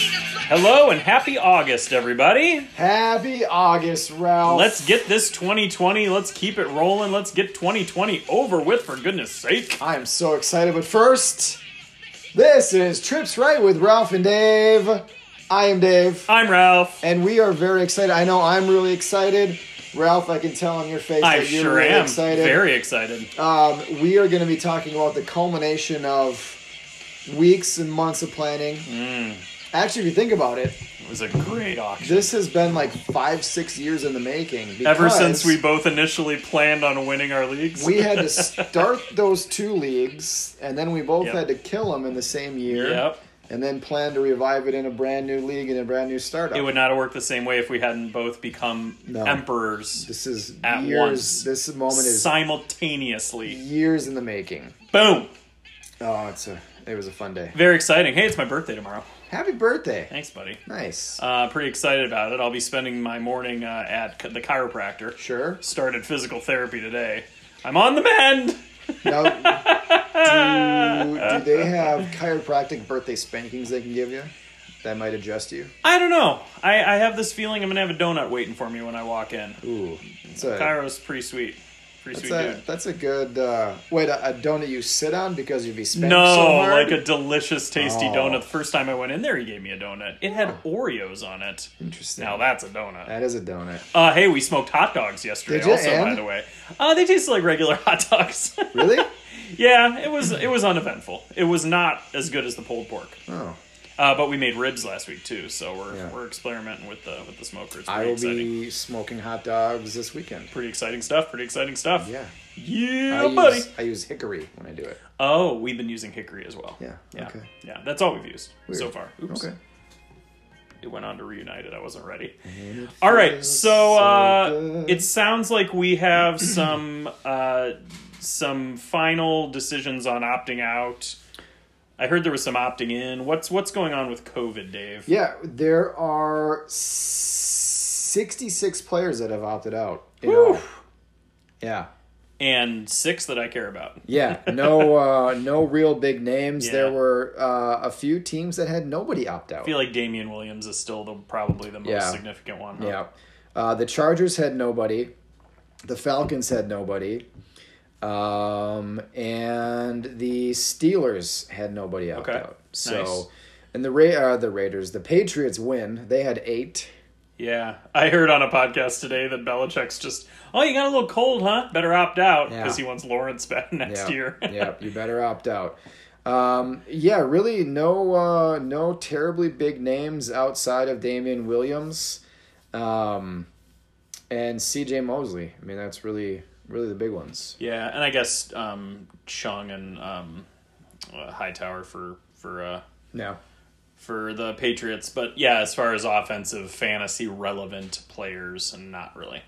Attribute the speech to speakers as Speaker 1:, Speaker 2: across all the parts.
Speaker 1: Hello and happy August, everybody.
Speaker 2: Happy August, Ralph.
Speaker 1: Let's get this 2020. Let's keep it rolling. Let's get 2020 over with, for goodness sake.
Speaker 2: I am so excited, but first, this is Trips Right with Ralph and Dave. I am Dave,
Speaker 1: I'm Ralph.
Speaker 2: and we are very excited. I know I'm really excited. Ralph, I can tell on your face
Speaker 1: I
Speaker 2: that you're
Speaker 1: sure
Speaker 2: really
Speaker 1: am.
Speaker 2: excited.
Speaker 1: Very excited.
Speaker 2: Um, we are going to be talking about the culmination of weeks and months of planning.
Speaker 1: Mm.
Speaker 2: Actually, if you think about it,
Speaker 1: It was a great auction.
Speaker 2: this has been like five, six years in the making.
Speaker 1: Ever since
Speaker 2: because-
Speaker 1: we both initially planned on winning our leagues.
Speaker 2: we had to start those two leagues, and then we both
Speaker 1: Yep.
Speaker 2: had to kill them in the same year.
Speaker 1: Yep.
Speaker 2: And then plan to revive it in a brand new league and a brand new startup.
Speaker 1: It would not have worked the same way if we hadn't both become
Speaker 2: No.
Speaker 1: emperors
Speaker 2: this is
Speaker 1: At
Speaker 2: years.
Speaker 1: once.
Speaker 2: This moment is
Speaker 1: simultaneously.
Speaker 2: years in the making.
Speaker 1: Boom.
Speaker 2: Oh, it's a. It was a fun day.
Speaker 1: Very exciting. Hey, it's my birthday tomorrow.
Speaker 2: Happy birthday.
Speaker 1: Thanks, buddy.
Speaker 2: Nice.
Speaker 1: Uh, pretty excited about it. I'll be spending my morning uh, at the chiropractor.
Speaker 2: sure.
Speaker 1: started physical therapy today. I'm on the mend.
Speaker 2: Now, do, do they have chiropractic birthday spankings they can give you that might adjust you?
Speaker 1: I don't know. I, I have this feeling I'm gonna have a donut waiting for me when I walk in.
Speaker 2: Ooh, it's a
Speaker 1: Cairo's pretty sweet, pretty
Speaker 2: that's
Speaker 1: sweet
Speaker 2: a,
Speaker 1: dude.
Speaker 2: that's a good uh, wait. A, a donut you sit on because you'd be spanked
Speaker 1: No,
Speaker 2: so hard.
Speaker 1: like a delicious, tasty
Speaker 2: Oh.
Speaker 1: donut. The first time I went in there, he gave me a donut. It had Oreos on it.
Speaker 2: Interesting.
Speaker 1: Now that's a donut.
Speaker 2: that is a donut.
Speaker 1: Uh, hey, we smoked hot dogs yesterday.
Speaker 2: Did ya?
Speaker 1: Also, by
Speaker 2: And?
Speaker 1: the way, uh, they tasted like regular hot dogs.
Speaker 2: Really?
Speaker 1: yeah, it was it was uneventful. It was not as good as the pulled pork.
Speaker 2: Oh,
Speaker 1: Uh, but we made ribs last week too, so we're
Speaker 2: Yeah.
Speaker 1: we're experimenting with the with the smoker. It's
Speaker 2: I
Speaker 1: pretty
Speaker 2: will
Speaker 1: exciting.
Speaker 2: be smoking hot dogs this weekend.
Speaker 1: Pretty exciting stuff. Pretty exciting stuff.
Speaker 2: Yeah.
Speaker 1: Yeah,
Speaker 2: I use,
Speaker 1: buddy.
Speaker 2: I use hickory when I do it.
Speaker 1: Oh, we've been using hickory as well.
Speaker 2: Yeah,
Speaker 1: Yeah.
Speaker 2: okay.
Speaker 1: Yeah. That's all we've used so
Speaker 2: Weird.
Speaker 1: far. Oops.
Speaker 2: Okay.
Speaker 1: It went on to reunited. I wasn't ready. All right. So uh,
Speaker 2: good.
Speaker 1: it sounds like we have some uh, some final decisions on opting out. I heard there was some opting in. What's what's going on with COVID, Dave?
Speaker 2: Yeah, there are s- 66 players that have opted out. in
Speaker 1: Whew.
Speaker 2: all. Yeah.
Speaker 1: And six that I care about.
Speaker 2: Yeah, no, uh, no real big names.
Speaker 1: Yeah.
Speaker 2: There were uh, a few teams that had nobody opt out.
Speaker 1: I feel like Damian Williams is still the probably the most
Speaker 2: Yeah.
Speaker 1: significant one. huh?
Speaker 2: Yeah. Uh, the Chargers had nobody. The Falcons had nobody. Um, and the Steelers had nobody opt
Speaker 1: Okay.
Speaker 2: out. So,
Speaker 1: Nice.
Speaker 2: and the Ra- uh, the Raiders, the Patriots win. They had eight.
Speaker 1: Yeah, I heard on a podcast today that Belichick's just, oh, you got a little cold, huh? Better opt out
Speaker 2: Yeah.
Speaker 1: because he wants Lawrence back next
Speaker 2: Yeah.
Speaker 1: year.
Speaker 2: yeah, you better opt out. Um, yeah, really, no, uh, no terribly big names outside of Damian Williams, um, and C.J. Mosley. I mean, that's really, really the big ones.
Speaker 1: yeah, and I guess um, Chung and um, uh, Hightower for for uh,
Speaker 2: No.
Speaker 1: for the Patriots, but yeah, as far as offensive fantasy relevant players, not really.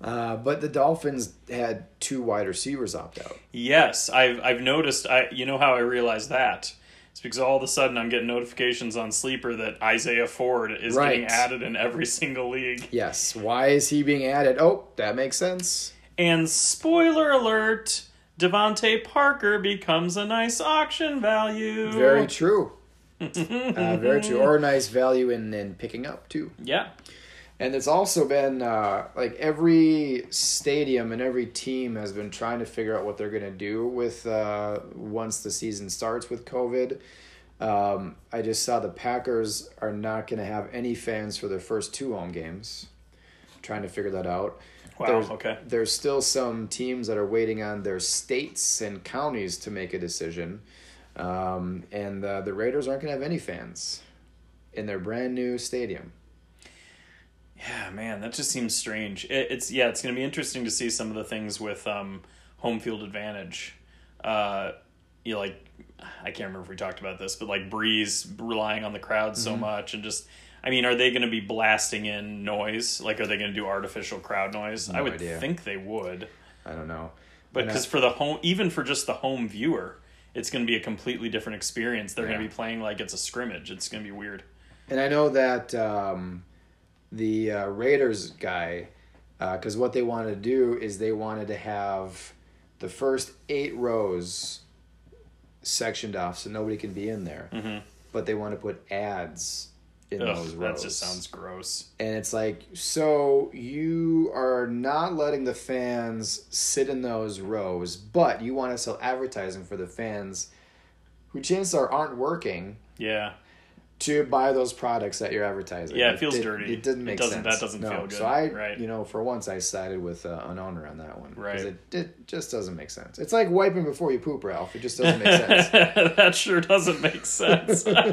Speaker 2: Uh, but the Dolphins had two wide receivers opt out.
Speaker 1: Yes, I've I've noticed. I you know how I realized that. It's because all of a sudden I'm getting notifications on Sleeper that Isaiah Ford is
Speaker 2: Right.
Speaker 1: getting added in every single league.
Speaker 2: Yes. Why is he being added? Oh, that makes sense.
Speaker 1: And spoiler alert, Devonte Parker becomes a nice auction value.
Speaker 2: Very true. uh, very true. Or a nice value in, in picking up, too.
Speaker 1: yeah.
Speaker 2: And it's also been uh, like every stadium and every team has been trying to figure out what they're going to do with uh, once the season starts with COVID. Um, I just saw the Packers are not going to have any fans for their first two home games. Trying to figure that out.
Speaker 1: Wow,
Speaker 2: There's,
Speaker 1: okay.
Speaker 2: There's still some teams that are waiting on their states and counties to make a decision, um, and uh, the Raiders aren't going to have any fans in their brand new stadium.
Speaker 1: Yeah, man, that just seems strange. It, it's yeah, it's gonna be interesting to see some of the things with um, home field advantage. Uh, you know, like, I can't remember if we talked about this, but like Breeze relying on the crowd
Speaker 2: Mm-hmm.
Speaker 1: so much and just. I mean, are they going to be blasting in noise? Like, are they going to do artificial crowd noise? I would
Speaker 2: idea.
Speaker 1: think they would.
Speaker 2: I don't know.
Speaker 1: But
Speaker 2: And I-
Speaker 1: because for the home, even for just the home viewer, it's going to be a completely different experience. They're going
Speaker 2: Yeah.
Speaker 1: to be playing like it's a scrimmage. It's going to be weird.
Speaker 2: And I know that um, the uh, Raiders guy, because what they wanted to do is they wanted to have the first eight rows sectioned off so nobody can be in there. But they want to put ads in
Speaker 1: Mm-hmm. Ugh,
Speaker 2: those
Speaker 1: that
Speaker 2: rows.
Speaker 1: just sounds gross.
Speaker 2: and it's like so you are not letting the fans sit in those rows but you want to sell advertising for the fans who chances are aren't working
Speaker 1: Yeah.
Speaker 2: to buy those products that you're advertising
Speaker 1: Yeah, it feels
Speaker 2: did-
Speaker 1: dirty.
Speaker 2: it doesn't
Speaker 1: It
Speaker 2: make
Speaker 1: doesn't-
Speaker 2: sense
Speaker 1: that doesn't
Speaker 2: no.
Speaker 1: feel good,
Speaker 2: so i
Speaker 1: right.
Speaker 2: you know for once i sided with uh, an owner on that one 'cause
Speaker 1: Right.
Speaker 2: it, it just doesn't make sense it's like wiping before you poop ralph it just doesn't make sense
Speaker 1: that sure doesn't make sense.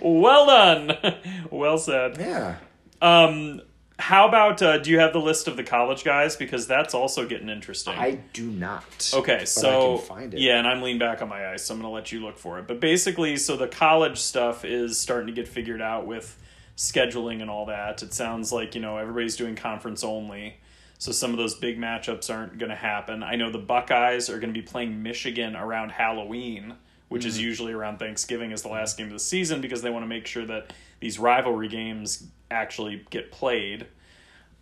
Speaker 1: well done. Well said.
Speaker 2: yeah
Speaker 1: Um, how about uh, do you have the list of the college guys because that's also getting interesting.
Speaker 2: i do not
Speaker 1: Okay,
Speaker 2: but
Speaker 1: so
Speaker 2: I can find it.
Speaker 1: yeah, and I'm leaning back on my ice, so I'm gonna let you look for it. But basically, so the college stuff is starting to get figured out with scheduling and all that. It sounds like you know everybody's doing conference only, so some of those big matchups aren't gonna happen. I know the Buckeyes are gonna be playing Michigan around Halloween, which
Speaker 2: Mm.
Speaker 1: is usually around Thanksgiving as the last game of the season because they want to make sure that these rivalry games actually get played.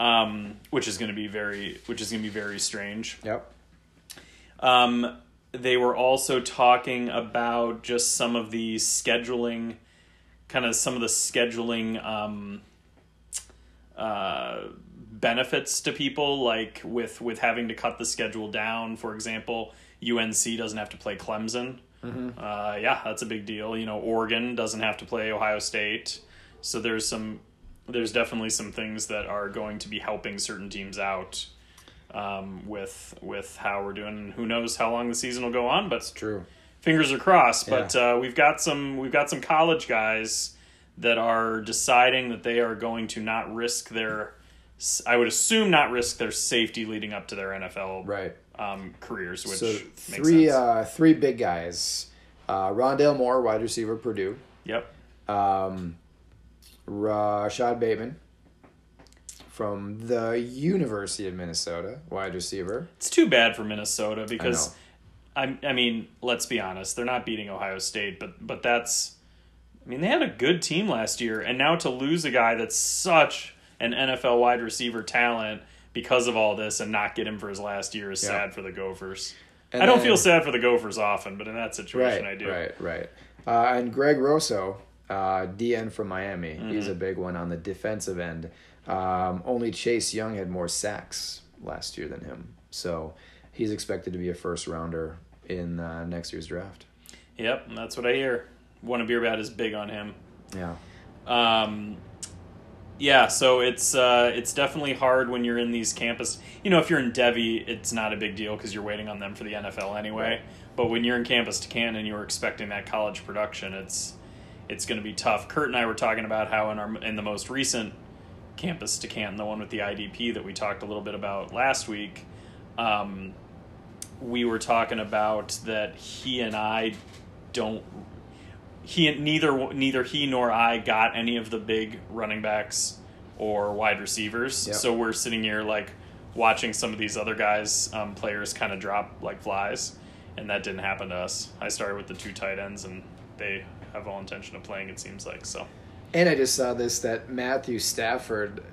Speaker 1: Um, which is going to be very, which is going to be very strange.
Speaker 2: yep
Speaker 1: Um, they were also talking about just some of the scheduling, kind of some of the scheduling um, uh, benefits to people, like with with having to cut the schedule down. For example, UNC doesn't have to play Clemson. Uh, yeah, that's a big deal. You know, Oregon doesn't have to play Ohio State. So there's some, there's definitely some things that are going to be helping certain teams out um, with with how we're doing. Who knows how long the season will go on, but
Speaker 2: true
Speaker 1: fingers are crossed. But uh, we've got some we've got some college guys that are deciding that they are going to not risk their, I would assume not risk their safety leading up to their NFL
Speaker 2: right
Speaker 1: um, careers, which
Speaker 2: so
Speaker 1: makes
Speaker 2: three
Speaker 1: sense.
Speaker 2: uh three big guys uh rondale moore wide receiver purdue
Speaker 1: yep.
Speaker 2: um, Rashad Bateman from the University of Minnesota, wide receiver.
Speaker 1: It's too bad for Minnesota because I I mean, let's be honest, they're not beating Ohio State, but but that's I mean, they had a good team last year and now to lose a guy that's such an NFL wide receiver talent because of all this and not get him for his last year is
Speaker 2: Yeah.
Speaker 1: sad for the Gophers.
Speaker 2: And
Speaker 1: I don't
Speaker 2: then-
Speaker 1: feel sad for the Gophers often, but in that
Speaker 2: Right,
Speaker 1: situation I do.
Speaker 2: right, right. Uh, and Greg Rosso, uh, DN from Miami.
Speaker 1: Mm-hmm.
Speaker 2: He's a big one on the defensive end. Um, only Chase Young had more sacks last year than him, so he's expected to be a first rounder in uh, next year's draft.
Speaker 1: Yep, that's what I hear. One of Beerbat is big on him.
Speaker 2: Yeah,
Speaker 1: um, yeah so it's uh, it's definitely hard when you're in these campus you know if you're in Devi it's not a big deal because you're waiting on them for the NFL anyway
Speaker 2: Right.
Speaker 1: but when you're in campus to Canton and you're expecting that college production it's it's going to be tough Kurt and I were talking about how in our in the most recent campus to Canton the one with the IDP that we talked a little bit about last week um, we were talking about that he and I don't he neither neither he nor I got any of the big running backs or wide receivers.
Speaker 2: Yep.
Speaker 1: So we're sitting here like watching some of these other guys um, players kind of drop like flies, and that didn't happen to us. I started with the two tight ends, and they have all intention of playing. It seems like so.
Speaker 2: and I just saw this that Matthew Stafford,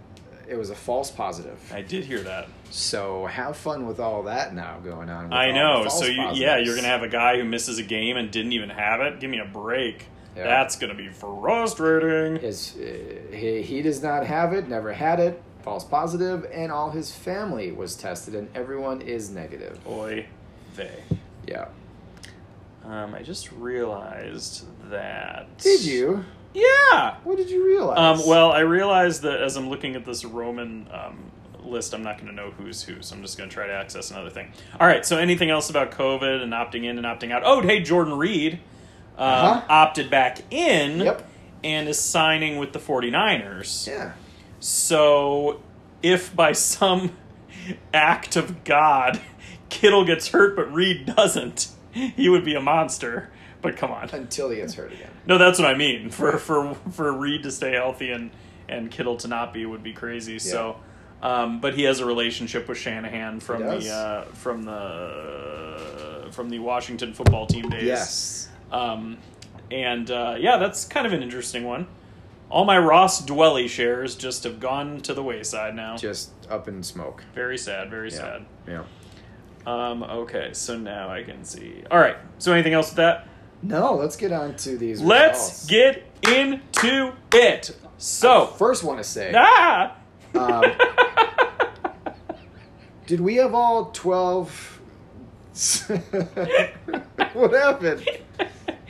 Speaker 2: it was a false positive.
Speaker 1: I did hear that.
Speaker 2: So have fun with all that now going on. with
Speaker 1: I
Speaker 2: all
Speaker 1: know.
Speaker 2: the false
Speaker 1: So you, yeah,
Speaker 2: positives.
Speaker 1: you're gonna have a guy who misses a game and didn't even have it. Give me a break.
Speaker 2: Yeah.
Speaker 1: That's gonna be frustrating.
Speaker 2: his uh, he, he does not have it, never had it, false positive, and all his family was tested, and everyone is negative.
Speaker 1: Boy, they.
Speaker 2: Yeah.
Speaker 1: Um, I just realized that.
Speaker 2: Did you?
Speaker 1: Yeah.
Speaker 2: What did you realize?
Speaker 1: Um, well, I realized that as I'm looking at this Roman um, list, I'm not going to know who's who, so I'm just going to try to access another thing. All right. So, anything else about COVID and opting in and opting out? Oh, hey, Jordan Reed um,
Speaker 2: Uh-huh.
Speaker 1: opted back in.
Speaker 2: Yep.
Speaker 1: And is signing with the 49ers.
Speaker 2: Yeah.
Speaker 1: So, if by some act of God, Kittle gets hurt but Reed doesn't, he would be a monster. But come on.
Speaker 2: Until he gets hurt again.
Speaker 1: No, that's what I mean. For for for Reed to stay healthy and and Kittle to not be would be crazy. So, um, but he has a relationship with Shanahan from
Speaker 2: He does.
Speaker 1: the uh, from the from the Washington football team days.
Speaker 2: Yes.
Speaker 1: Um, and uh, yeah, that's kind of an interesting one. All my Ross Dwelly shares just have gone to the wayside now.
Speaker 2: Just up in smoke.
Speaker 1: Very sad. Very
Speaker 2: Yeah.
Speaker 1: sad.
Speaker 2: Yeah.
Speaker 1: Um, okay, so now I can see. All right. So anything else with that?
Speaker 2: No, let's get on to these. results.
Speaker 1: Let's get into it. So,
Speaker 2: First, want to say,
Speaker 1: ah,
Speaker 2: um, did we have all twelve? what happened?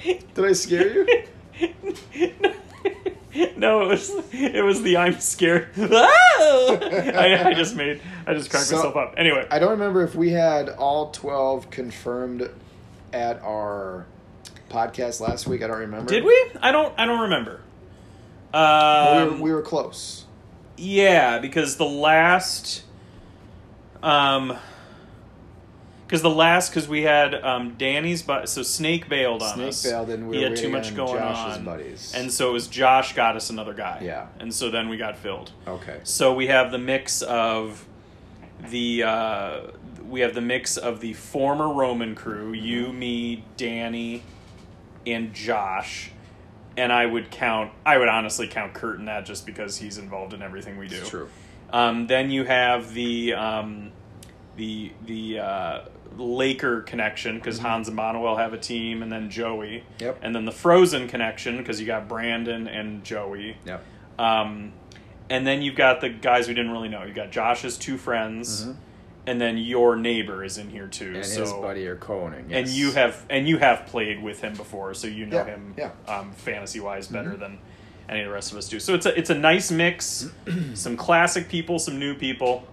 Speaker 2: Did I scare you?
Speaker 1: no, it was it was the I'm scared. Ah! I, I just made I just cracked
Speaker 2: So-
Speaker 1: myself up. Anyway,
Speaker 2: I don't remember if we had all 12 confirmed at our podcast last week. I don't remember.
Speaker 1: did we? I don't I don't remember.
Speaker 2: we,
Speaker 1: Um,
Speaker 2: were, we were close.
Speaker 1: Yeah, because the last, um, because the last because we had um Danny's but so Snake bailed on
Speaker 2: Snake
Speaker 1: us.
Speaker 2: bailed and we
Speaker 1: he
Speaker 2: were
Speaker 1: had too
Speaker 2: waiting
Speaker 1: much
Speaker 2: on
Speaker 1: going
Speaker 2: Josh's
Speaker 1: on,
Speaker 2: buddies.
Speaker 1: and so it was Josh got us another guy.
Speaker 2: Yeah.
Speaker 1: and so then we got filled.
Speaker 2: Okay.
Speaker 1: So we have the mix of the uh, we have the mix of the former Roman crew,
Speaker 2: Mm-hmm.
Speaker 1: you, me, Danny, and Josh. And I would count. I would honestly count Kurt in that just because he's involved in everything we do.
Speaker 2: It's true.
Speaker 1: Um, then you have the um, the the uh, Laker connection because Hans and Manuel have a team, and then Joey.
Speaker 2: Mm-hmm. Yep.
Speaker 1: And then the Frozen connection because you got Brandon and Joey.
Speaker 2: Yep.
Speaker 1: Um, and then you've got the guys we didn't really know. You got Josh's two friends, and then your neighbor is in here too.
Speaker 2: Mm-hmm. And
Speaker 1: so
Speaker 2: his buddy are Coning.
Speaker 1: and you have and you have played with him before, so you know
Speaker 2: Yeah,
Speaker 1: him
Speaker 2: yeah. Mm-hmm.
Speaker 1: um, fantasy wise better than any of the rest of us do. So it's a it's a nice mix, some classic people, some new people.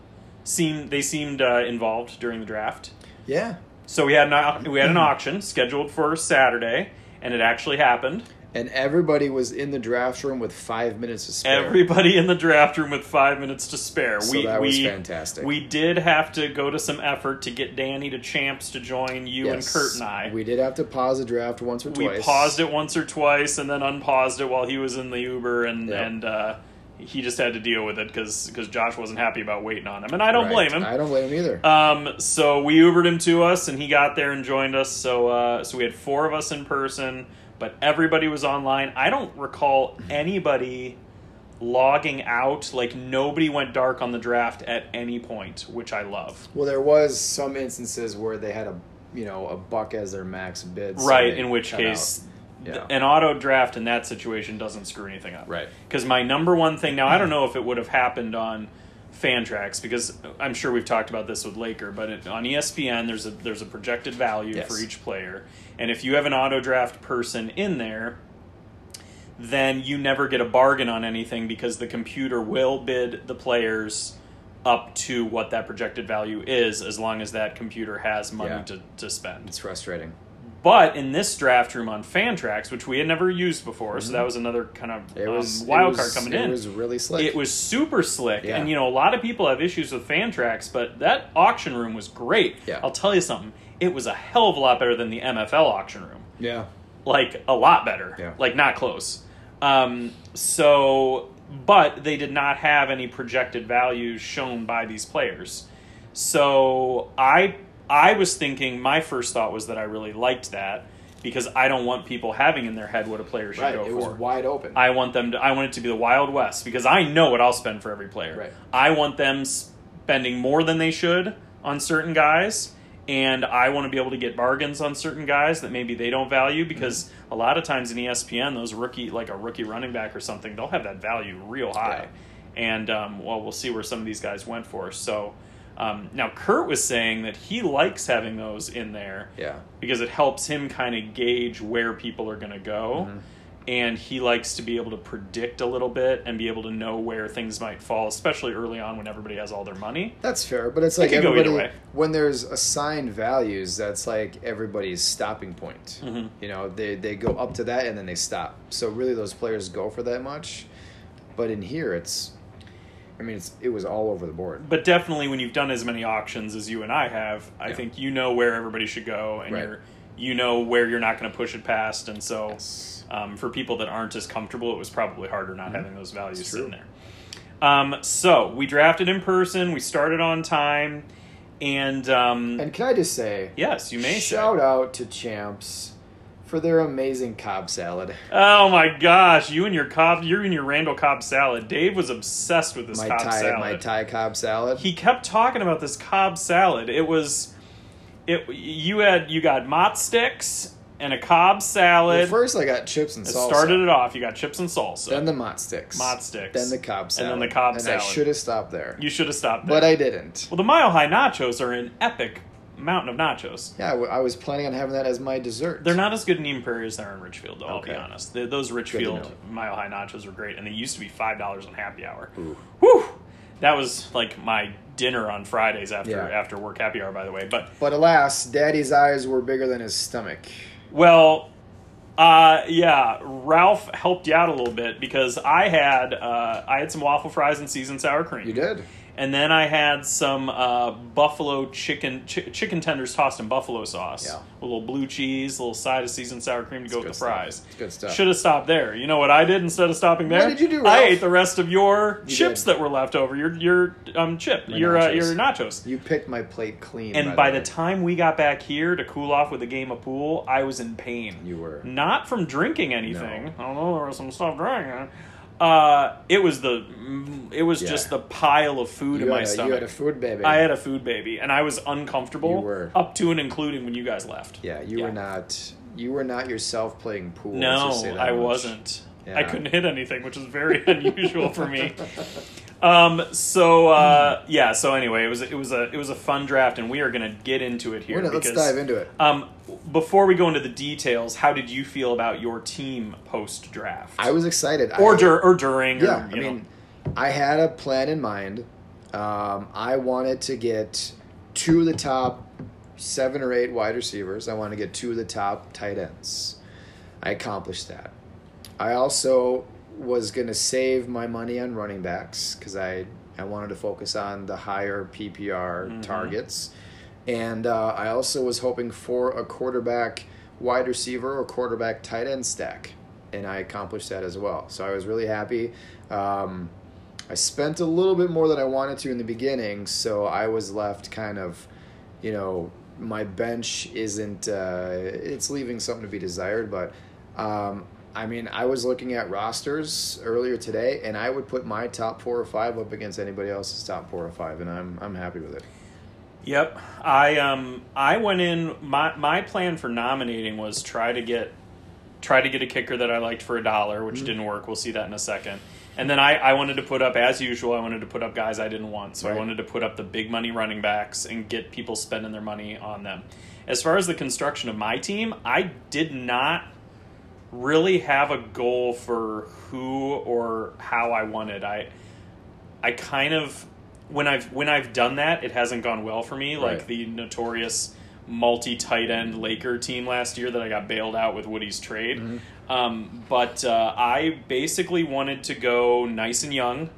Speaker 1: Seem they seemed uh, involved during the draft.
Speaker 2: Yeah.
Speaker 1: So we had an au- we had an auction scheduled for Saturday, and it actually happened.
Speaker 2: And everybody was in the draft room with five minutes to spare.
Speaker 1: Everybody in the draft room with five minutes to spare.
Speaker 2: So
Speaker 1: we
Speaker 2: that
Speaker 1: we
Speaker 2: was fantastic.
Speaker 1: we did have to go to some effort to get Danny to champs to join you
Speaker 2: Yes.
Speaker 1: and Kurt and I.
Speaker 2: We did have to pause the draft once or
Speaker 1: we
Speaker 2: twice.
Speaker 1: paused it once or twice and then unpaused it while he was in the Uber and
Speaker 2: Yep.
Speaker 1: and uh, he just had to deal with it because Josh wasn't happy about waiting on him and I don't
Speaker 2: Right.
Speaker 1: blame him.
Speaker 2: I don't blame him either.
Speaker 1: um, so we Ubered him to us and he got there and joined us. So uh, so we had four of us in person, but everybody was online. I don't recall anybody logging out. Like nobody went dark on the draft at any point, which I love.
Speaker 2: Well, there was some instances where they had a you know a buck as their max bid. so
Speaker 1: right
Speaker 2: they
Speaker 1: in which
Speaker 2: cut
Speaker 1: case
Speaker 2: out.
Speaker 1: th-
Speaker 2: Yeah.
Speaker 1: an auto draft in that situation doesn't screw anything up
Speaker 2: Right.
Speaker 1: because my number one thing now i don't know if it would have happened on fan tracks because i'm sure we've talked about this with laker but it, on E espn there's a there's a projected value
Speaker 2: Yes.
Speaker 1: for each player and if you have an auto draft person in there then you never get a bargain on anything because the computer will bid the players up to what that projected value is as long as that computer has money
Speaker 2: Yeah.
Speaker 1: to, to spend
Speaker 2: it's frustrating.
Speaker 1: but in this draft room on Fantrax, which we had never used before, so that was another kind of
Speaker 2: Mm-hmm. It
Speaker 1: um,
Speaker 2: was
Speaker 1: wild
Speaker 2: it was-
Speaker 1: card coming
Speaker 2: it
Speaker 1: in.
Speaker 2: was really slick.
Speaker 1: It was super slick,
Speaker 2: Yeah.
Speaker 1: and you know a lot of people have issues with Fantrax, but that auction room was great.
Speaker 2: Yeah.
Speaker 1: I'll tell you something, it was a hell of a lot better than the MFL auction room
Speaker 2: yeah.
Speaker 1: like a lot better.
Speaker 2: Yeah.
Speaker 1: Like not close. Um, so, but they did not have any projected values shown by these players. So I I was thinking my first thought was that I really liked that because I don't want people having in their head what a player should
Speaker 2: Right.
Speaker 1: go
Speaker 2: It
Speaker 1: for.
Speaker 2: was wide open.
Speaker 1: I want them to. I want it to be the Wild West because I know what I'll spend for every player.
Speaker 2: Right.
Speaker 1: I want them spending more than they should on certain guys, and I want to be able to get bargains on certain guys that maybe they don't value
Speaker 2: Mm-hmm.
Speaker 1: because a lot of times in E ESPN, those rookie like a rookie running back or something, they'll have that value real high. And um, well, we'll see where some of these guys went for. So um, now Kurt was saying that he likes having those in there
Speaker 2: yeah.
Speaker 1: because it helps him kind of gauge where people are going to go.
Speaker 2: Mm-hmm.
Speaker 1: And he likes to be able to predict a little bit and be able to know where things might fall, especially early on when everybody has all their money.
Speaker 2: That's fair, but it's like
Speaker 1: could go either
Speaker 2: everybody
Speaker 1: way.
Speaker 2: when there's assigned values, that's like everybody's stopping point.
Speaker 1: Mm-hmm.
Speaker 2: You know, they they go up to that and then they stop. So really, those players go for that much, but in here, it's, I mean, it's it was all over the board.
Speaker 1: But definitely, when you've done as many auctions as you and I have, I
Speaker 2: Yeah.
Speaker 1: think you know where everybody should go, and
Speaker 2: Right.
Speaker 1: you're you know where you're not going to push it past. And so,
Speaker 2: Yes. Mm-hmm.
Speaker 1: um, for people that aren't as comfortable, it was probably harder not having those values
Speaker 2: It's
Speaker 1: sitting
Speaker 2: true.
Speaker 1: there. Um, so we drafted in person. We started on time, and, um,
Speaker 2: And can I just say,
Speaker 1: yes, you may say.
Speaker 2: shout out to Champs for their amazing Cobb salad.
Speaker 1: Oh my gosh, you and your Cobb, you and your Randall Cobb salad. Dave was obsessed with this
Speaker 2: My
Speaker 1: Cobb
Speaker 2: Thai,
Speaker 1: salad.
Speaker 2: my Thai Cobb salad.
Speaker 1: He kept talking about this Cobb salad. It was, it you had you got mott sticks and a Cobb salad.
Speaker 2: First, I got chips and
Speaker 1: It
Speaker 2: salsa.
Speaker 1: started it off. You got chips and salsa.
Speaker 2: Then the mott sticks.
Speaker 1: Mott sticks.
Speaker 2: Then the cob salad.
Speaker 1: then the Cobb
Speaker 2: and I
Speaker 1: salad.
Speaker 2: should have stopped there,
Speaker 1: you should have stopped there.
Speaker 2: but I didn't.
Speaker 1: well, the Mile High Nachos are an epic mountain of nachos.
Speaker 2: Yeah, I w- I was planning on having that as my dessert.
Speaker 1: They're not as good in Eden Prairie as they are in Richfield, though, I'll
Speaker 2: Okay.
Speaker 1: be honest. Th those
Speaker 2: know.
Speaker 1: Richfield Mile High Nachos were great, and they used to be $5 on happy hour. Whew! That was like my dinner on Fridays after,
Speaker 2: Yeah.
Speaker 1: after work happy hour, by the way. But
Speaker 2: But alas, Daddy's eyes were bigger than his stomach.
Speaker 1: Well, uh, yeah, Ralph helped you out a little bit because I had uh, I had some waffle fries and seasoned sour cream.
Speaker 2: You did.
Speaker 1: And then I had some uh, buffalo chicken chi- chicken tenders tossed in buffalo sauce.
Speaker 2: Yeah.
Speaker 1: A little blue cheese, a little side of seasoned sour cream to go with
Speaker 2: good
Speaker 1: the
Speaker 2: stuff.
Speaker 1: fries.
Speaker 2: It's good stuff.
Speaker 1: Should have stopped there. You know what I did instead of stopping there?
Speaker 2: did you do,
Speaker 1: I
Speaker 2: Ralph?
Speaker 1: ate the rest of your
Speaker 2: You
Speaker 1: chips
Speaker 2: did.
Speaker 1: that were left over. Your your um chip, your Uh,
Speaker 2: nachos.
Speaker 1: your nachos.
Speaker 2: You picked my plate clean.
Speaker 1: And by the
Speaker 2: way.
Speaker 1: time we got back here to cool off with a game of pool, I was in pain.
Speaker 2: You were.
Speaker 1: not from drinking anything. I don't know. There was some stuff drinking. Uh, it was the mm, it was
Speaker 2: Yeah.
Speaker 1: just the pile of food in
Speaker 2: You
Speaker 1: my
Speaker 2: had, a,
Speaker 1: stomach.
Speaker 2: you had a food baby.
Speaker 1: I had a food baby, and I was uncomfortable.
Speaker 2: You were.
Speaker 1: up to and including when you guys left.
Speaker 2: yeah, you
Speaker 1: Yeah.
Speaker 2: were not. You were not yourself playing pool. let's
Speaker 1: No,
Speaker 2: just say that
Speaker 1: I
Speaker 2: much.
Speaker 1: wasn't. I
Speaker 2: Yeah.
Speaker 1: couldn't hit anything, which is very unusual for me. Um. So uh, yeah. So anyway, it was it was a it was a fun draft, and we are gonna get into it here.
Speaker 2: We're not- let's
Speaker 1: because-
Speaker 2: dive into it.
Speaker 1: Um, before we go into the details, how did you feel about your team post draft?
Speaker 2: I was excited.
Speaker 1: or
Speaker 2: I,
Speaker 1: dur- or during.
Speaker 2: Yeah, I
Speaker 1: or, you know.
Speaker 2: mean, I had a plan in mind. Um, I wanted to get two of the top seven or eight wide receivers. I wanted to get two of the top tight ends. I accomplished that. I also was going to save my money on running backs because I, I wanted to focus on the higher PPR
Speaker 1: Mm-hmm.
Speaker 2: targets. And uh, I also was hoping for a quarterback wide receiver or quarterback tight end stack. And I accomplished that as well. So I was really happy. Um, I spent a little bit more than I wanted to in the beginning. So I was left kind of, you know, my bench isn't, uh, it's leaving something to be desired. But um, I mean, I was looking at rosters earlier today and I would put my top four or five up against anybody else's top four or five. And I'm, I'm happy with it.
Speaker 1: Yep. I um I went in my my plan for nominating was try to get try to get a kicker that I liked for a dollar, which didn't work. We'll see that in a second. And then I, I wanted to put up as usual, I wanted to put up guys I didn't want. So
Speaker 2: Right.
Speaker 1: I wanted to put up the big money running backs and get people spending their money on them. As far as the construction of my team, I did not really have a goal for who or how I wanted. I I kind of when I've when I've done that, it hasn't gone well for me.
Speaker 2: Right.
Speaker 1: Like the notorious multi tight end Laker team last year that I got bailed out with Woody's trade. Um, but uh, I basically wanted to go nice and young.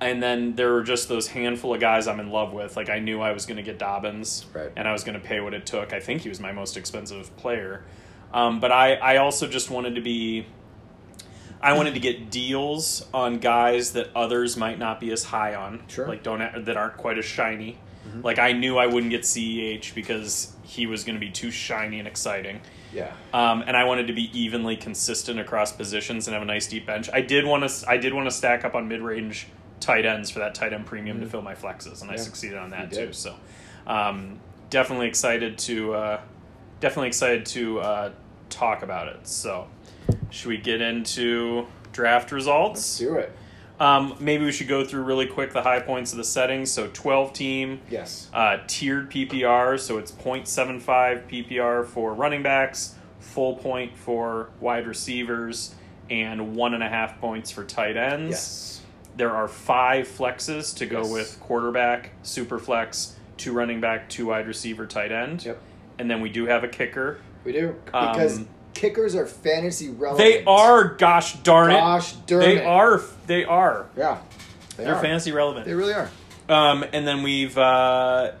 Speaker 1: And then there were just those handful of guys I'm in love with. Like I knew I was going to get Dobbins,
Speaker 2: Right.
Speaker 1: and I was going to pay what it took. I think he was my most expensive player, um, but I, I also just wanted to be I wanted to get deals on guys that others might not be as high on,
Speaker 2: Sure. Mm-hmm.
Speaker 1: like don't that aren't quite as shiny. Like I knew I wouldn't get Ceh because he was going to be too shiny and exciting,
Speaker 2: Yeah.
Speaker 1: um, and I wanted to be evenly consistent across positions and have a nice deep bench. I did want to I did want to stack up on mid range tight ends for that tight end premium to fill my flexes, and I
Speaker 2: Mm. Yeah.
Speaker 1: succeeded on that
Speaker 2: You did.
Speaker 1: too. So um, definitely excited to uh, definitely excited to uh, talk about it. So should we get into draft
Speaker 2: Let's
Speaker 1: results?
Speaker 2: do it.
Speaker 1: Um, maybe we should go through really quick the high points of the settings. So twelve team
Speaker 2: Yes.
Speaker 1: uh, tiered PPR, so it's 0.75 PPR for running backs, full point for wide receivers, and one and a half points for tight ends.
Speaker 2: Yes.
Speaker 1: There are five flexes to go
Speaker 2: Yes.
Speaker 1: with quarterback, super flex, two running back, two wide receiver, tight end.
Speaker 2: Yep.
Speaker 1: And then we do have a kicker.
Speaker 2: We do.
Speaker 1: Um,
Speaker 2: Because kickers are fantasy relevant.
Speaker 1: They are, gosh darn it.
Speaker 2: Gosh darn
Speaker 1: they
Speaker 2: it.
Speaker 1: are. They are.
Speaker 2: Yeah. They
Speaker 1: They're
Speaker 2: are.
Speaker 1: fantasy relevant.
Speaker 2: They really are.
Speaker 1: Um, and then we've uh,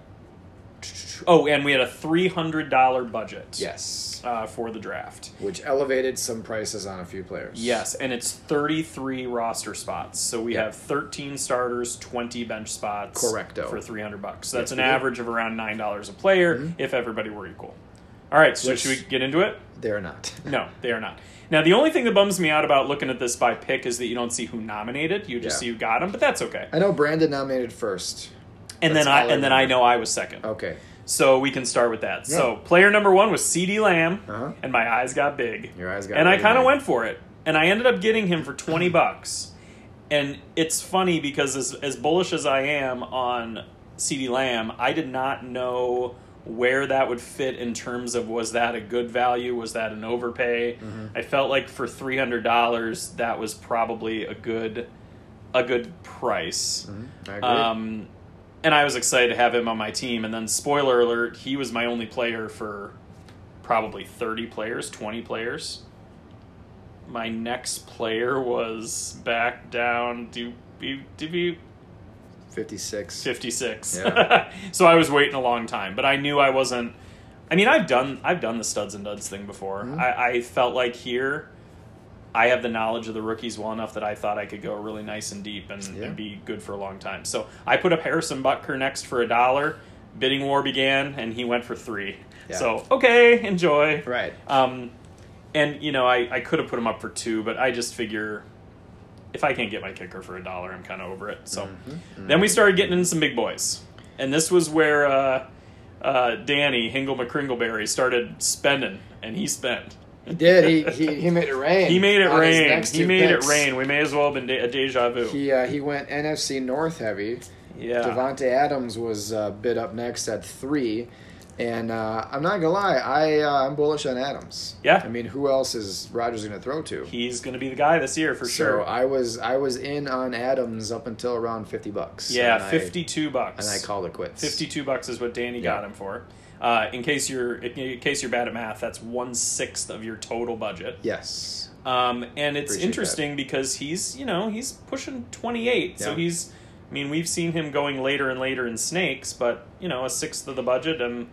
Speaker 1: oh, and we had a three hundred dollar budget.
Speaker 2: Yes.
Speaker 1: uh, for the draft.
Speaker 2: Which elevated some prices on a few players.
Speaker 1: Yes, and it's thirty three roster spots. So we
Speaker 2: Yeah.
Speaker 1: have thirteen starters, twenty bench spots.
Speaker 2: Correcto.
Speaker 1: for three hundred bucks. So that's
Speaker 2: Yes,
Speaker 1: an
Speaker 2: we do.
Speaker 1: average of around nine dollars a player if everybody were equal. All right, so
Speaker 2: Mm-hmm. Which-
Speaker 1: should we get into it?
Speaker 2: They're not.
Speaker 1: No, they are not. Now, the only thing that bums me out about looking at this by pick is that you don't see who nominated. You just
Speaker 2: Yeah.
Speaker 1: see who got them, but that's okay.
Speaker 2: I know Brandon nominated first.
Speaker 1: And
Speaker 2: That's
Speaker 1: then I
Speaker 2: all I
Speaker 1: and then I
Speaker 2: remember.
Speaker 1: know I was second.
Speaker 2: Okay.
Speaker 1: So we can start with that.
Speaker 2: Yeah.
Speaker 1: So player number one was CD Lamb,
Speaker 2: Uh-huh.
Speaker 1: and my eyes got big.
Speaker 2: Your eyes got
Speaker 1: and I
Speaker 2: really
Speaker 1: kind of
Speaker 2: big.
Speaker 1: went for it, and I ended up getting him for twenty bucks. And it's funny because as as bullish as I am on CD Lamb, I did not know where that would fit in terms of was that a good value, was that an overpay.
Speaker 2: Mm-hmm.
Speaker 1: I felt like for three hundred dollars, that was probably a good a good price.
Speaker 2: I agree.
Speaker 1: Um, and I was excited to have him on my team. And then, spoiler alert, he was my only player for probably 30 players, 20 players. My next player was back down to be, to be
Speaker 2: 56.
Speaker 1: 56.
Speaker 2: Yeah.
Speaker 1: so I was waiting a long time, but I knew I wasn't. I mean, I've done I've done the studs and duds thing before.
Speaker 2: Mm-hmm.
Speaker 1: I, I felt like here, I have the knowledge of the rookies well enough that I thought I could go really nice and deep and,
Speaker 2: Yeah.
Speaker 1: and be good for a long time. So I put up Harrison Butker next for a dollar. Bidding war began, and he went for three.
Speaker 2: Yeah.
Speaker 1: So okay, enjoy.
Speaker 2: Right.
Speaker 1: Um, and you know, I, I could have put him up for two, but I just figure if I can't get my kicker for a dollar, I'm kind of over it. So
Speaker 2: Mm-hmm.
Speaker 1: then we started getting in some big boys, and this was where uh, uh, Danny Hingle McCringleberry started spending, and he spent.
Speaker 2: He did. He, he, he made it rain.
Speaker 1: He made it
Speaker 2: on his
Speaker 1: rain.
Speaker 2: next
Speaker 1: He
Speaker 2: two
Speaker 1: made
Speaker 2: picks.
Speaker 1: it rain. We may as well have been de- a deja vu.
Speaker 2: He, uh, he went NFC North heavy.
Speaker 1: yeah.
Speaker 2: Devonte Adams was uh, bid up next at three, and uh, I'm not gonna lie, I uh, I'm bullish on Adams.
Speaker 1: Yeah.
Speaker 2: I mean, who else is Rogers gonna throw to?
Speaker 1: He's going to be the guy this year for
Speaker 2: So
Speaker 1: sure.
Speaker 2: I was I was in on Adams up until around fifty bucks. and
Speaker 1: yeah,
Speaker 2: I-
Speaker 1: 52 bucks.
Speaker 2: and I called it quits.
Speaker 1: 52 bucks is what Danny got
Speaker 2: Yeah.
Speaker 1: him for. Uh, in case you're in case you're bad at math, that's one sixth of your total budget.
Speaker 2: Yes.
Speaker 1: Um, and
Speaker 2: Appreciate
Speaker 1: it's
Speaker 2: that.
Speaker 1: interesting because he's you know he's pushing 28, so
Speaker 2: Yeah.
Speaker 1: he's I mean we've seen him going later and later in snakes, but you know a sixth of the budget and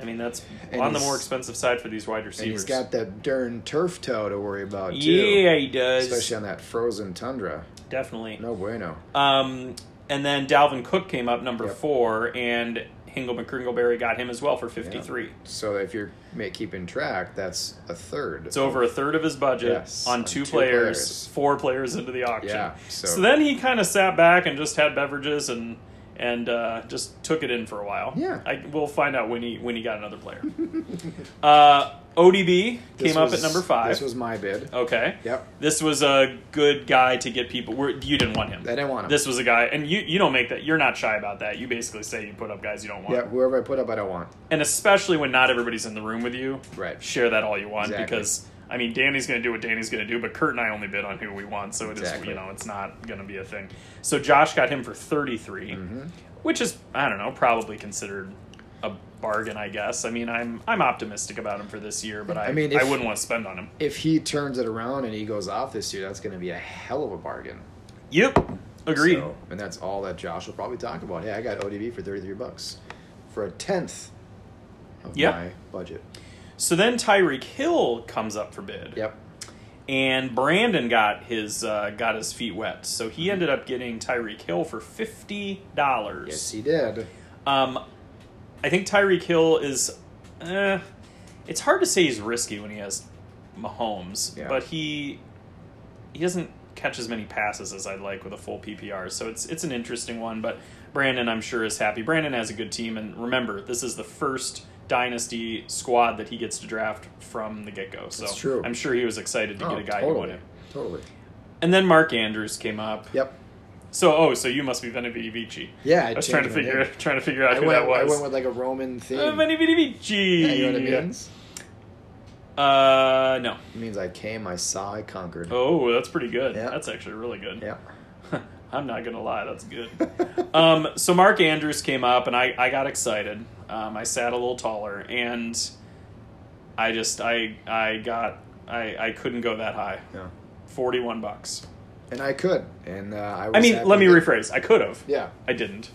Speaker 1: I mean that's
Speaker 2: And
Speaker 1: on the
Speaker 2: he's-
Speaker 1: more expensive side for these wide
Speaker 2: And he's
Speaker 1: receivers.
Speaker 2: got that darn turf toe to worry about too.
Speaker 1: yeah, he does
Speaker 2: Especially on that frozen tundra.
Speaker 1: definitely.
Speaker 2: No bueno.
Speaker 1: Um, and then Dalvin Cook came up number
Speaker 2: Yep.
Speaker 1: four, and Hingle McCringleberry got him as well for 53.
Speaker 2: So if you're ma- keeping track, that's a third.
Speaker 1: It's over a third of his budget
Speaker 2: Yes,
Speaker 1: on
Speaker 2: on
Speaker 1: two,
Speaker 2: two
Speaker 1: players,
Speaker 2: players.
Speaker 1: four players into the auction.
Speaker 2: Yeah,
Speaker 1: so.
Speaker 2: so-
Speaker 1: then he kind of sat back and just had beverages and and uh, just took it in for a while.
Speaker 2: Yeah.
Speaker 1: I, we'll find out when he when he got another player. uh, ODB
Speaker 2: This
Speaker 1: came up at
Speaker 2: was-
Speaker 1: number five. Oh.
Speaker 2: This was my bid.
Speaker 1: okay.
Speaker 2: Yep.
Speaker 1: This was a good guy to get people. We're, you didn't want him.
Speaker 2: I didn't want him.
Speaker 1: This was a guy, and you you don't make that. You're not shy about that. You basically say you put up guys you don't want
Speaker 2: Yeah, whoever I put up, I don't want.
Speaker 1: and especially when not everybody's in the room with you,
Speaker 2: Right.
Speaker 1: Share that all you want
Speaker 2: Exactly.
Speaker 1: because I mean, Danny's going to do what Danny's going to do, but Kurt and I only bid on who we want, so it is
Speaker 2: Exactly.
Speaker 1: you know it's not going to be a thing. So Josh got him for thirty
Speaker 2: Mm-hmm.
Speaker 1: which is I don't know, probably considered a bargain, I guess. I mean, I'm I'm optimistic about him for this year, but I I,
Speaker 2: I mean, if-
Speaker 1: wouldn't want to spend on him.
Speaker 2: If he turns it around and he goes off this year, that's going to be a hell of a bargain.
Speaker 1: Yep, agreed.
Speaker 2: So- and that's all that Josh will probably talk about. Hey, I got ODB for thirty-three bucks for a tenth of
Speaker 1: Yep.
Speaker 2: my budget.
Speaker 1: So then Tyreek Hill comes up for bid.
Speaker 2: Yep.
Speaker 1: and Brandon got his uh, got his feet wet, so
Speaker 2: Mm-hmm.
Speaker 1: he ended up getting Tyreek Hill for fifty
Speaker 2: Yes,
Speaker 1: dollars.
Speaker 2: he did.
Speaker 1: Um, I think Tyreek Hill is, uh, it's hard to say he's risky when he has Mahomes,
Speaker 2: Yeah.
Speaker 1: but he he doesn't catch as many passes as I'd like with a full PPR, so it's it's an interesting one. But Brandon, I'm sure, is happy. Brandon has a good team, and remember, this is the first dynasty squad that he gets to draft from the get go. So
Speaker 2: That's true.
Speaker 1: I'm sure he was excited to
Speaker 2: Oh,
Speaker 1: get a guy who
Speaker 2: totally.
Speaker 1: wanted.
Speaker 2: Totally.
Speaker 1: And then Mark Andrews came up.
Speaker 2: Yep.
Speaker 1: So oh, so you must be Venevidi Vici.
Speaker 2: Yeah, I
Speaker 1: I was trying to
Speaker 2: changed my
Speaker 1: figure
Speaker 2: name.
Speaker 1: trying to figure out
Speaker 2: I
Speaker 1: who
Speaker 2: went,
Speaker 1: that
Speaker 2: I
Speaker 1: was.
Speaker 2: went with like a Roman theme.
Speaker 1: Uh, Venevidi Vici.
Speaker 2: Yeah, you know what it means?
Speaker 1: Uh, no.
Speaker 2: It means I came, I saw, I conquered.
Speaker 1: Oh, that's pretty good.
Speaker 2: Yeah.
Speaker 1: That's actually really good.
Speaker 2: Yeah.
Speaker 1: I'm not gonna lie, that's good. um, so Mark Andrews came up, and I I got excited. Um, I sat a little taller, and I just I I got I I couldn't go that high.
Speaker 2: Yeah.
Speaker 1: Forty one bucks.
Speaker 2: And I could. And uh, I was
Speaker 1: I mean,
Speaker 2: happy
Speaker 1: let me
Speaker 2: that-
Speaker 1: rephrase. I could have.
Speaker 2: Yeah.
Speaker 1: I didn't.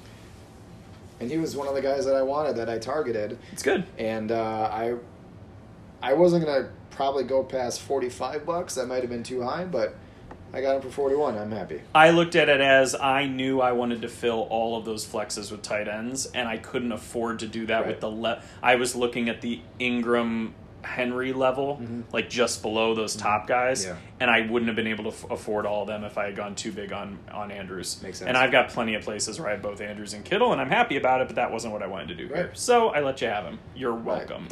Speaker 2: And he was one of the guys that I wanted that I targeted.
Speaker 1: It's good.
Speaker 2: And uh, I I wasn't gonna probably go past forty five bucks. That might have been too high, but I got him for forty one. I'm happy.
Speaker 1: I looked at it as I knew I wanted to fill all of those flexes with tight ends, and I couldn't afford to do that
Speaker 2: Right.
Speaker 1: with the left. I was looking at the Ingram Henry level, like just below those top guys,
Speaker 2: Mm-hmm. Yeah.
Speaker 1: and I wouldn't have been able to f- afford all of them if I had gone too big on on Andrews.
Speaker 2: Makes sense.
Speaker 1: And I've got plenty of places where I had both Andrews and Kittle, and I'm happy about it. But that wasn't what I wanted to do here,
Speaker 2: Right.
Speaker 1: so I let you have him. You're welcome.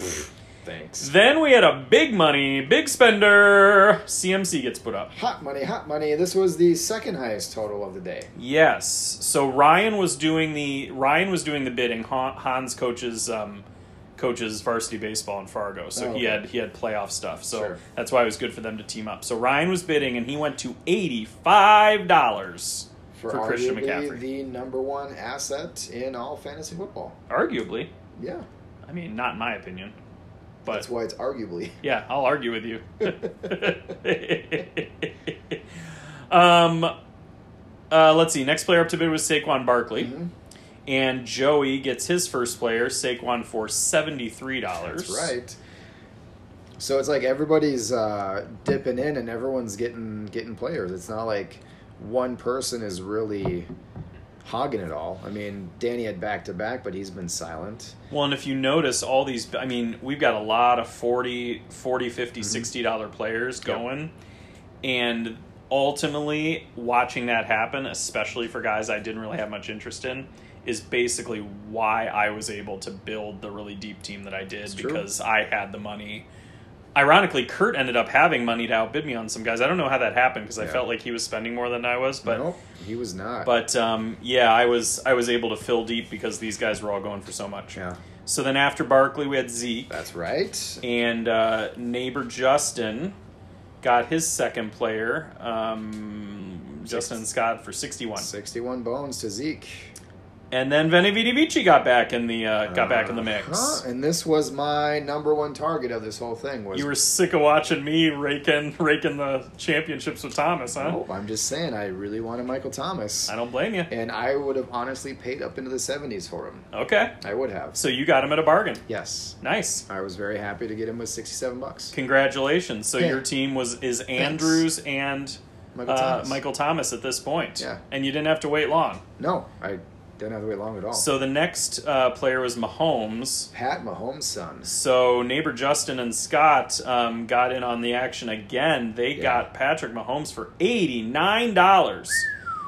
Speaker 2: Thanks.
Speaker 1: Then we had a big money, big spender. CMC gets put up.
Speaker 2: Hot money, hot money. This was the second highest total of the day.
Speaker 1: Yes. So Ryan was doing the Ryan was doing the bidding. Han, Hans coaches um, coaches varsity baseball in Fargo,
Speaker 2: Oh,
Speaker 1: so he
Speaker 2: okay.
Speaker 1: had he had playoff stuff. So
Speaker 2: Sure.
Speaker 1: that's why it was good for them to team up. So Ryan was bidding, and he went to eighty five dollars for, Christian
Speaker 2: arguably
Speaker 1: McCaffrey.
Speaker 2: the number one asset in all fantasy football.
Speaker 1: Arguably,
Speaker 2: Yeah,
Speaker 1: I mean, not in my opinion, but
Speaker 2: that's why it's arguably.
Speaker 1: Yeah, I'll argue with you. um, uh, let's see. Next player up to bid was Saquon Barkley,
Speaker 2: Mhm.
Speaker 1: and Joey gets his first player, Saquon, for seventy three dollars.
Speaker 2: That's right. So it's like everybody's uh, dipping in and everyone's getting getting players. It's not like one person is really hogging it all. I mean, Danny had back to back, but he's been silent.
Speaker 1: Well, and if you notice, all these. I mean, we've got a lot of 40 40
Speaker 2: Mm-hmm.
Speaker 1: 50 60 dollar players going, and ultimately watching that happen, especially for guys I didn't really have much interest in. Is basically why I was able to build the really deep team that I did
Speaker 2: true.
Speaker 1: because I had the money ironically, Kurt ended up having money to outbid me on some guys. I don't know how that happened because I
Speaker 2: Yeah.
Speaker 1: felt like he was spending more than I was, but
Speaker 2: nope, he was not.
Speaker 1: but um, yeah, I was I was able to fill deep because these guys were all going for so much.
Speaker 2: yeah,
Speaker 1: So then after Barkley, we had Zeke
Speaker 2: that's right.
Speaker 1: and uh, neighbor Justin got his second player, um, Justin Scott for sixty-one,
Speaker 2: Sixty-one bones to Zeke.
Speaker 1: and then Venevidi Vici got back in the uh, got back in the mix.
Speaker 2: Huh? Uh-huh, And this was my number one target of this whole thing. Was
Speaker 1: You were sick of watching me raking raking the championships with Thomas, huh?
Speaker 2: Oh, I'm just saying, I really wanted Michael Thomas,
Speaker 1: I don't blame you.
Speaker 2: and I would have honestly paid up into the seventies for him.
Speaker 1: Okay.
Speaker 2: I would have.
Speaker 1: So you got him at a bargain.
Speaker 2: Yes.
Speaker 1: Nice.
Speaker 2: I was very happy to get him with 67 bucks.
Speaker 1: Congratulations. So
Speaker 2: Yeah.
Speaker 1: your team was is Andrews and
Speaker 2: Michael
Speaker 1: uh,
Speaker 2: Thomas.
Speaker 1: Michael Thomas at this point.
Speaker 2: Yeah.
Speaker 1: And you didn't have to wait long.
Speaker 2: No, I didn't have to wait long at all.
Speaker 1: So the next uh, player was Mahomes.
Speaker 2: Pat Mahomes' son.
Speaker 1: So neighbor Justin and Scott um, got in on the action again. They
Speaker 2: Yeah.
Speaker 1: got Patrick Mahomes for eighty nine dollars.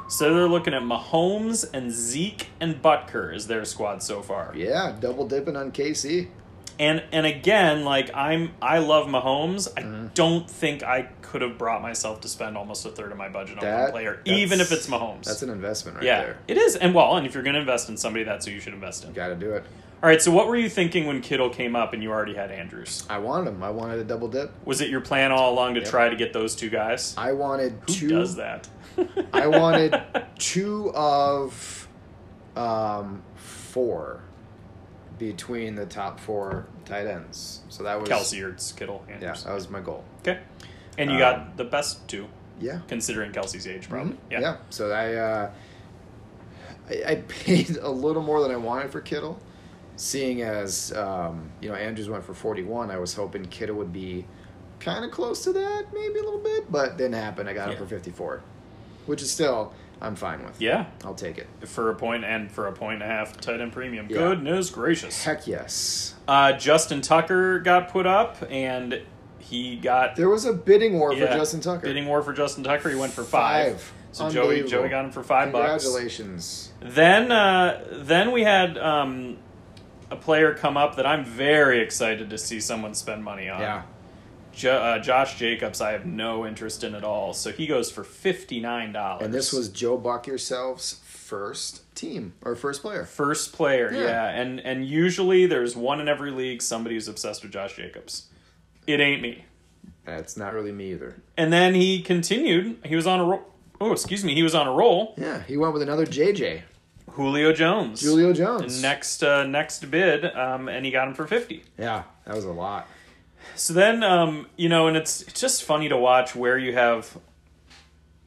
Speaker 1: So they're looking at Mahomes and Zeke and Butker as their squad so far.
Speaker 2: Yeah, double dipping on KC.
Speaker 1: And and again, like I'm, I love Mahomes. I
Speaker 2: Mm-hmm.
Speaker 1: don't think I could have brought myself to spend almost a third of my budget on one
Speaker 2: That-
Speaker 1: player,
Speaker 2: that's-
Speaker 1: even if it's Mahomes.
Speaker 2: That's an investment right
Speaker 1: yeah,
Speaker 2: there.
Speaker 1: it is. And well, and if you're going to invest in somebody, that's who you should invest in.
Speaker 2: Got to do it.
Speaker 1: All right. So what were you thinking when Kittle came up and you already had Andrews?
Speaker 2: I wanted him. I wanted a double dip.
Speaker 1: Was it your plan all along to
Speaker 2: Yep.
Speaker 1: try to get those two guys?
Speaker 2: I wanted
Speaker 1: Who
Speaker 2: two.
Speaker 1: does that?
Speaker 2: I wanted two of um, four between the top four tight ends. So that was
Speaker 1: Kelsey or Kittle.
Speaker 2: Yeah,
Speaker 1: Andrews.
Speaker 2: that was my goal.
Speaker 1: Okay. And you
Speaker 2: Um,
Speaker 1: got the best two,
Speaker 2: Yeah.
Speaker 1: considering Kelsey's age, probably.
Speaker 2: Mhm. Yeah. So I, uh, I I paid a little more than I wanted for Kittle, seeing as um, you know Andrews went for forty one. I was hoping Kittle would be kind of close to that, maybe a little bit, but didn't happen. I got him
Speaker 1: Yeah.
Speaker 2: for fifty four, which is still I'm fine with.
Speaker 1: Yeah.
Speaker 2: I'll take it.
Speaker 1: for a point and for a point and a half tight end premium.
Speaker 2: Yeah.
Speaker 1: Goodness gracious.
Speaker 2: Heck yes.
Speaker 1: Uh, Justin Tucker got put up and he got
Speaker 2: There was a bidding war
Speaker 1: yeah,
Speaker 2: for Justin Tucker.
Speaker 1: Bidding war for Justin Tucker. He went for five.
Speaker 2: Five.
Speaker 1: So Joey
Speaker 2: Unbelievable.
Speaker 1: Joey got him for five bucks.
Speaker 2: Congratulations.
Speaker 1: Then uh, then we had um, a player come up that I'm very excited to see someone spend money on.
Speaker 2: Yeah.
Speaker 1: Jo- uh, Josh Jacobs, I have no interest in at all. So he goes for fifty nine dollars.
Speaker 2: And this was Joe Buck yourself's first team or first player.
Speaker 1: First player, yeah.
Speaker 2: Yeah.
Speaker 1: And and usually there's one in every league somebody who's obsessed with Josh Jacobs. It ain't me.
Speaker 2: That's not really me either.
Speaker 1: And then he continued. He was on a roll. Oh, excuse me. He was on a roll.
Speaker 2: Yeah, he went with another JJ,
Speaker 1: Julio Jones.
Speaker 2: Julio Jones.
Speaker 1: Next uh, next bid, um, and he got him for fifty.
Speaker 2: Yeah, that was a lot.
Speaker 1: So then, um, you know, and it's it's just funny to watch where you have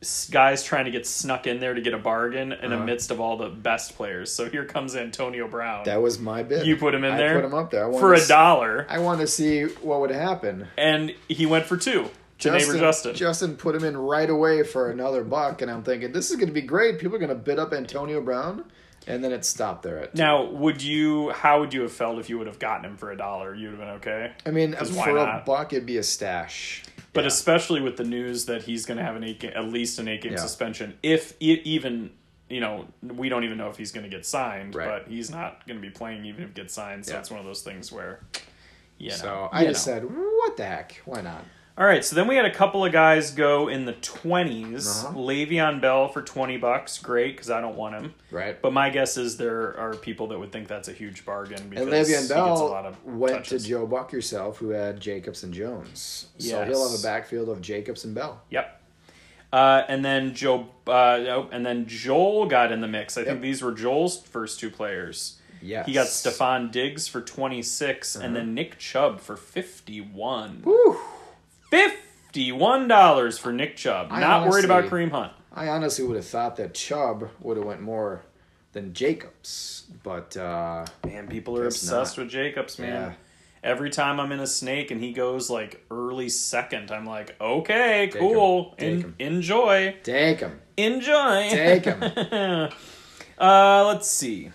Speaker 1: s- guys trying to get snuck in there to get a bargain in the
Speaker 2: Uh-huh.
Speaker 1: midst of all the best players. So here comes Antonio Brown.
Speaker 2: That was my bid.
Speaker 1: You put him in
Speaker 2: I
Speaker 1: there?
Speaker 2: Put him up there I wanted
Speaker 1: for
Speaker 2: to
Speaker 1: a
Speaker 2: s-
Speaker 1: dollar,
Speaker 2: I wanted to see what would happen.
Speaker 1: and he went for two. To neighbor Justin.
Speaker 2: put him in right away for another buck, and I'm thinking this is going to be great. People are going to bid up Antonio Brown. and then it stopped there at.
Speaker 1: Now, would you? How would you have felt if you would have gotten him for a dollar? You'd have been okay.
Speaker 2: I mean,
Speaker 1: why
Speaker 2: for a
Speaker 1: not?
Speaker 2: buck, it'd be a stash.
Speaker 1: But
Speaker 2: Yeah.
Speaker 1: especially with the news that he's going to have an eight ga- at least an eight game
Speaker 2: Yeah.
Speaker 1: suspension, if e- even you know we don't even know if he's going to get signed,
Speaker 2: Right.
Speaker 1: but he's not going to be playing even if he gets signed. So
Speaker 2: Yeah.
Speaker 1: it's one of those things where, you know,
Speaker 2: so I
Speaker 1: you
Speaker 2: just
Speaker 1: know.
Speaker 2: said, what the heck? Why not?
Speaker 1: All right, so then we had a couple of guys go in the 20s.
Speaker 2: Uh-huh.
Speaker 1: Le'Veon Bell for 20 bucks, great, because I don't want him.
Speaker 2: Right.
Speaker 1: But my guess is there are people that would think that's a huge bargain because
Speaker 2: and Le'Veon
Speaker 1: he gets a lot
Speaker 2: Bell
Speaker 1: of
Speaker 2: went
Speaker 1: touches.
Speaker 2: to Joe Buck yourself, who had Jacobs and Jones. So
Speaker 1: Yes.
Speaker 2: he'll have a backfield of Jacobs and Bell.
Speaker 1: Yep. Uh, and then Joe, uh, oh, and then Joel got in the mix. I think
Speaker 2: Yep.
Speaker 1: these were Joel's first two players.
Speaker 2: Yes. Mm-hmm.
Speaker 1: He got Stephon Diggs for 26 and then Nick Chubb for 51.
Speaker 2: Whew.
Speaker 1: $51 for Nick Chubb.
Speaker 2: I
Speaker 1: Not worried about
Speaker 2: honestly-
Speaker 1: Kareem Hunt.
Speaker 2: I honestly would have thought that Chubb would have went more than Jacobs, but uh,
Speaker 1: Man, people are
Speaker 2: Guess
Speaker 1: obsessed with Jacobs, man.
Speaker 2: Yeah.
Speaker 1: Every time I'm in a snake and he goes like early second, I'm like, okay, cool.
Speaker 2: Take
Speaker 1: En-
Speaker 2: him.
Speaker 1: enjoy.
Speaker 2: take him,
Speaker 1: Enjoy.
Speaker 2: take him.
Speaker 1: Uh, let's see.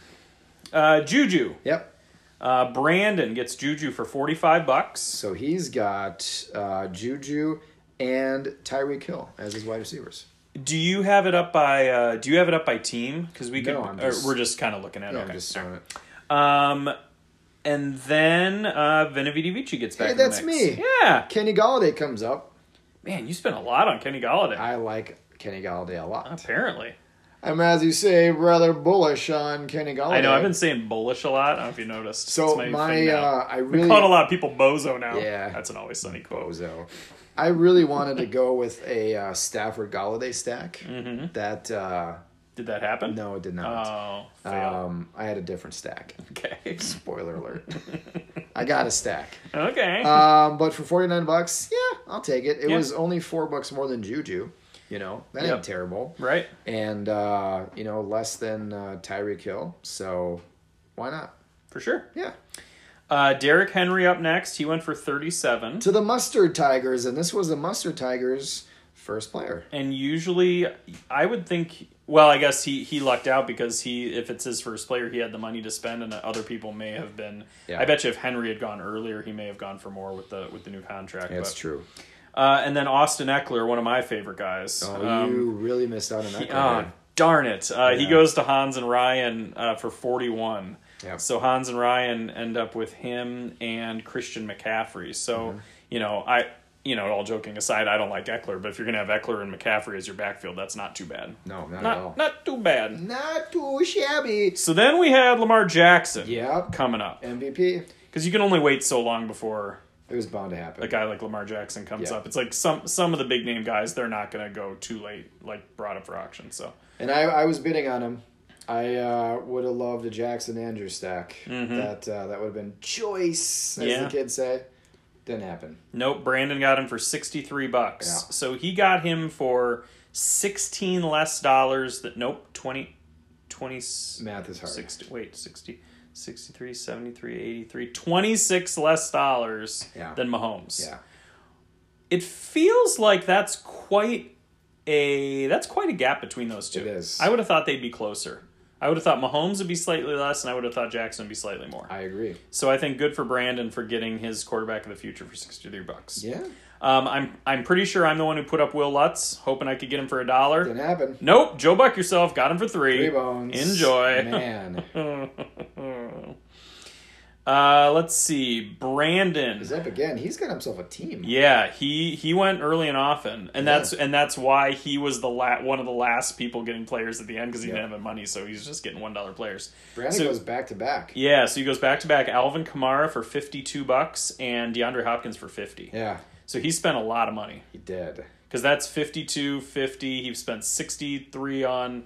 Speaker 1: Uh, Juju.
Speaker 2: yep.
Speaker 1: Uh, Brandon gets Juju for 45 bucks.
Speaker 2: So he's got uh, Juju and Tyreek Hill as his wide receivers.
Speaker 1: Do you have it up by uh, do you have it up by team cuz we could
Speaker 2: No, I'm
Speaker 1: or
Speaker 2: just-
Speaker 1: we're just kind of looking at
Speaker 2: Yeah,
Speaker 1: it.
Speaker 2: I'm
Speaker 1: okay.
Speaker 2: just throwing it.
Speaker 1: Um and then uh Venevidi Vici gets back
Speaker 2: Hey,
Speaker 1: in the
Speaker 2: that's
Speaker 1: mix.
Speaker 2: me.
Speaker 1: Yeah.
Speaker 2: Kenny Galladay comes up.
Speaker 1: Man, you spent a lot on Kenny Galladay.
Speaker 2: I like Kenny Galladay a lot.
Speaker 1: Apparently.
Speaker 2: I'm, as you say, rather bullish on Kenny Galladay.
Speaker 1: I know I've been saying bullish a lot. I don't know if you noticed.
Speaker 2: Oh, So
Speaker 1: It's
Speaker 2: my,
Speaker 1: thing now.
Speaker 2: uh, I
Speaker 1: we
Speaker 2: really
Speaker 1: called a lot of people bozo now.
Speaker 2: Yeah.
Speaker 1: That's an always sunny quote.
Speaker 2: bozo. Oh, I really wanted to go with a uh, Stafford Galladay stack.
Speaker 1: Mm-hmm.
Speaker 2: That uh,
Speaker 1: Did that happen?
Speaker 2: no, it did not.
Speaker 1: Oh, fail.
Speaker 2: um, I had a different stack.
Speaker 1: okay.
Speaker 2: Spoiler alert. I got a stack.
Speaker 1: okay.
Speaker 2: Um, but for forty nine bucks, yeah, I'll take it. It
Speaker 1: Yeah.
Speaker 2: was only four bucks more than Juju. You know that
Speaker 1: Yep.
Speaker 2: ain't terrible,
Speaker 1: right.
Speaker 2: and uh, you know less than uh, Tyreek Hill. So why not?
Speaker 1: For sure.
Speaker 2: Yeah,
Speaker 1: Uh, Derrick Henry up next. He went for 37.
Speaker 2: to the Mustard Tigers, and this was the Mustard Tigers' first player.
Speaker 1: And usually, I would think. Well, I guess he he lucked out because he, if it's his first player, he had the money to spend, and other people may have been.
Speaker 2: Yeah.
Speaker 1: I bet you if Henry had gone earlier, he may have gone for more with the with the new contract.
Speaker 2: That's
Speaker 1: but-
Speaker 2: true.
Speaker 1: Uh, and then Austin Eckler, one of my favorite guys.
Speaker 2: Oh,
Speaker 1: Um,
Speaker 2: you really missed out on that.
Speaker 1: he-
Speaker 2: card.
Speaker 1: oh, darn it! Uh, He
Speaker 2: Yeah.
Speaker 1: goes to Hans and Ryan uh, for forty one.
Speaker 2: Yeah.
Speaker 1: So Hans and Ryan end up with him and Christian McCaffrey. So
Speaker 2: Mm-hmm.
Speaker 1: you know, I you know, all joking aside, I don't like Eckler, but if you're gonna have Eckler and McCaffrey as your backfield, that's not too bad.
Speaker 2: no, not, at all.
Speaker 1: Not not too bad.
Speaker 2: Not too shabby.
Speaker 1: So then we had Lamar Jackson.
Speaker 2: Yep.
Speaker 1: Coming up
Speaker 2: MVP.
Speaker 1: because you can only wait so long before
Speaker 2: It was bound to happen.
Speaker 1: a guy like Lamar Jackson comes
Speaker 2: Yeah.
Speaker 1: up. It's like some some of the big name guys, they're not gonna go too late, like brought up for auction. So
Speaker 2: And I, I was bidding on him. I uh, would have loved a Jackson Andrews stack. That uh, that would have been choice, as
Speaker 1: Mm-hmm. Yeah.
Speaker 2: the kids say. Didn't happen.
Speaker 1: nope, Brandon got him for sixty three bucks.
Speaker 2: Yeah.
Speaker 1: So he got him for sixteen less dollars. That nope, 20, 20
Speaker 2: Math is hard.
Speaker 1: 60, wait 60, 63, 73, 83, 26 less dollars
Speaker 2: Yeah.
Speaker 1: than Mahomes.
Speaker 2: Yeah,
Speaker 1: It feels like that's quite a that's quite a gap between those two.
Speaker 2: It is.
Speaker 1: I would have thought they'd be closer. I would have thought Mahomes would be slightly less, and I would have thought Jackson would be slightly more.
Speaker 2: I agree.
Speaker 1: So I think good for Brandon for getting his quarterback of the future for sixty three bucks.
Speaker 2: Yeah,
Speaker 1: Um, I'm I'm pretty sure I'm the one who put up Will Lutz, hoping I could get him for a dollar.
Speaker 2: didn't happen.
Speaker 1: Nope, Joe Buck yourself got him for three.
Speaker 2: Three bones.
Speaker 1: Enjoy.
Speaker 2: Man,
Speaker 1: Uh, let's see, Brandon.
Speaker 2: he's up again. He's got himself a team.
Speaker 1: Yeah, he he went early and often, and that's and that's why he was the la- one of the last people getting players at the end because he
Speaker 2: Yeah.
Speaker 1: didn't have the money, so he's just getting one dollar players.
Speaker 2: Brandon
Speaker 1: So-
Speaker 2: goes back to back.
Speaker 1: Yeah, so he goes back to back. Alvin Kamara for fifty two bucks and DeAndre Hopkins for fifty.
Speaker 2: Yeah,
Speaker 1: So he spent a lot of money
Speaker 2: he did.
Speaker 1: because that's 52, 50. He spent sixty three on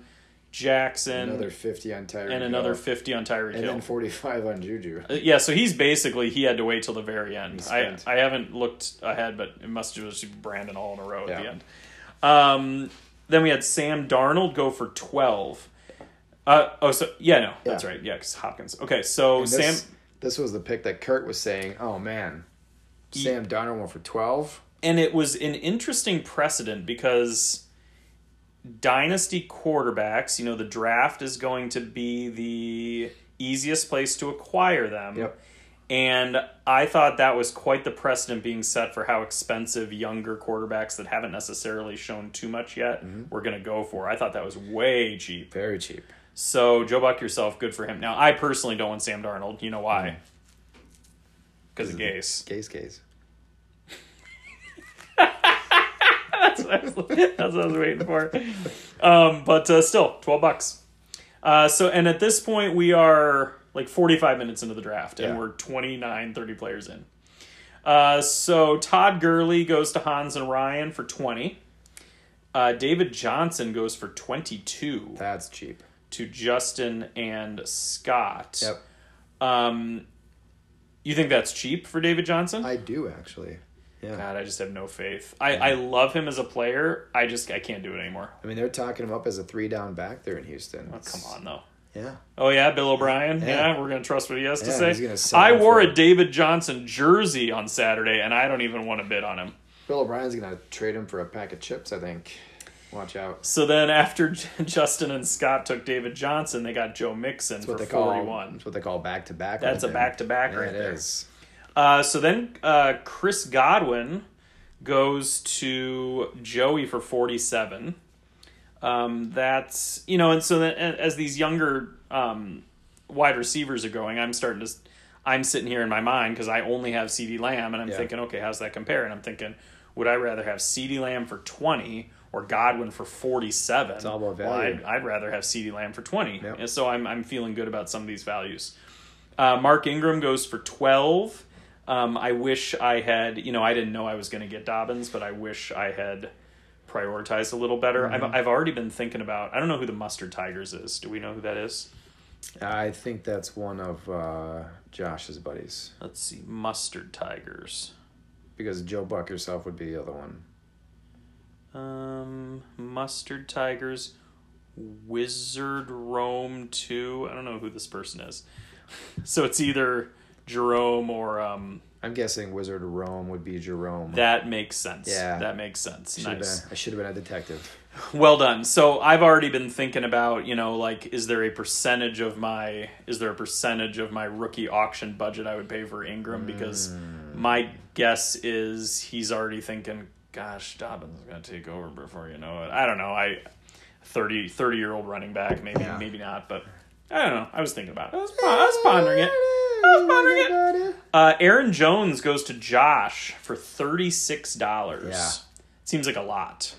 Speaker 1: Jackson
Speaker 2: Another fifty on Tyreek
Speaker 1: and another
Speaker 2: Hill.
Speaker 1: fifty on Tyreek
Speaker 2: and
Speaker 1: Hill.
Speaker 2: then forty five on Juju.
Speaker 1: Uh, Yeah, so he's basically he had to wait till the very end. I
Speaker 2: spent.
Speaker 1: I haven't looked ahead, but it must have just been Brandon all in a row at the
Speaker 2: Yeah.
Speaker 1: end. Um, then we had Sam Darnold go for twelve. Uh, oh, so yeah, no, that's
Speaker 2: Yeah.
Speaker 1: right. Yeah, 'cause Hopkins. Okay, so Sam.
Speaker 2: This, this was the pick that Kurt was saying. Oh man, Sam Darnold went for twelve.
Speaker 1: and it was an interesting precedent because dynasty quarterbacks, you know, the draft is going to be the easiest place to acquire them.
Speaker 2: Yep.
Speaker 1: And I thought that was quite the precedent being set for how expensive younger quarterbacks that haven't necessarily shown too much yet were going to go for. I thought that was way cheap.
Speaker 2: Very cheap.
Speaker 1: So Joe Buck yourself, good for him. Now I personally don't want Sam Darnold. You know why? Mm-hmm. Because of gays.
Speaker 2: Gaze, gaze.
Speaker 1: That's what I was, that's what I was waiting for. Um, but uh, still, twelve bucks. Uh, so and at this point we are like forty five minutes into the draft, and
Speaker 2: Yeah.
Speaker 1: we're 29, 30 players in. Uh, so Todd Gurley goes to Hans and Ryan for twenty. Uh, David Johnson goes for twenty two
Speaker 2: That's cheap.
Speaker 1: to Justin and Scott.
Speaker 2: Yep.
Speaker 1: Um, you think that's cheap for David Johnson?
Speaker 2: I do actually. Yeah.
Speaker 1: God, I just have no faith. I, I love him as a player. I just I can't do it anymore.
Speaker 2: I mean, they're talking him up as a three down back there in Houston.
Speaker 1: Oh, come on though.
Speaker 2: Yeah.
Speaker 1: Oh yeah, Bill O'Brien. Yeah,
Speaker 2: Yeah.
Speaker 1: we're gonna trust what he has to
Speaker 2: Yeah,
Speaker 1: say.
Speaker 2: he's gonna sell
Speaker 1: I
Speaker 2: him
Speaker 1: wore
Speaker 2: for-
Speaker 1: a David Johnson jersey on Saturday, and I don't even want to bid on him.
Speaker 2: Bill O'Brien's gonna trade him for a pack of chips. I think. Watch out.
Speaker 1: So then after Justin and Scott took David Johnson, they got Joe Mixon
Speaker 2: What
Speaker 1: for
Speaker 2: they call
Speaker 1: forty one.
Speaker 2: That's what they call back to back.
Speaker 1: That's a back to back right
Speaker 2: It
Speaker 1: there.
Speaker 2: is.
Speaker 1: Uh, so then uh, Chris Godwin goes to Joey for 47. Um, that's, you know, and so then a- as these younger um, wide receivers are going, I'm starting to, s- I'm sitting here in my mind because I only have CD Lamb and I'm
Speaker 2: Yeah.
Speaker 1: thinking, okay, how's that compare? And I'm thinking, would I rather have CD Lamb for 20 or Godwin for 47? It's
Speaker 2: all about
Speaker 1: Well,
Speaker 2: value.
Speaker 1: I'd, I'd rather have CD Lamb for 20.
Speaker 2: Yep.
Speaker 1: And so I'm, I'm feeling good about some of these values. Uh, Mark Ingram goes for 12. Um, I wish I had, you know, I didn't know I was going to get Dobbins, but I wish I had prioritized a little better. I've,
Speaker 2: Mm-hmm.
Speaker 1: I've already been thinking about, I don't know who the Mustard Tigers is. Do we know who that is?
Speaker 2: I think that's one of uh, Josh's buddies
Speaker 1: Let's see, Mustard Tigers.
Speaker 2: because Joe Buck yourself would be the other one.
Speaker 1: Um, Mustard Tigers, Wizard Rome 2. I don't know who this person is. So it's either Jerome or, um,
Speaker 2: I'm guessing Wizard of Rome would be Jerome.
Speaker 1: that makes sense.
Speaker 2: Yeah.
Speaker 1: That makes sense.
Speaker 2: Should've
Speaker 1: nice.
Speaker 2: been- I should have been a detective.
Speaker 1: Well done. So I've already been thinking about, you know, like is there a percentage of my is there a percentage of my rookie auction budget I would pay for Ingram because my guess is he's already thinking, gosh, Dobbins is going to take over before you know it. I don't know. I 30 30 year old running back, maybe
Speaker 2: Yeah.
Speaker 1: maybe not, but I don't know. I was thinking about it. I was, pon- Oh, I was pondering it. I was pondering it. Uh, Aaron Jones goes to Josh for thirty six dollars.
Speaker 2: Yeah.
Speaker 1: seems like a lot.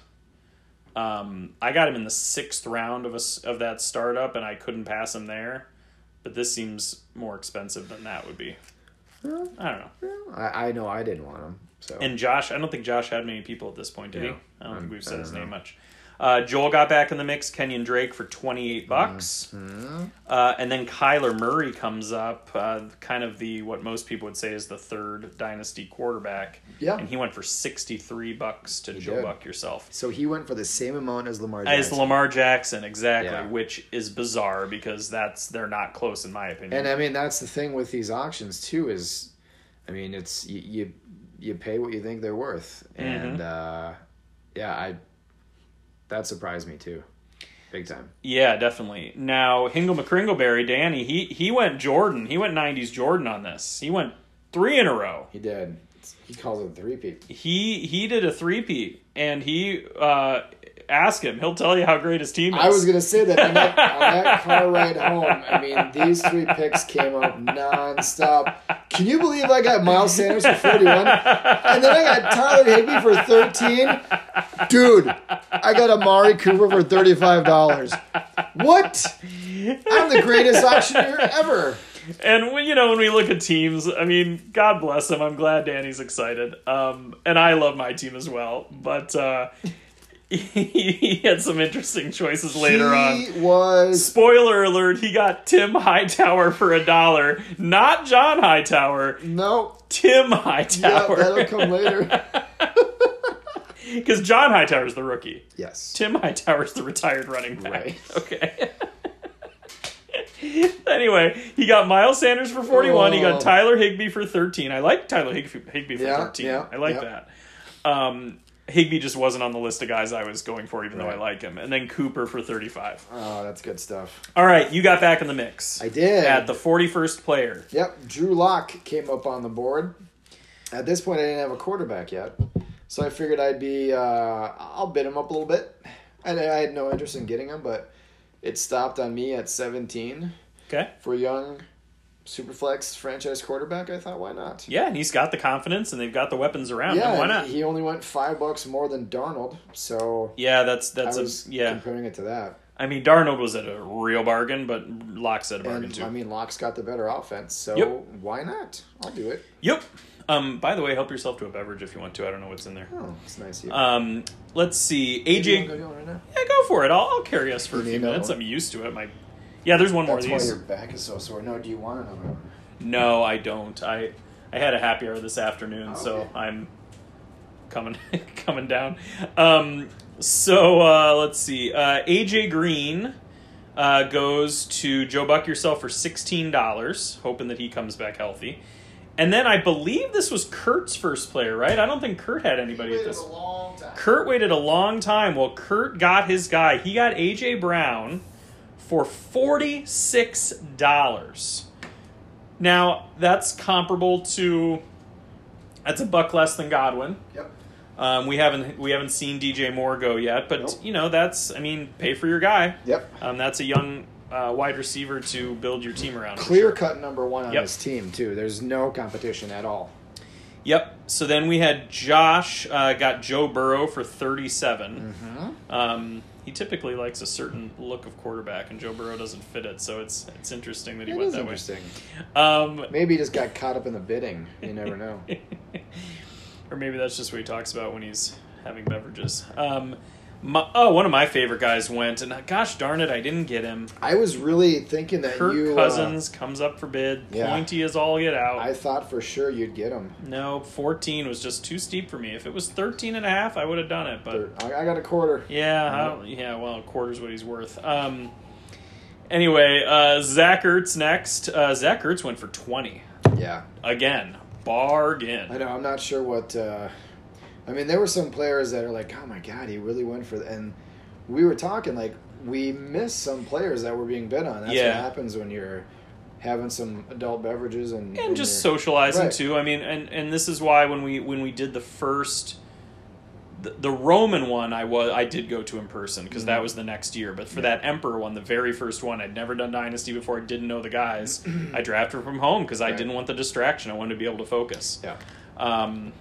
Speaker 1: Um, I got him in the sixth round of a s of that startup, and I couldn't pass him there. But this seems more expensive than that would be.
Speaker 2: Well,
Speaker 1: I don't know.
Speaker 2: I, I know I didn't want him. So
Speaker 1: And Josh, I don't think Josh had many people at this point, did
Speaker 2: Yeah.
Speaker 1: he? I don't
Speaker 2: I'm-
Speaker 1: think we've
Speaker 2: I
Speaker 1: said his
Speaker 2: don't
Speaker 1: name much. Uh, Joel got back in the mix. Kenyon Drake for twenty eight bucks,
Speaker 2: Mm-hmm.
Speaker 1: uh, and then Kyler Murray comes up, uh, kind of the what most people would say is the third dynasty quarterback.
Speaker 2: Yeah.
Speaker 1: and he went for sixty three bucks to Joe
Speaker 2: did.
Speaker 1: Buck yourself.
Speaker 2: so he went for the same amount as Lamar.
Speaker 1: As
Speaker 2: Jackson.
Speaker 1: Lamar Jackson, exactly,
Speaker 2: Yeah.
Speaker 1: which is bizarre because that's they're not close in my opinion.
Speaker 2: And I mean, that's the thing with these auctions too. Is, I mean, it's you you, you pay what you think they're worth, and uh, yeah, I that surprised me too, big time.
Speaker 1: Yeah, definitely. Now Hingle McCringleberry, Danny, he he went Jordan. He went '90s Jordan on this. He went three in a row.
Speaker 2: He did. He calls it the repeat.
Speaker 1: He he did a three-peat, and he uh, ask him. He'll tell you how great his team is.
Speaker 2: I was gonna say that on that, on that car ride home. I mean, these three picks came up nonstop. Can you believe I got Miles Sanders for forty-one, and then I got Tyler Higby for thirteen? Dude, I got Amari Cooper for thirty-five dollars. What? I'm the greatest auctioneer ever.
Speaker 1: and when you know when we look at teams, I mean, God bless him. I'm glad Danny's excited. Um, and I love my team as well, but. Uh, he had some interesting choices later on.
Speaker 2: he was
Speaker 1: Spoiler alert, he got Tim Hightower for a dollar. Not John Hightower,
Speaker 2: no.
Speaker 1: Tim
Speaker 2: Yeah, that'll
Speaker 1: Hightower.
Speaker 2: come later.
Speaker 1: Because John Hightower's the rookie.
Speaker 2: Yes.
Speaker 1: Tim Hightower's the retired running back.
Speaker 2: Right.
Speaker 1: Okay. anyway, he got Miles Sanders for 41. He got
Speaker 2: Oh.
Speaker 1: Tyler Higby for 13. I like Tyler Higby, Higby for
Speaker 2: Yeah,
Speaker 1: 13.
Speaker 2: yeah,
Speaker 1: I like
Speaker 2: yeah.
Speaker 1: that. Um, Higby just wasn't on the list of guys I was going for, even
Speaker 2: Right.
Speaker 1: though I like him. And then Cooper for 35.
Speaker 2: Oh, that's good stuff.
Speaker 1: All right, you got back in the mix.
Speaker 2: I did.
Speaker 1: At the 41st player.
Speaker 2: Yep, Drew Locke came up on the board. At this point, I didn't have a quarterback yet, so I figured I'd be uh, I'll bid him up a little bit. I, I had no interest in getting him, but it stopped on me at seventeen
Speaker 1: Okay.
Speaker 2: for a young superflex franchise quarterback. I thought, why not?
Speaker 1: Yeah, and he's got the confidence and they've got the weapons around him. Why
Speaker 2: and
Speaker 1: not?
Speaker 2: He only went five bucks more than Darnold, so
Speaker 1: Yeah, that's that's
Speaker 2: I
Speaker 1: a
Speaker 2: was
Speaker 1: yeah.
Speaker 2: comparing it to that.
Speaker 1: I mean, Darnold was at a real bargain, but Locke's at a bargain
Speaker 2: And
Speaker 1: too.
Speaker 2: I mean, Locke's got the better offense, so
Speaker 1: Yep.
Speaker 2: why not? I'll do it.
Speaker 1: yep. Um. By the way, help yourself to a beverage if you want to. I don't know what's in there.
Speaker 2: Oh, it's nice. of you.
Speaker 1: Um. Let's see.
Speaker 2: Maybe you wanna
Speaker 1: AJ,
Speaker 2: go do it right now?
Speaker 1: yeah, go for it. I'll, I'll carry us for
Speaker 2: You
Speaker 1: a
Speaker 2: need
Speaker 1: few
Speaker 2: another
Speaker 1: minutes.
Speaker 2: one?
Speaker 1: I'm used to it. My yeah. There's one more of
Speaker 2: That's why
Speaker 1: these.
Speaker 2: your back is so sore. No, do you want another one?
Speaker 1: No, I don't. I I had a happy hour this afternoon, so
Speaker 2: Okay.
Speaker 1: I'm coming coming down. Um, so uh, let's see. Uh, AJ Green uh, goes to Joe Buck yourself for sixteen dollars, hoping that he comes back healthy. And then I believe this was Kurt's first player, right? I don't think Kurt had anybody at this.
Speaker 2: long time.
Speaker 1: Kurt waited a long time. Well, Kurt got his guy. He got AJ Brown for forty-six dollars. Now that's comparable to that's a buck less than Godwin.
Speaker 2: Yep.
Speaker 1: Um, we haven't we haven't seen DJ Moore go yet, but
Speaker 2: Nope.
Speaker 1: you know that's I mean pay for your guy.
Speaker 2: Yep.
Speaker 1: Um, that's a young uh, wide receiver to build your team around. for
Speaker 2: Clear
Speaker 1: sure.
Speaker 2: cut number one on
Speaker 1: Yep.
Speaker 2: this team too. There's no competition at all.
Speaker 1: Yep. So then we had Josh uh, got Joe Burrow for
Speaker 2: Mm-hmm.
Speaker 1: 37. Um, he typically likes a certain look of quarterback, and Joe Burrow doesn't fit it. So it's it's interesting that he
Speaker 2: That
Speaker 1: went
Speaker 2: is
Speaker 1: that
Speaker 2: interesting.
Speaker 1: way. Um,
Speaker 2: Maybe he just got caught up in the bidding. You never know.
Speaker 1: or maybe that's just what he talks about when he's having beverages. Um, my, oh, one of my favorite guys went, and uh, gosh darn it, I didn't get him.
Speaker 2: I was really thinking that
Speaker 1: Kirk
Speaker 2: you. uh,
Speaker 1: Cousins comes up for bid.
Speaker 2: Yeah.
Speaker 1: Pointy as all get out.
Speaker 2: I thought for sure you'd get him.
Speaker 1: no, 14 was just too steep for me. If it was 13 and a half, I would have done it, but
Speaker 2: Thir- I I got a quarter.
Speaker 1: Yeah, I don't- yeah. Well, a quarter's what he's worth. Um. Anyway, uh, Zach Ertz next. Uh, Zach Ertz went for twenty
Speaker 2: Yeah.
Speaker 1: again. Bargain.
Speaker 2: I know. I'm not sure what. Uh, I mean, there were some players that are like, "Oh my god, he really went for." th-" And we were talking like we missed some players that were being bid on. That's
Speaker 1: Yeah.
Speaker 2: what happens when you're having some adult beverages and
Speaker 1: and just
Speaker 2: you're-
Speaker 1: socializing
Speaker 2: Right.
Speaker 1: too. I mean, and and this is why when we when we did the first the, the Roman one, I was I did go to in person because
Speaker 2: Mm-hmm.
Speaker 1: that was the next year. But for that Emperor one, the very first one, I'd never done Dynasty before. I didn't know the guys. I drafted from home because I
Speaker 2: Right.
Speaker 1: didn't want the distraction. I wanted to be able to focus.
Speaker 2: yeah.
Speaker 1: Um,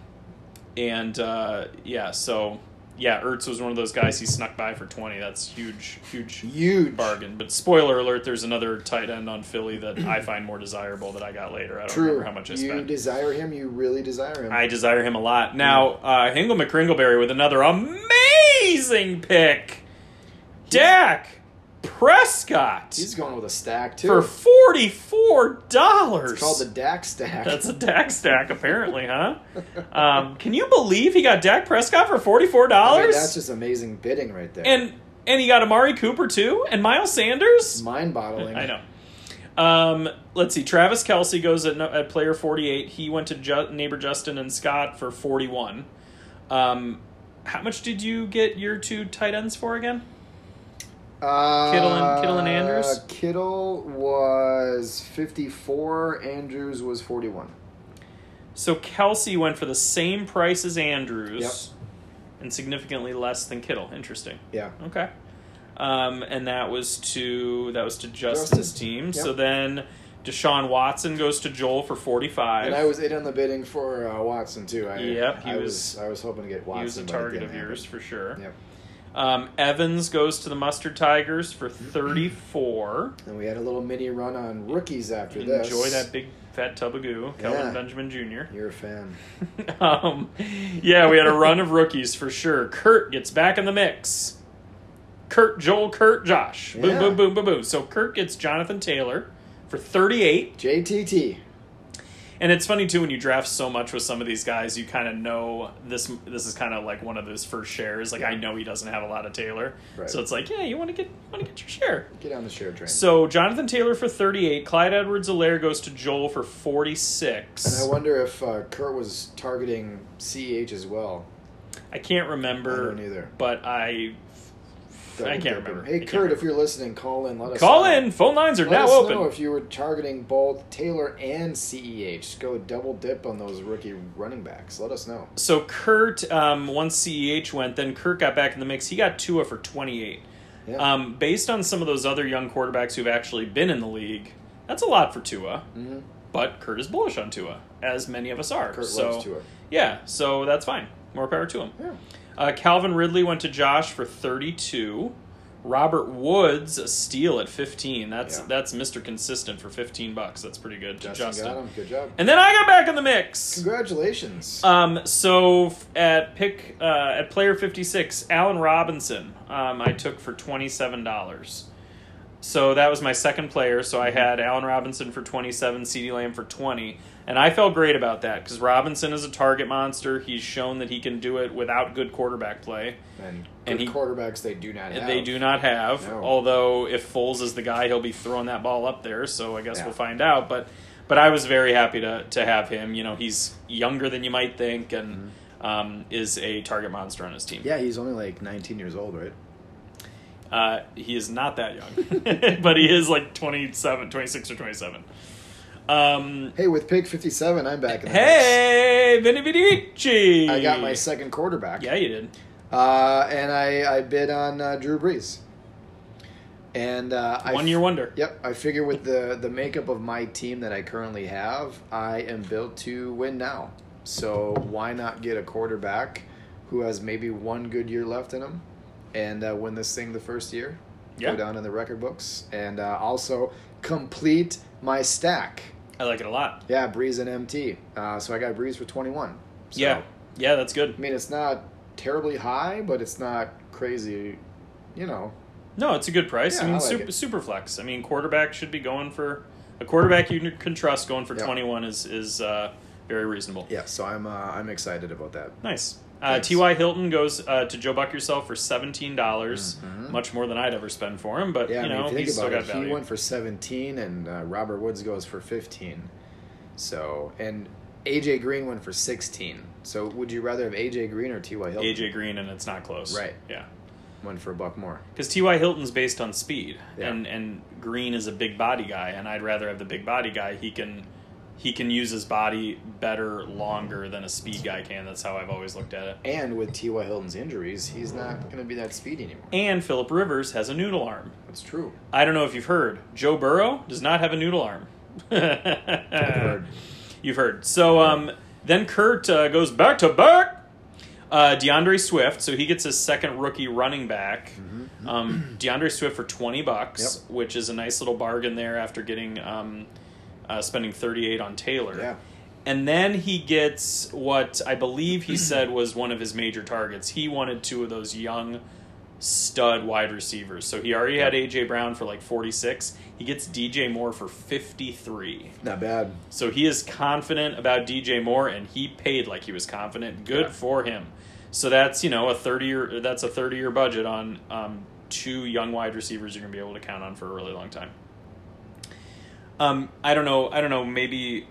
Speaker 1: and uh, yeah, so yeah, Ertz was one of those guys. He snuck by for twenty. That's huge, huge
Speaker 2: Huge
Speaker 1: bargain. But spoiler alert: there's another tight end on Philly that I find more desirable that I got later. I don't
Speaker 2: True.
Speaker 1: remember how much I
Speaker 2: you
Speaker 1: spent.
Speaker 2: desire him. You really desire him.
Speaker 1: I desire him a lot. Now, uh, Hingle McCringleberry with another amazing pick. Dak Prescott
Speaker 2: He's going with a stack too.
Speaker 1: for forty-four dollars.
Speaker 2: it's called the Dak stack.
Speaker 1: That's a Dak stack, apparently, huh? Um, can you believe he got Dak Prescott for forty four
Speaker 2: I mean,
Speaker 1: dollars?
Speaker 2: that's just amazing bidding right there.
Speaker 1: and and he got Amari Cooper too, and Miles Sanders.
Speaker 2: mind boggling.
Speaker 1: I know. Um, let's see. Travis Kelsey goes at, no- at player forty eight. He went to Ju- neighbor Justin and Scott for forty one. Um, how much did you get your two tight ends for again?
Speaker 2: Uh,
Speaker 1: Kittle and- Kittle and Andrews?
Speaker 2: Kittle was fifty four. Andrews was forty one.
Speaker 1: So Kelsey went for the same price as Andrews, and significantly less than Kittle. Interesting.
Speaker 2: Yeah.
Speaker 1: Okay. Um, and that was to that was to Justin's
Speaker 2: Justin,
Speaker 1: team.
Speaker 2: yep.
Speaker 1: So then Deshaun Watson goes to Joel for forty five.
Speaker 2: And I was in on the bidding for uh, Watson too. I,
Speaker 1: Yep, he
Speaker 2: I
Speaker 1: was-
Speaker 2: I was hoping to get Watson.
Speaker 1: he was a
Speaker 2: but it
Speaker 1: target
Speaker 2: didn't
Speaker 1: of yours for sure.
Speaker 2: happen. Yep.
Speaker 1: Um, Evans goes to the Mustard Tigers for
Speaker 2: Mm-hmm.
Speaker 1: thirty four.
Speaker 2: And we had a little mini run on rookies after this.
Speaker 1: Enjoy that big fat tub of goo, Kelvin
Speaker 2: Yeah.
Speaker 1: Benjamin Jr.
Speaker 2: You're a fan.
Speaker 1: um, yeah, we had a run of rookies for sure. Kurt gets back in the mix. Kurt, Joel, Kurt, Josh. Boom,
Speaker 2: Yeah.
Speaker 1: boom, boom, boom, boom. So Kurt gets Jonathan Taylor for thirty eight.
Speaker 2: JTT.
Speaker 1: And it's funny too when you draft so much with some of these guys, you kind of know this. This is kind of like one of those first shares. Like I know he doesn't have a lot of Taylor,
Speaker 2: Right.
Speaker 1: so it's like, yeah, you want to get want to get your share.
Speaker 2: Get on the share train.
Speaker 1: So Jonathan Taylor for thirty eight, Clyde edwards alaire goes to Joel for forty
Speaker 2: and I
Speaker 1: six.
Speaker 2: wonder if uh, Kurt was targeting CH as well.
Speaker 1: I can't remember.
Speaker 2: I don't either.
Speaker 1: But I,
Speaker 2: That
Speaker 1: I
Speaker 2: would
Speaker 1: can't
Speaker 2: be-
Speaker 1: remember. I
Speaker 2: Hey
Speaker 1: can't
Speaker 2: Kurt, if you're listening, call in. Let us
Speaker 1: call
Speaker 2: know.
Speaker 1: in. Phone lines are
Speaker 2: Let
Speaker 1: now
Speaker 2: us
Speaker 1: open.
Speaker 2: know if you were targeting both Taylor and Ceh. Just go double dip on those rookie running backs. Let us know.
Speaker 1: So Kurt, um, once Ceh went, then Kurt got back in the mix. He got Tua for twenty eight.
Speaker 2: Yeah.
Speaker 1: Um, based on some of those other young quarterbacks who've actually been in the league, that's a lot for Tua.
Speaker 2: Mhm.
Speaker 1: But Kurt is bullish on Tua, as many of us are.
Speaker 2: Kurt
Speaker 1: so,
Speaker 2: loves Tua.
Speaker 1: Yeah, so that's fine. More power to him.
Speaker 2: Yeah.
Speaker 1: Uh, Calvin Ridley went to Josh for 32. Robert Woods a steal at 15. That's
Speaker 2: Yeah.
Speaker 1: that's Mr. Consistent for 15 bucks. That's pretty good. to
Speaker 2: Justin,
Speaker 1: Justin.
Speaker 2: got him. Good job.
Speaker 1: And then I got back in the mix.
Speaker 2: Congratulations.
Speaker 1: Um, so f- at pick uh, at player fifty six, Allen Robinson, um, I took for twenty seven dollars. So that was my second player. So I had Allen Robinson for twenty seven, Ceedee Lamb for twenty, and I felt great about that because Robinson is a target monster. He's shown that he can do it without good quarterback play.
Speaker 2: and
Speaker 1: and
Speaker 2: good
Speaker 1: he-
Speaker 2: quarterbacks they do not have.
Speaker 1: They do not have.
Speaker 2: No.
Speaker 1: Although if Foles is the guy, he'll be throwing that ball up there. So I guess
Speaker 2: Yeah.
Speaker 1: we'll find out. But but I was very happy to to have him. You know, he's younger than you might think, and um, is a target monster on his team.
Speaker 2: Mm-hmm. Yeah, he's only like 19 years old, right?
Speaker 1: Uh, he is not that young, but he is like 27, 26 or twenty seven. Um,
Speaker 2: Hey, with pick 57, I'm back in the
Speaker 1: hey, Vinny Vidici.
Speaker 2: mix. I got my second quarterback.
Speaker 1: Yeah, you did.
Speaker 2: Uh, and I, I bid on uh, Drew Brees. And uh, I
Speaker 1: One year wonder.
Speaker 2: Yep, I figure with the the makeup of my team that I currently have, I am built to win now. So why not get a quarterback who has maybe one good year left in him, and uh, win this thing the first year,
Speaker 1: Yeah.
Speaker 2: go down in the record books, and uh, also complete my stack.
Speaker 1: I like it a lot.
Speaker 2: Yeah, Breeze and MT. Uh, so I got Breeze for twenty one. So,
Speaker 1: Yeah, yeah, that's good.
Speaker 2: I mean it's not terribly high, but it's not crazy. You know,
Speaker 1: No, it's a good price.
Speaker 2: Yeah,
Speaker 1: I
Speaker 2: I
Speaker 1: mean,
Speaker 2: like
Speaker 1: super,
Speaker 2: it.
Speaker 1: super flex. I mean, quarterback should be going for a quarterback you can trust going for
Speaker 2: Yeah.
Speaker 1: 21 is is uh, very reasonable.
Speaker 2: yeah. So I'm uh, I'm excited about that.
Speaker 1: Nice. Uh,
Speaker 2: Thanks.
Speaker 1: T.Y. Hilton goes uh, to Joe Buck yourself for $17, dollars much more than I'd ever spend for him, but
Speaker 2: Mm-hmm. Yeah,
Speaker 1: you
Speaker 2: I mean,
Speaker 1: know,
Speaker 2: if you think
Speaker 1: he's still
Speaker 2: about
Speaker 1: got
Speaker 2: it, he
Speaker 1: value.
Speaker 2: went for 17 and uh, Robert Woods goes for 15. So, and AJ Green went for 16. So, would you rather have AJ Green or T.Y. Hilton?
Speaker 1: AJ Green, and it's not close.
Speaker 2: Right.
Speaker 1: Yeah.
Speaker 2: went for a buck more.
Speaker 1: Because T.Y. Hilton's based on speed,
Speaker 2: Yeah.
Speaker 1: and, and Green is a big body guy, and I'd rather have the big body guy. He can. He can use his body better, longer than a speed guy can. That's how I've always looked at it.
Speaker 2: And with T.Y. Hilton's injuries, he's not going to be that speedy anymore.
Speaker 1: And Philip Rivers has a noodle arm.
Speaker 2: That's true.
Speaker 1: I don't know if you've heard, Joe Burrow does not have a noodle arm.
Speaker 2: heard.
Speaker 1: You've heard. So um, then Kurt uh, goes back to back. Uh, DeAndre Swift, so he gets his second rookie running back. Um, DeAndre Swift for twenty bucks, which is a nice little bargain there after getting um, uh, spending thirty eight on Taylor.
Speaker 2: Yeah.
Speaker 1: And then he gets what I believe he said was one of his major targets. He wanted two of those young stud wide receivers. So he already had AJ Brown for like 46. He gets DJ Moore for 53.
Speaker 2: Not bad.
Speaker 1: So he is confident about DJ Moore and he paid like he was confident. Good
Speaker 2: Yeah.
Speaker 1: for him. So that's, you know, a 30 year that's a 30 year budget on um, two young wide receivers you're going to be able to count on for a really long time. Um, I don't know. I don't know. Maybe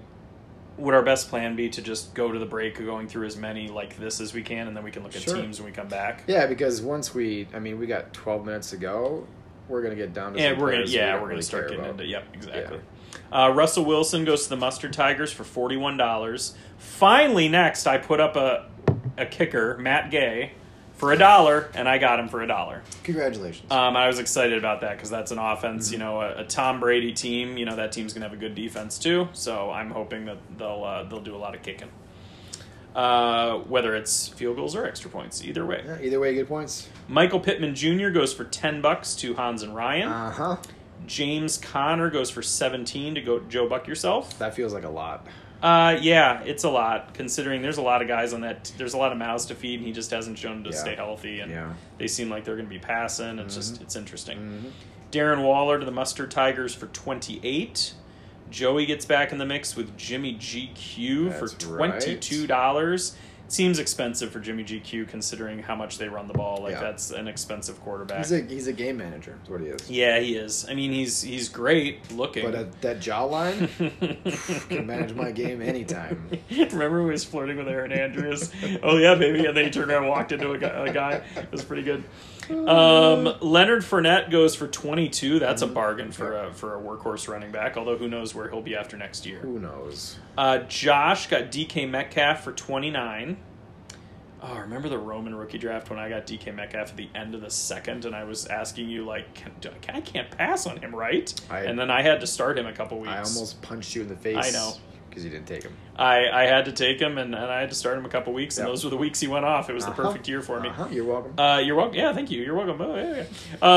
Speaker 1: would our best plan be to just go to the break, going through as many like this as we can, and then we can look at
Speaker 2: Sure.
Speaker 1: teams when we come back.
Speaker 2: Yeah, because once we, I mean, we got 12 minutes to go. We're going to get down to
Speaker 1: Yeah,
Speaker 2: some
Speaker 1: we're gonna
Speaker 2: players we
Speaker 1: yeah
Speaker 2: don't
Speaker 1: we're
Speaker 2: really
Speaker 1: gonna start
Speaker 2: care
Speaker 1: getting
Speaker 2: about.
Speaker 1: into yep exactly. Uh, Russell Wilson goes to the Mustard Tigers for forty one dollars. Finally, next I put up a a kicker Matt Gay for a dollar, and I got him for a dollar.
Speaker 2: Congratulations.
Speaker 1: Um, I was excited about that because that's an offense.
Speaker 2: Mm-hmm.
Speaker 1: You know, a, a Tom Brady team. You know that team's gonna have a good defense too. So I'm hoping that they'll uh, they'll do a lot of kicking. Uh, whether it's field goals or extra points, either way.
Speaker 2: yeah, either way, good points.
Speaker 1: Michael Pittman Jr. goes for ten bucks to Hans and Ryan.
Speaker 2: Uh huh.
Speaker 1: James Connor goes for 17 to go Joe Buck yourself.
Speaker 2: That feels like a lot.
Speaker 1: Uh, yeah, it's a lot considering there's a lot of guys on that. There's a lot of mouths to feed, and he just hasn't shown to
Speaker 2: Yeah.
Speaker 1: stay healthy. And
Speaker 2: Yeah. Mm-hmm.
Speaker 1: they seem like they're going to be passing. It's just it's interesting. Darren Waller to the Mustard Tigers for 28. Joey gets back in the mix with Jimmy GQ
Speaker 2: That's
Speaker 1: for $22. seems expensive for Jimmy GQ considering how much they run the ball. Like
Speaker 2: Yeah.
Speaker 1: that's an expensive quarterback.
Speaker 2: He's a he's a game manager. That's what he is.
Speaker 1: yeah, he is. I mean, he's he's great looking.
Speaker 2: But at that jawline can manage my game anytime.
Speaker 1: Remember when he was flirting with Aaron Andrews? oh yeah, baby. And then he turned around and walked into a guy. A guy. It was pretty good. Um, Leonard Fournette goes for twenty two. That's a bargain for a for a workhorse running back. Although who knows where he'll be after next year.
Speaker 2: Who knows?
Speaker 1: Uh, Josh got DK Metcalf for 29. Oh, remember the Roman rookie draft when I got DK Metcalf at the end of the second, and I was asking you like, can, do- can- I can't pass on him, right?
Speaker 2: I-
Speaker 1: and then I had to start him a couple weeks.
Speaker 2: I almost punched you in the face.
Speaker 1: I know.
Speaker 2: because you didn't take him.
Speaker 1: I, I had to take him, and, and I had to start him a couple weeks, and
Speaker 2: Yep.
Speaker 1: those were the weeks he went off. It was
Speaker 2: Uh-huh.
Speaker 1: the perfect year for me.
Speaker 2: Uh-huh. You're welcome.
Speaker 1: Uh, you're welcome. Yeah, thank you. You're welcome. Oh, yeah, yeah.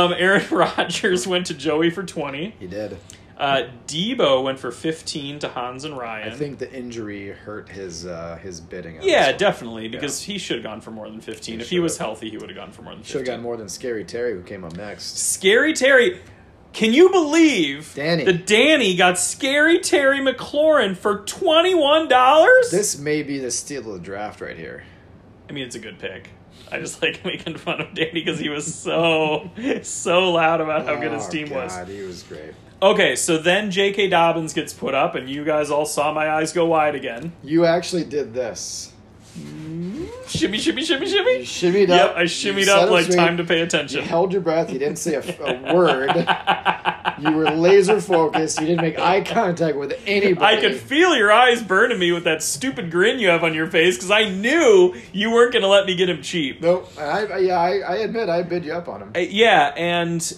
Speaker 1: Um, Aaron Rodgers went to Joey for 20.
Speaker 2: He did.
Speaker 1: Uh, Debo went for 15 to Hans and Ryan.
Speaker 2: I think the injury hurt his uh, his bidding. on
Speaker 1: Yeah,
Speaker 2: this
Speaker 1: definitely, because he should have gone for more than 15.
Speaker 2: He
Speaker 1: if he was
Speaker 2: should've.
Speaker 1: healthy, he would have gone for more than 15.
Speaker 2: should have gotten more than Scary Terry who came up next.
Speaker 1: Scary Terry. Can you believe
Speaker 2: Danny.
Speaker 1: that Danny got Scary Terry McLaurin for $21?
Speaker 2: This may be the steal of the draft right here.
Speaker 1: I mean, it's a good pick. I just like making fun of Danny because he was so, so loud about how good his
Speaker 2: Oh,
Speaker 1: team was.
Speaker 2: God, He was great.
Speaker 1: Okay, so then J.K. Dobbins gets put up, and you guys all saw my eyes go wide again.
Speaker 2: You actually did this.
Speaker 1: Shimmy, shimmy, shimmy, shimmy.
Speaker 2: You shimmied
Speaker 1: Yep,
Speaker 2: up.
Speaker 1: I
Speaker 2: you
Speaker 1: shimmied
Speaker 2: set
Speaker 1: up like
Speaker 2: straight,
Speaker 1: time to pay
Speaker 2: You
Speaker 1: attention.
Speaker 2: held your breath. You didn't say a, a word. You were laser focused. You didn't make eye contact with anybody.
Speaker 1: I could feel your eyes burning me with that stupid grin you have on your face because I knew you weren't going to let me get him cheap.
Speaker 2: No, I, I- yeah, I, I admit I bid you up on him.
Speaker 1: Uh, Yeah, and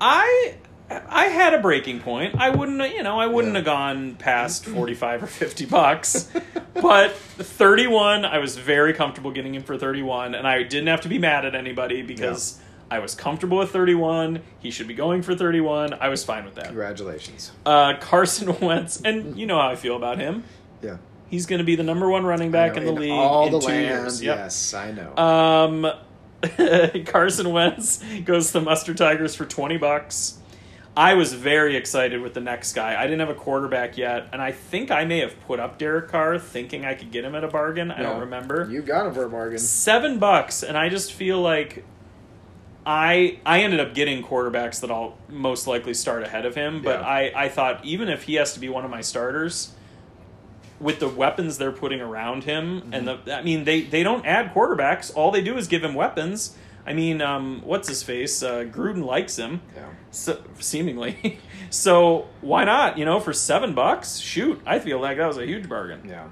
Speaker 1: I I had a breaking point. I wouldn't, you know, I wouldn't
Speaker 2: Yeah.
Speaker 1: have gone past 45 or 50 bucks. but 31, I was very comfortable getting him for 31 and I didn't have to be mad at anybody because I was comfortable with 31. He should be going for 31. I was fine with that.
Speaker 2: Congratulations.
Speaker 1: Uh, Carson Wentz, and you know how I feel about him.
Speaker 2: Yeah.
Speaker 1: He's going to be the number one running
Speaker 2: I
Speaker 1: back in
Speaker 2: know,
Speaker 1: the league
Speaker 2: all
Speaker 1: in
Speaker 2: the
Speaker 1: two
Speaker 2: land,
Speaker 1: years. Yep.
Speaker 2: Yes, I know.
Speaker 1: Um, Carson Wentz goes to the Mustard Tigers for twenty bucks. I was very excited with the next guy. I didn't have a quarterback yet, and I think I may have put up Derek Carr, thinking I could get him at a bargain. I
Speaker 2: No,
Speaker 1: don't remember.
Speaker 2: You got him for a bargain.
Speaker 1: Seven bucks, and I just feel like I I ended up getting quarterbacks that I'll most likely start ahead of him. But
Speaker 2: Yeah.
Speaker 1: I I thought even if he has to be one of my starters, with the weapons they're putting around him, and
Speaker 2: Mm-hmm.
Speaker 1: the I mean they they don't add quarterbacks. All they do is give him weapons. I mean, um, what's his face? Uh, Gruden likes him,
Speaker 2: Yeah.
Speaker 1: so, seemingly. so why not? You know, for seven bucks, shoot, I feel like that was a huge bargain.
Speaker 2: Yeah.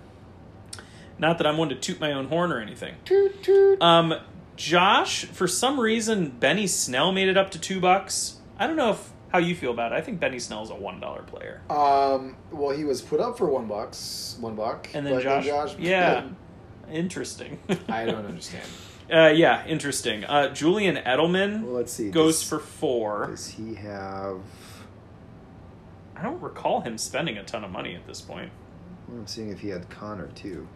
Speaker 1: Not that I'm one to toot my own horn or anything.
Speaker 2: Toot, toot.
Speaker 1: Um, Josh, for some reason, Benny Snell made it up to two bucks. I don't know if how you feel about it. I think Benny Snell's a one dollar player.
Speaker 2: Um. Well, he was put up for one bucks, one buck,
Speaker 1: And then
Speaker 2: but
Speaker 1: Josh, yeah, interesting.
Speaker 2: I don't understand.
Speaker 1: Uh, yeah, interesting. Uh, Julian Edelman
Speaker 2: Well, let's see.
Speaker 1: goes
Speaker 2: does,
Speaker 1: for four.
Speaker 2: Does he have?
Speaker 1: I don't recall him spending a ton of money at this point.
Speaker 2: I'm seeing if he had Connor too.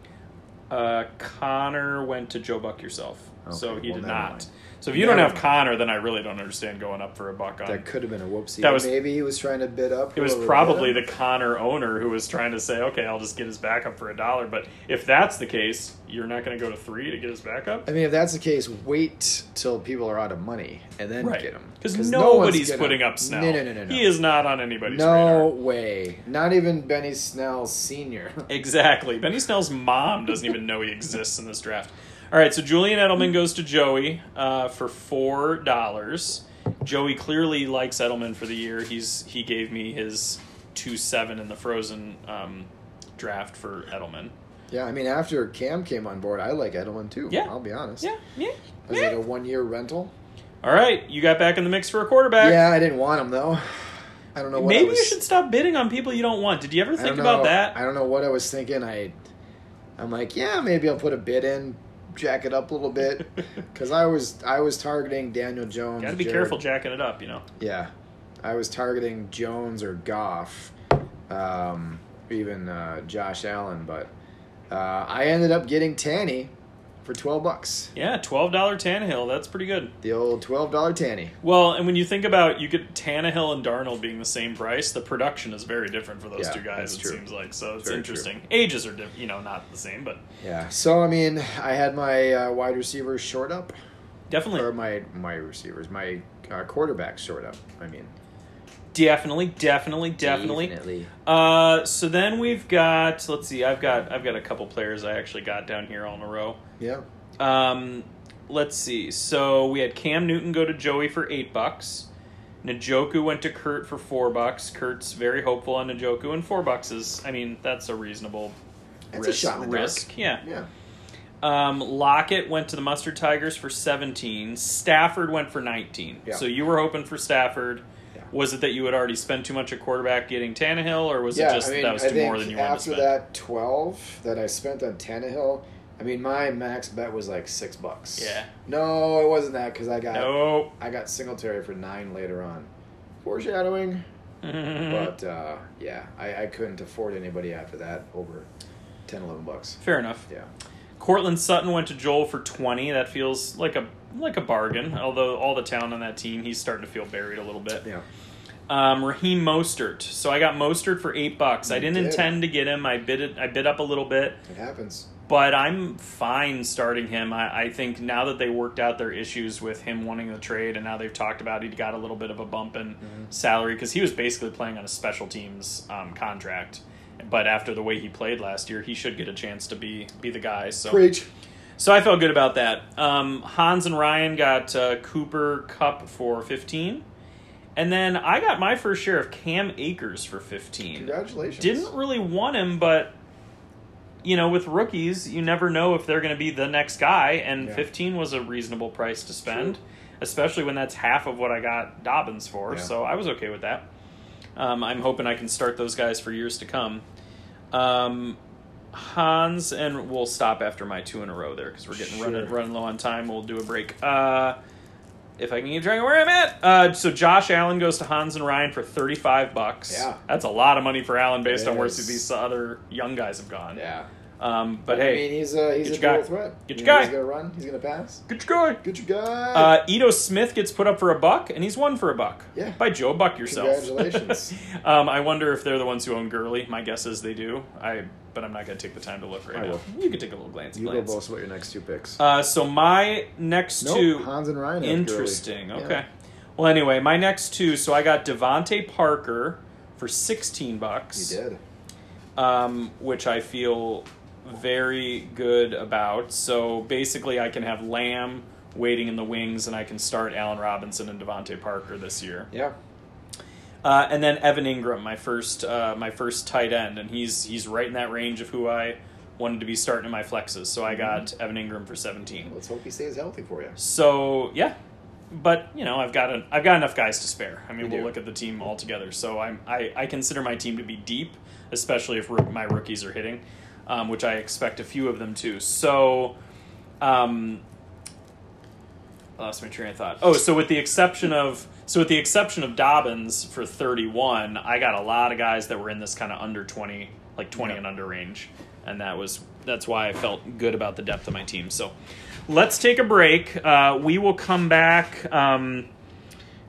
Speaker 1: Uh, Connor went to Joe Buck yourself, so
Speaker 2: Okay,
Speaker 1: he
Speaker 2: well,
Speaker 1: did
Speaker 2: never
Speaker 1: not.
Speaker 2: mind.
Speaker 1: So if you
Speaker 2: Never
Speaker 1: don't have
Speaker 2: mind.
Speaker 1: Connor, then I really don't understand going up for a buck on.
Speaker 2: That could have been a whoopsie.
Speaker 1: That was-
Speaker 2: maybe he was trying to bid up.
Speaker 1: It was
Speaker 2: whoever bid
Speaker 1: probably
Speaker 2: him.
Speaker 1: the Connor owner who was trying to say, "Okay, I'll just get his backup for a dollar." But if that's the case, you're not going to go to three to get his backup,
Speaker 2: I mean, if that's the case, wait till people are out of money and then
Speaker 1: right?
Speaker 2: get him.
Speaker 1: Because
Speaker 2: no one's
Speaker 1: nobody's
Speaker 2: gonna-
Speaker 1: putting up Snell.
Speaker 2: No, no, no, no. no.
Speaker 1: He is not on anybody's radar.
Speaker 2: No way. Not even Benny Snell Senior.
Speaker 1: Exactly. Benny Snell's mom doesn't even know he exists in this draft. All right, so Julian Edelman goes to Joey uh, for four dollars. Joey clearly likes Edelman for the year. He's he gave me his two seven in the Frozen um, draft for Edelman.
Speaker 2: yeah, I mean, after Cam came on board, I like Edelman too.
Speaker 1: Yeah.
Speaker 2: I'll be honest.
Speaker 1: Yeah, yeah.
Speaker 2: Is it a one-year rental?
Speaker 1: All right, you got back in the mix for a quarterback.
Speaker 2: Yeah, I didn't want him though. I don't know. What I
Speaker 1: Uh, Maybe
Speaker 2: was,
Speaker 1: you should stop bidding on people you don't want. Did you ever
Speaker 2: I don't
Speaker 1: think about
Speaker 2: know-
Speaker 1: that?
Speaker 2: I don't know what I was thinking. I, I'm like, yeah, maybe I'll put a bid in, jack it up a little bit, because I was I was targeting Daniel Jones.
Speaker 1: Got to be
Speaker 2: Jared-
Speaker 1: careful jacking it up, you know.
Speaker 2: Yeah, I was targeting Jones or Goff, um, even uh, Josh Allen, but uh, I ended up getting Tanny for 12 bucks.
Speaker 1: Yeah, twelve dollar Tannehill. That's pretty good.
Speaker 2: The old $12 Tanny.
Speaker 1: Well, and when you think about you get Tannehill and Darnold being the same price, the production is very different for those
Speaker 2: Yeah,
Speaker 1: two guys.
Speaker 2: that's
Speaker 1: It
Speaker 2: true.
Speaker 1: seems like so. It's
Speaker 2: Very
Speaker 1: interesting. Ages are diff- you know not the same, but
Speaker 2: Yeah. So, I mean, I had my uh, wide receivers short up,
Speaker 1: definitely,
Speaker 2: or my, my receivers, my uh, quarterback short up, I mean.
Speaker 1: definitely, definitely, definitely. Uh, so then we've got. Let's see. I've got. I've got a couple players I actually got down here all in a row.
Speaker 2: Yeah.
Speaker 1: Um, let's see. So we had Cam Newton go to Joey for eight bucks. Najoku went to Kurt for four bucks. Kurt's very hopeful on Najoku, and four bucks is. I mean, that's a reasonable
Speaker 2: That's a
Speaker 1: risk.
Speaker 2: shot in the
Speaker 1: risk.
Speaker 2: dark.
Speaker 1: Yeah.
Speaker 2: Yeah.
Speaker 1: Um, Lockett went to the Mustard Tigers for seventeen. Stafford went for nineteen.
Speaker 2: Yeah.
Speaker 1: So you were hoping for Stafford.
Speaker 2: Yeah.
Speaker 1: Was it that you had already spent too much at quarterback getting Tannehill, or was it
Speaker 2: yeah,
Speaker 1: just
Speaker 2: I
Speaker 1: that
Speaker 2: mean,
Speaker 1: that was
Speaker 2: I
Speaker 1: too
Speaker 2: think
Speaker 1: more than you wanted to
Speaker 2: after
Speaker 1: spend?
Speaker 2: that twelve that I spent on Tannehill, I mean, my max bet was like six bucks.
Speaker 1: Yeah.
Speaker 2: No, it wasn't that because I got
Speaker 1: No.
Speaker 2: I got Singletary for nine later on. Foreshadowing,
Speaker 1: Hmm.
Speaker 2: but uh, yeah, I, I couldn't afford anybody after that over 10, 11 bucks.
Speaker 1: Fair enough.
Speaker 2: Yeah,
Speaker 1: Cortland Sutton went to Joel for twenty. That feels like a like a bargain. Although all the talent on that team, he's starting to feel buried a little bit.
Speaker 2: yeah,
Speaker 1: Um, Raheem Mostert. So I got Mostert for eight bucks. I
Speaker 2: You
Speaker 1: didn't
Speaker 2: did.
Speaker 1: intend to get him. I bid it. I bid up a little bit,
Speaker 2: it happens.
Speaker 1: but I'm fine starting him. I, I think now that they worked out their issues with him wanting the trade, and now they've talked about he got a little bit of a bump in
Speaker 2: Mm-hmm.
Speaker 1: salary because he was basically playing on a special teams um, contract. But after the way he played last year, he should get a chance to be be the guy. So
Speaker 2: Preach.
Speaker 1: so I felt good about that. Um, Hans and Ryan got uh, Cooper Cup for 15. And then I got my first share of Cam Akers for 15.
Speaker 2: Congratulations.
Speaker 1: Didn't really want him, but, you know, with rookies, you never know if they're going to be the next guy. And
Speaker 2: Yeah.
Speaker 1: 15 was a reasonable price to spend, especially when that's half of what I got Dobbins for.
Speaker 2: Yeah.
Speaker 1: So I was okay with that. Um, I'm hoping I can start those guys for years to come. Um, Hans and we'll stop after my two in a row there because we're getting
Speaker 2: Sure.
Speaker 1: running running low on time. We'll do a break. Uh, if I can keep track of where I'm at. Uh, so Josh Allen goes to Hans and Ryan for thirty five bucks.
Speaker 2: Yeah.
Speaker 1: that's a lot of money for Allen based on where
Speaker 2: Yes.
Speaker 1: these other young guys have gone.
Speaker 2: Yeah,
Speaker 1: Um, but hey,
Speaker 2: I mean, he's a he's a
Speaker 1: get your
Speaker 2: dual
Speaker 1: guy.
Speaker 2: threat.
Speaker 1: Get
Speaker 2: You
Speaker 1: your
Speaker 2: know,
Speaker 1: guy.
Speaker 2: He's gonna run. He's gonna pass.
Speaker 1: good guy.
Speaker 2: Get your guy.
Speaker 1: Uh, Ito Smith gets put up for a buck, and he's won for a buck.
Speaker 2: Yeah.
Speaker 1: By Joe, buck yourself.
Speaker 2: Congratulations.
Speaker 1: um, I wonder if they're the ones who own Gurley. My guess is they do. I, but I'm not going to take the time to look right
Speaker 2: I
Speaker 1: now.
Speaker 2: will.
Speaker 1: You can take a little glance.
Speaker 2: you go
Speaker 1: glance.
Speaker 2: both with your next two picks.
Speaker 1: Uh, so my next
Speaker 2: Nope,
Speaker 1: two.
Speaker 2: Hans and Ryan. have Gurley.
Speaker 1: Interesting.
Speaker 2: Yeah.
Speaker 1: Okay. Well, anyway, my next two. So I got Devonte Parker for sixteen
Speaker 2: You
Speaker 1: bucks.
Speaker 2: did.
Speaker 1: Um, which I feel very good about. So basically, I can have Lamb waiting in the wings, and I can start Allen Robinson and Devonte Parker this year.
Speaker 2: Yeah.
Speaker 1: Uh, and then Evan Ingram, my first, uh, my first tight end, and he's he's right in that range of who I wanted to be starting in my flexes. So I got Evan Ingram for seventeen.
Speaker 2: Let's hope he stays healthy for you.
Speaker 1: So yeah, but you know I've got an, I've got enough guys to spare. I
Speaker 2: You
Speaker 1: mean we'll
Speaker 2: do.
Speaker 1: look at the team all together. So I'm I, I consider my team to be deep, especially if rook- my rookies are hitting, um, which I expect a few of them to. So, um, I lost my train of thought. Oh, so with the exception of so with the exception of Dobbins for thirty one, I got a lot of guys that were in this kind of under twenty, like twenty
Speaker 2: Yeah.
Speaker 1: and under range, and that was that's why I felt good about the depth of my team. So, let's take a break. Uh, we will come back. Um,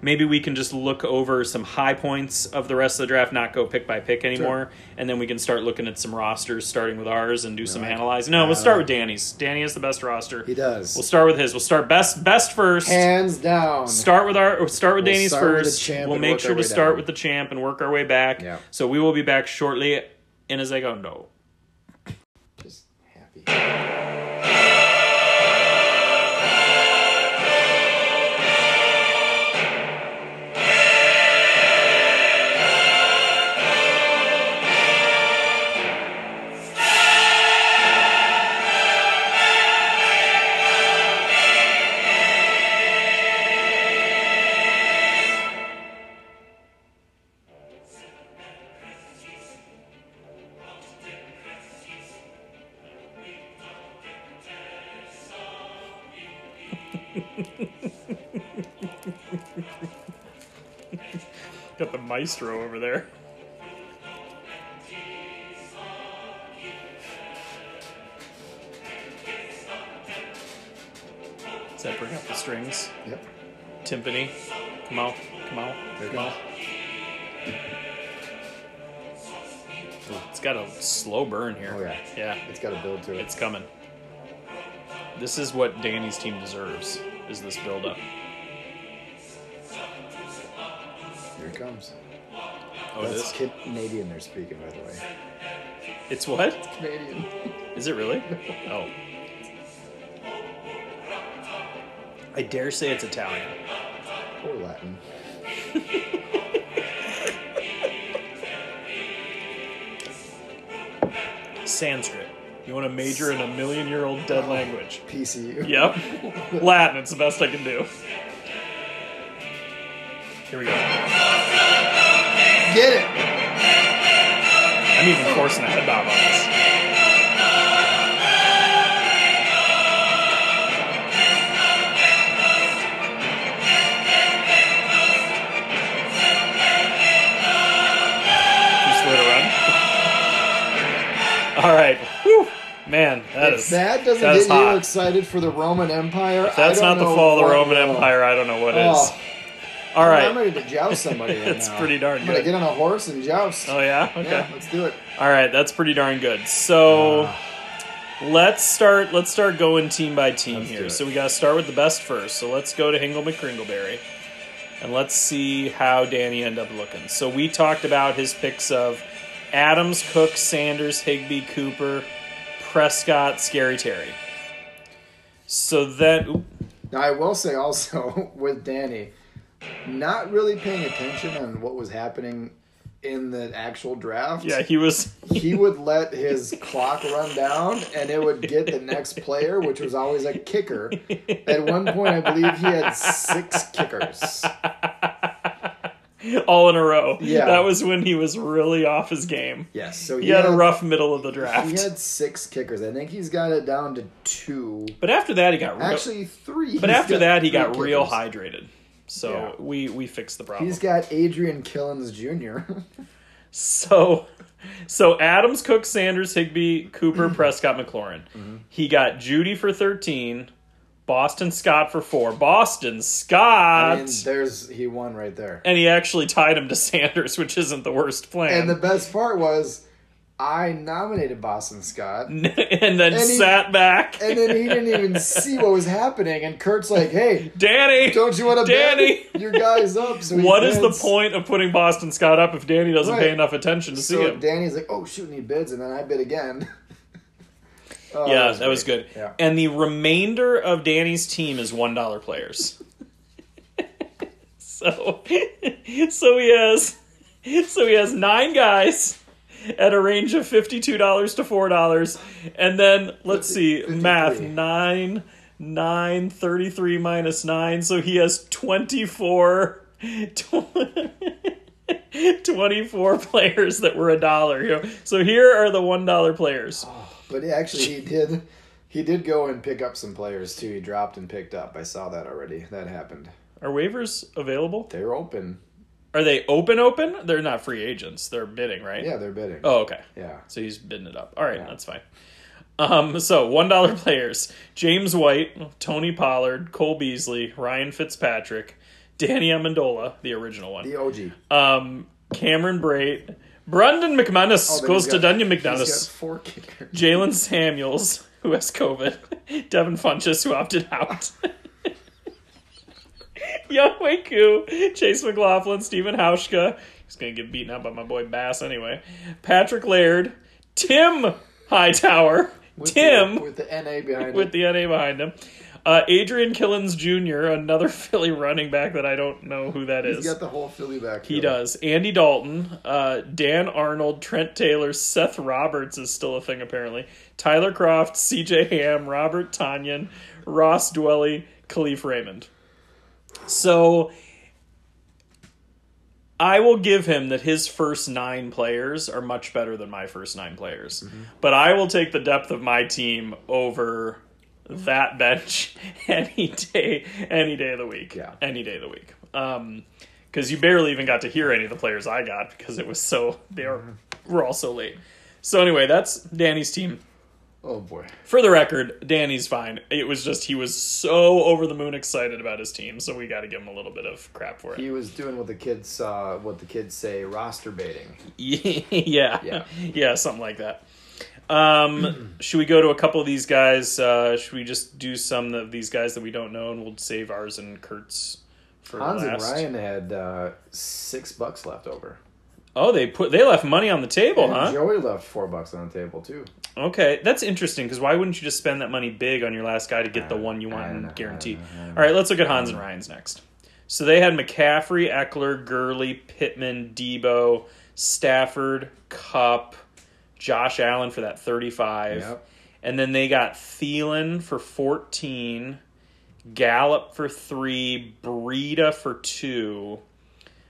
Speaker 1: maybe we can just look over some high points of the rest of the draft, not go pick by pick anymore, and then we can start looking at some rosters, starting with ours, and do some
Speaker 2: Right.
Speaker 1: analyzing. No,
Speaker 2: Uh,
Speaker 1: we'll start with Danny's. Danny has the best roster.
Speaker 2: He does.
Speaker 1: We'll start with his. We'll start best best first.
Speaker 2: Hands down.
Speaker 1: Start with our start with
Speaker 2: We'll
Speaker 1: Danny's
Speaker 2: start with the
Speaker 1: first.
Speaker 2: champ
Speaker 1: we'll
Speaker 2: and
Speaker 1: make
Speaker 2: work
Speaker 1: sure
Speaker 2: our
Speaker 1: to
Speaker 2: way
Speaker 1: start
Speaker 2: down.
Speaker 1: with the champ and work our way back.
Speaker 2: Yeah.
Speaker 1: So we will be back shortly in a segundo.
Speaker 2: Just happy.
Speaker 1: Got the maestro over there. Does that bring up the strings?
Speaker 2: Yep.
Speaker 1: Timpani. Come out. Come out.
Speaker 2: There it
Speaker 1: Come out. Ooh, It's got a slow burn here.
Speaker 2: Oh, yeah.
Speaker 1: Yeah.
Speaker 2: It's got a build to it.
Speaker 1: It's coming. This is what Danny's team deserves, is this build up.
Speaker 2: Here it comes.
Speaker 1: Oh, it
Speaker 2: That's
Speaker 1: is?
Speaker 2: Canadian they're speaking, by the way.
Speaker 1: It's what?
Speaker 2: Canadian.
Speaker 1: Is it really? Oh. I dare say it's Italian.
Speaker 2: or Latin.
Speaker 1: Sanskrit. You want to major in a million year old dead language.
Speaker 2: PCU.
Speaker 1: Yep. Latin, it's the best I can do. Here we go.
Speaker 2: Get it!
Speaker 1: I'm even forcing a head bob on this. Just let it run. All right. Whew. Man, that
Speaker 2: If
Speaker 1: is-
Speaker 2: that doesn't
Speaker 1: that is
Speaker 2: get you
Speaker 1: hot.
Speaker 2: excited for the Roman Empire, I
Speaker 1: That's
Speaker 2: don't
Speaker 1: not the
Speaker 2: know
Speaker 1: fall of the
Speaker 2: what
Speaker 1: Roman
Speaker 2: will.
Speaker 1: Empire. I don't know what
Speaker 2: Oh.
Speaker 1: is. All
Speaker 2: Well, I'm
Speaker 1: right.
Speaker 2: ready to joust somebody. in
Speaker 1: It's
Speaker 2: now.
Speaker 1: pretty darn
Speaker 2: I'm gonna
Speaker 1: good.
Speaker 2: get on a horse and joust.
Speaker 1: Oh yeah. Okay.
Speaker 2: Yeah, let's do it.
Speaker 1: All right. That's pretty darn good.
Speaker 2: Uh-huh. Uh,
Speaker 1: So let's start. Let's start going team by team
Speaker 2: Let's do
Speaker 1: here.
Speaker 2: it.
Speaker 1: So we got to start with the best first. So let's go to Hingle McCringleberry, and let's see how Danny ended up looking. So we talked about his picks of Adams, Cook, Sanders, Higby, Cooper, Prescott, Scary Terry. So then, oop,
Speaker 2: Now, I will say also with Danny, not really paying attention on what was happening in the actual draft.
Speaker 1: yeah, he was.
Speaker 2: he would let his clock run down and it would get the next player, which was always a kicker. At one point, I believe he had six kickers.
Speaker 1: all in a row.
Speaker 2: Yeah.
Speaker 1: That was when he was really off his game.
Speaker 2: Yes, so
Speaker 1: He had a rough middle of the draft.
Speaker 2: He had six kickers. I think he's got it down to two.
Speaker 1: but after that, he got real,
Speaker 2: Actually, three.
Speaker 1: But
Speaker 2: He's
Speaker 1: after that, he
Speaker 2: three
Speaker 1: got real
Speaker 2: kickers.
Speaker 1: hydrated. So
Speaker 2: Yeah.
Speaker 1: we we fixed the problem.
Speaker 2: He's got Adrian Killens Jr.
Speaker 1: so so Adams, Cook, Sanders, Higby, Cooper, Prescott, McLaurin.
Speaker 2: Mm-hmm.
Speaker 1: He got Judy for thirteen. Boston Scott for four. Boston Scott.
Speaker 2: and there's he won right there.
Speaker 1: and he actually tied him to Sanders, which isn't the worst plan.
Speaker 2: And the best part was, I nominated Boston Scott.
Speaker 1: And then
Speaker 2: and he-
Speaker 1: sat back.
Speaker 2: And then he didn't even see what was happening. And Kurt's like, hey,
Speaker 1: Danny,
Speaker 2: don't you want to
Speaker 1: Danny!
Speaker 2: bet your guy's up? So he
Speaker 1: What is the
Speaker 2: bids.
Speaker 1: point of putting Boston Scott up if Danny doesn't
Speaker 2: Right.
Speaker 1: pay enough attention to see
Speaker 2: So
Speaker 1: him?
Speaker 2: Danny's like, oh, shoot, and he bids. And then I bid again. Oh,
Speaker 1: yeah, that was, good.
Speaker 2: great. Yeah.
Speaker 1: And the remainder of Danny's team is one dollar players. so, so he has, so he has nine guys at a range of fifty-two dollars to four dollars, and then let's see
Speaker 2: Fifty-
Speaker 1: math
Speaker 2: fifty-three.
Speaker 1: nine nine thirty-three minus nine, so he has twenty-four. tw- 24 players that were a dollar. You know, So here are the $1 players.
Speaker 2: But actually, he did. He did go and pick up some players too. He dropped and picked up. I saw that already. That happened.
Speaker 1: Are waivers available?
Speaker 2: They're open.
Speaker 1: Are they open? Open? They're not free agents. They're bidding, right?
Speaker 2: Yeah, they're bidding.
Speaker 1: Oh, okay.
Speaker 2: Yeah.
Speaker 1: So he's bidding it up. All right, that's fine. Um, so one dollar players: James White, Tony Pollard, Cole Beasley, Ryan Fitzpatrick, Danny Amendola, the original one,
Speaker 2: The Oh, OG.
Speaker 1: um, Cameron Brait, Brandon McManus,
Speaker 2: Oh,
Speaker 1: goes to
Speaker 2: then he's
Speaker 1: Dunya
Speaker 2: got- he's
Speaker 1: McManus,
Speaker 2: got four kickers.
Speaker 1: Jalen Samuels, who has COVID, Devin Funches, who opted out. Young Wei Koo, Chase McLaughlin, Stephen Hauschka. He's going to get beaten up by my boy Bass anyway. Patrick Laird, Tim Hightower,
Speaker 2: With
Speaker 1: Tim
Speaker 2: the, with the NA behind
Speaker 1: with
Speaker 2: it.
Speaker 1: the NA behind him. Uh, Adrian Killens Jr., another Philly running back that I don't know who that is.
Speaker 2: He's got the whole Philly back.
Speaker 1: He does. Andy Dalton, uh, Dan Arnold, Trent Taylor, Seth Roberts is still a thing apparently. Tyler Croft, C.J. Ham, Robert Tanyan, Ross Dwelly, Khalif Raymond. So I will give him that his first nine players are much better than my first nine players, but I will take the depth of my team over that bench any day, any day of the week.
Speaker 2: Yeah.
Speaker 1: any day of the week. Um, because you barely even got to hear any of the players I got because it was so they were, were all so late. So anyway, that's Danny's team.
Speaker 2: Oh boy.
Speaker 1: For the record, Danny's fine. It was just he was so over the moon excited about his team, so we got to give him a little bit of crap for it.
Speaker 2: He was doing what the kids uh, what the kids say roster baiting.
Speaker 1: yeah.
Speaker 2: Yeah.
Speaker 1: yeah. something like that. Um, should we go to a couple of these guys? Uh, should we just do some of these guys that we don't know and we'll save ours and Kurt's for
Speaker 2: Hans
Speaker 1: last?
Speaker 2: and Ryan had uh, six bucks left over.
Speaker 1: Oh, they put they left money on the table,
Speaker 2: And
Speaker 1: Oh, huh?
Speaker 2: Joey left four bucks on the table too.
Speaker 1: Okay, that's interesting because why wouldn't you just spend that money big on your last guy to get the one you
Speaker 2: I
Speaker 1: want
Speaker 2: don't know, I
Speaker 1: and guarantee?
Speaker 2: don't know, I don't
Speaker 1: All right, let's look at Hans and Ryan's next. So they had McCaffrey, Eckler, Gurley, Pittman, Debo, Stafford, Cup, Josh Allen for that 35.
Speaker 2: Yep.
Speaker 1: And then they got Thielen for 14, Gallup for 3, Breida for 2.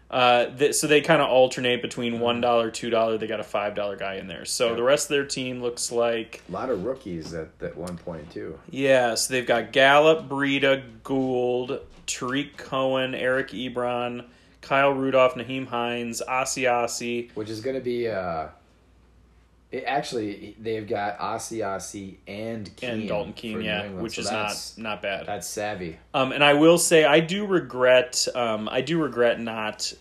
Speaker 1: Uh, th- so they kind of alternate between $1, $2. They got a $5 guy in there. So the rest of their team looks like
Speaker 2: A lot of rookies at that one point too.
Speaker 1: yeah, so they've got Gallup, Breida, Gould, Tariq Cohen, Eric Ebron, Kyle Rudolph, Naheem Hines, Asiasi.
Speaker 2: which is going to be uh it, actually they've got Asiasi and Keen
Speaker 1: And Dalton Keene,
Speaker 2: for
Speaker 1: yeah,
Speaker 2: New England,
Speaker 1: which
Speaker 2: so
Speaker 1: is not
Speaker 2: that's,
Speaker 1: not bad.
Speaker 2: that's savvy.
Speaker 1: Um, and I will say I do regret um, I do regret not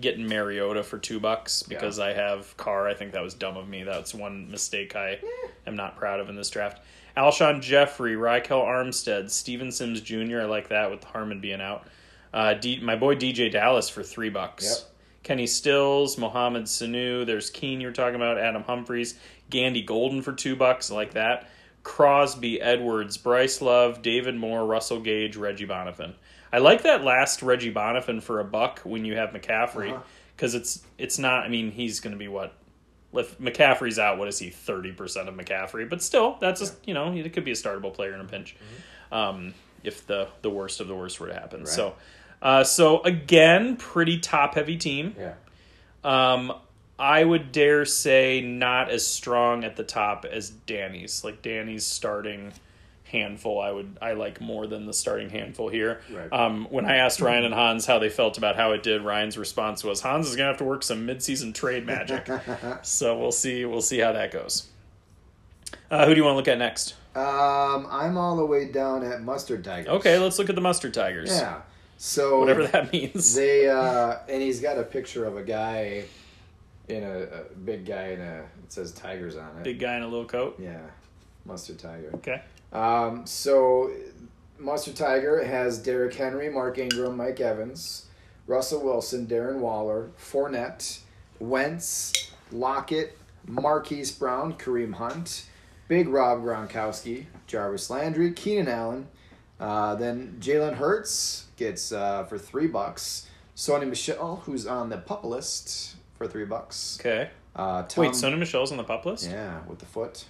Speaker 1: getting Mariota for two bucks because I have Carr. I think that was dumb of me. That's one mistake I am not proud of in this draft. Alshon Jeffrey, Raquel Armstead, Steven Sims Jr. I like that with Harmon being out. Uh, D- my boy DJ Dallas for three bucks.
Speaker 2: Yep.
Speaker 1: Kenny Stills, Mohamed Sanu. There's Keen you're talking about. Adam Humphries, Gandy Golden for two bucks. I like that. Crosby, Edwards, Bryce Love, David Moore, Russell Gage, Reggie Bonifant. I like that last Reggie Bonifant for a buck when you have McCaffrey because it's it's not. I mean, he's going to be what if McCaffrey's out, what is he? Thirty percent of McCaffrey, but still, that's a, you know it could be a startable player in a pinch, um, if the the worst of the worst were to happen. So, uh, so again, pretty top heavy team.
Speaker 2: Yeah.
Speaker 1: Um, I would dare say not as strong at the top as Danny's. Like Danny's starting handful, I would I like more than the starting handful here.
Speaker 2: Right.
Speaker 1: Um, when I asked Ryan and Hans how they felt about how it did, Ryan's response was Hans is gonna have to work some midseason trade magic. so we'll see we'll see how that goes. Uh, who do you want to look at next?
Speaker 2: Um I'm all the way down at Mustard Tigers.
Speaker 1: Okay, let's look at the Mustard Tigers.
Speaker 2: Yeah. So
Speaker 1: Whatever that means.
Speaker 2: they uh and he's got a picture of a guy in a, a big guy in a it says Tigers on it.
Speaker 1: Big guy in a little coat.
Speaker 2: Yeah. Mustard Tiger.
Speaker 1: Okay.
Speaker 2: Um, so, Monster Tiger has Derrick Henry, Mark Ingram, Mike Evans, Russell Wilson, Darren Waller, Fournette, Wentz, Lockett, Marquise Brown, Kareem Hunt, Big Rob Gronkowski, Jarvis Landry, Keenan Allen. Uh, then Jalen Hurts gets uh, for three bucks. Sony Michelle, who's on the pup list, for three bucks.
Speaker 1: Okay.
Speaker 2: Uh, Tom,
Speaker 1: Wait, Sonny Michelle's on the pup list?
Speaker 2: Yeah, with the foot.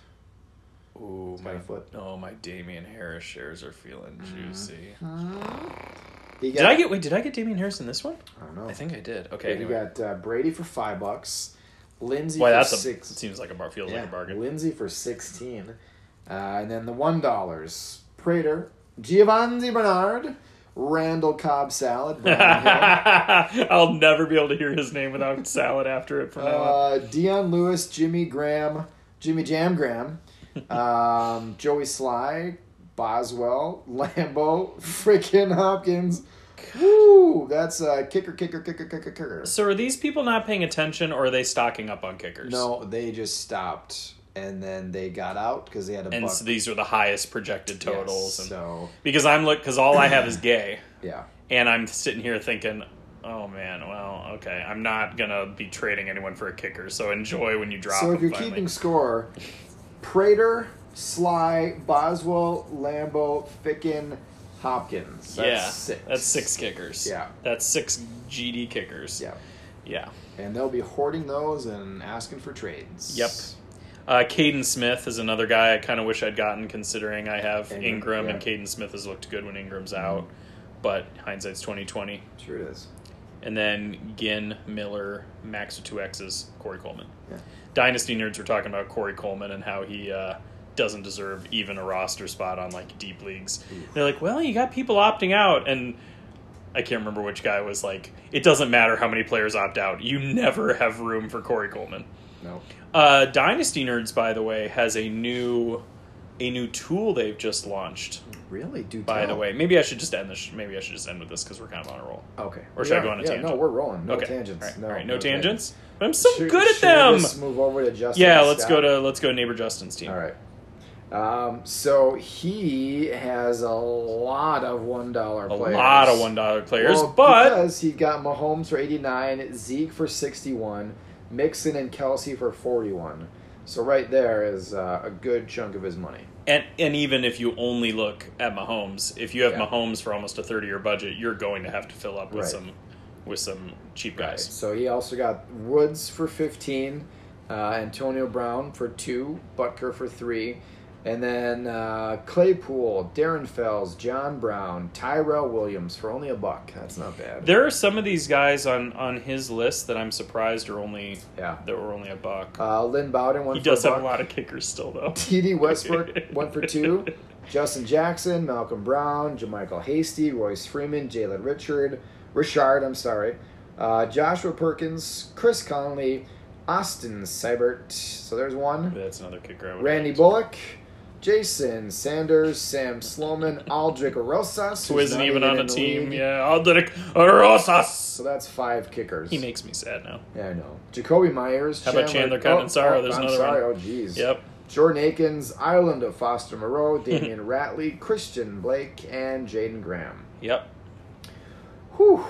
Speaker 1: Ooh,
Speaker 2: got a foot.
Speaker 1: Oh, my Damian Harris shares are feeling
Speaker 2: Mm-hmm.
Speaker 1: juicy.
Speaker 2: He got,
Speaker 1: Did I get wait? Did I get Damian Harris in this one?
Speaker 2: I don't know.
Speaker 1: I think I did. Okay.
Speaker 2: Yeah,
Speaker 1: Anyway.
Speaker 2: You got uh, Brady for five bucks, Lindsay
Speaker 1: Boy,
Speaker 2: for
Speaker 1: that's a
Speaker 2: six.
Speaker 1: seems like a bar feels
Speaker 2: yeah,
Speaker 1: like a bargain.
Speaker 2: Lindsay for sixteen, uh, and then the one dollars. Prater, Giovanni Bernard, Randall Cobb salad, Brian Hill,
Speaker 1: I'll never be able to hear his name without salad after it from now on.
Speaker 2: uh, Dion Lewis, Jimmy Graham, Jimmy Jam Graham, um, Joey Sly, Boswell, Lambo, freaking Hopkins. Woo! That's uh, kicker, kicker, kicker, kicker, kicker.
Speaker 1: So are these people not paying attention, or are they stocking up on kickers?
Speaker 2: No, they just stopped, and then they got out because they had a
Speaker 1: And
Speaker 2: buck.
Speaker 1: so these are the highest projected
Speaker 2: Yes,
Speaker 1: totals, and
Speaker 2: so
Speaker 1: because I'm look because all I have is gay,
Speaker 2: yeah,
Speaker 1: and I'm sitting here thinking, oh man, well, okay, I'm not gonna be trading anyone for a kicker, so enjoy when you drop.
Speaker 2: so if
Speaker 1: them
Speaker 2: you're
Speaker 1: finally.
Speaker 2: keeping score, Prater, Sly, Boswell, Lambo, Ficken, Hopkins. That's
Speaker 1: yeah,
Speaker 2: six.
Speaker 1: that's six kickers.
Speaker 2: Yeah.
Speaker 1: that's six GD kickers.
Speaker 2: Yeah,
Speaker 1: yeah.
Speaker 2: and they'll be hoarding those and asking for trades.
Speaker 1: Yep. Uh, Caden Smith is another guy I kind of wish I'd gotten, considering I have
Speaker 2: Ingram,
Speaker 1: Ingram,
Speaker 2: yeah. Mm-hmm.
Speaker 1: and Caden Smith has looked good when Ingram's out, but hindsight's twenty twenty.
Speaker 2: sure it is.
Speaker 1: And then Ginn, Miller, Max with two X's, Corey Coleman.
Speaker 2: Yeah.
Speaker 1: Dynasty nerds were talking about Corey Coleman and how he uh, doesn't deserve even a roster spot on like deep leagues.
Speaker 2: Hmm.
Speaker 1: They're like, well, you got people opting out, and I can't remember which guy was like, it doesn't matter how many players opt out, you never have room for Corey Coleman.
Speaker 2: No.
Speaker 1: Uh, Dynasty Nerds, by the way, has a new a new tool they've just launched.
Speaker 2: Really? Do
Speaker 1: By the
Speaker 2: tell.
Speaker 1: way, maybe I should just end this. Maybe I should just end with this because we're kind of on a roll.
Speaker 2: Okay.
Speaker 1: Or should I
Speaker 2: Yeah,
Speaker 1: go on a
Speaker 2: yeah, No,
Speaker 1: tangent?
Speaker 2: we're rolling. No
Speaker 1: okay.
Speaker 2: tangents.
Speaker 1: All right.
Speaker 2: No,
Speaker 1: All right.
Speaker 2: no
Speaker 1: No
Speaker 2: tangent.
Speaker 1: tangents. But I'm so
Speaker 2: Should-
Speaker 1: good at
Speaker 2: should we
Speaker 1: them.
Speaker 2: just move over to Justin.
Speaker 1: Yeah, let's
Speaker 2: Scott?
Speaker 1: go to let's go to neighbor Justin's team.
Speaker 2: All right. Um, so he has a lot of one dollar.
Speaker 1: A lot of one dollar players, but
Speaker 2: because he got Mahomes for eighty nine, Zeke for sixty one, Mixon and Kelsey for forty one. So right there is uh, a good chunk of his money.
Speaker 1: and and even if you only look at Mahomes, if you have
Speaker 2: Yeah.
Speaker 1: Mahomes for almost a thirty year budget, you're going to have to fill up with
Speaker 2: Right.
Speaker 1: some with some cheap
Speaker 2: Right.
Speaker 1: guys.
Speaker 2: So he also got Woods for 15, uh, Antonio Brown for two, Butker for three, and then uh, Claypool, Darren Fells, John Brown, Tyrell Williams for only a buck. That's not bad.
Speaker 1: There are some of these guys on on his list that I'm surprised are only
Speaker 2: yeah.
Speaker 1: that were only a buck.
Speaker 2: Uh, Lynn Bowden went
Speaker 1: he
Speaker 2: for
Speaker 1: does
Speaker 2: a
Speaker 1: have a
Speaker 2: buck.
Speaker 1: lot of kickers still though.
Speaker 2: TD Westbrook went for two. Justin Jackson, Malcolm Brown, Jamichael Hasty, Royce Freeman, Jalen Richard, Richard, I'm sorry, uh, Joshua Perkins, Chris Conley, Austin Seibert. So there's one.
Speaker 1: That's another kicker. I would
Speaker 2: Randy Bullock, Jason Sanders, Sam Sloman, Aldrick Rosas,
Speaker 1: who
Speaker 2: who's
Speaker 1: isn't
Speaker 2: not
Speaker 1: even on
Speaker 2: in
Speaker 1: a
Speaker 2: the
Speaker 1: team.
Speaker 2: league.
Speaker 1: Yeah, Aldrich Rosas.
Speaker 2: So that's five kickers.
Speaker 1: He makes me sad now.
Speaker 2: yeah, I know. Jacoby Myers.
Speaker 1: How about Chandler Condensaro? There's
Speaker 2: I'm
Speaker 1: another
Speaker 2: sorry. Oh, jeez.
Speaker 1: Yep.
Speaker 2: Jordan Akins, Island of Foster Moreau, Damian Ratley, Christian Blake, and Jaden Graham.
Speaker 1: Yep.
Speaker 2: Whew.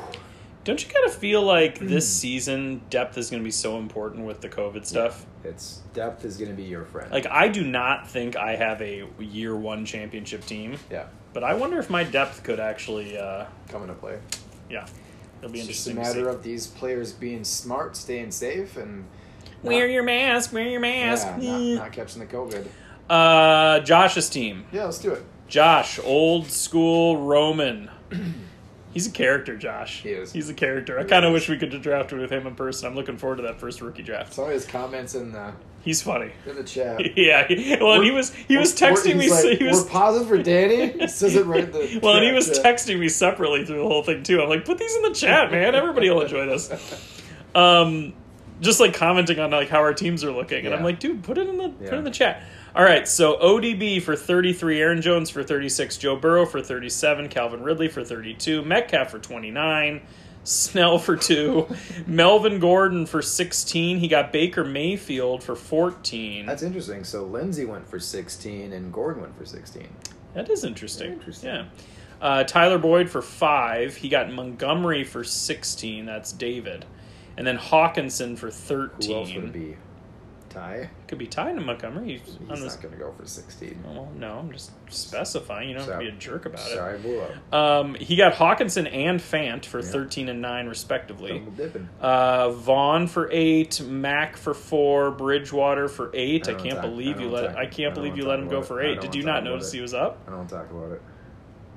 Speaker 1: Don't you kind of feel like this season depth is going to be so important with the COVID stuff?
Speaker 2: It's depth is going to be your friend.
Speaker 1: Like, I do not think I have a year one championship team,
Speaker 2: yeah,
Speaker 1: but I wonder if my depth could actually, uh,
Speaker 2: coming to play.
Speaker 1: yeah, it'll be
Speaker 2: It's just a
Speaker 1: interesting. to see.
Speaker 2: matter of these players being smart, staying safe, and
Speaker 1: wear
Speaker 2: not-
Speaker 1: your mask, wear your mask. Mm.
Speaker 2: yeah, not, not catching the COVID.
Speaker 1: Uh, Josh's team.
Speaker 2: Yeah, let's do it.
Speaker 1: Josh, old school Roman. He's a character, Josh.
Speaker 2: He is.
Speaker 1: He's a character. I
Speaker 2: He
Speaker 1: kind of
Speaker 2: is.
Speaker 1: wish we could have drafted with him in person. I'm looking forward to that first rookie draft.
Speaker 2: Saw his comments in the
Speaker 1: He's funny.
Speaker 2: in the chat.
Speaker 1: Yeah. he- Well, and he
Speaker 2: We're-
Speaker 1: was he was
Speaker 2: We're-
Speaker 1: texting me.
Speaker 2: he's
Speaker 1: so-
Speaker 2: like,
Speaker 1: he was
Speaker 2: We're pausing for Danny. He says it right. in The
Speaker 1: well, and he was
Speaker 2: chat.
Speaker 1: texting me separately through the whole thing too. I'm like, put these in the chat, man. Everybody will enjoy this. Um, just like commenting on like how our teams are looking, and I'm
Speaker 2: Yeah.
Speaker 1: like, dude, put it in the put it
Speaker 2: Yeah.
Speaker 1: in the chat. All right, so ODB for 33, Aaron Jones for 36, Joe Burrow for 37, Calvin Ridley for 32, Metcalf for 29, Snell for two, Melvin Gordon for 16. He got Baker Mayfield for 14.
Speaker 2: That's interesting. So Lindsay went for 16 and Gordon went for 16.
Speaker 1: That is interesting.
Speaker 2: Very interesting.
Speaker 1: Yeah. Uh, Tyler Boyd for five. He got Montgomery for 16. That's David. And then Hawkinson for
Speaker 2: Who
Speaker 1: 13.
Speaker 2: else would it be? Ty?
Speaker 1: Could be tied to Montgomery. He's
Speaker 2: He's
Speaker 1: on this- Oh,
Speaker 2: not going to go for 16.
Speaker 1: well, no, I'm just specifying. You don't have to be a jerk about
Speaker 2: Sorry, I blew up.
Speaker 1: it. Um, he got Hawkinson and Fant for
Speaker 2: Yeah.
Speaker 1: 13 and 9, respectively.
Speaker 2: Double dipping.
Speaker 1: Uh, Vaughn for eight, Mack for four, Bridgewater for eight. I,
Speaker 2: I don't
Speaker 1: can't
Speaker 2: talk-
Speaker 1: believe
Speaker 2: I
Speaker 1: you
Speaker 2: don't
Speaker 1: let.
Speaker 2: talk-
Speaker 1: I
Speaker 2: I don't
Speaker 1: can't believe you
Speaker 2: wanna
Speaker 1: let
Speaker 2: talk
Speaker 1: him go
Speaker 2: about
Speaker 1: for
Speaker 2: it. I
Speaker 1: eight.
Speaker 2: don't
Speaker 1: Did
Speaker 2: wanna
Speaker 1: you
Speaker 2: talk
Speaker 1: not
Speaker 2: about
Speaker 1: notice
Speaker 2: it.
Speaker 1: he was up?
Speaker 2: I don't want to talk about it.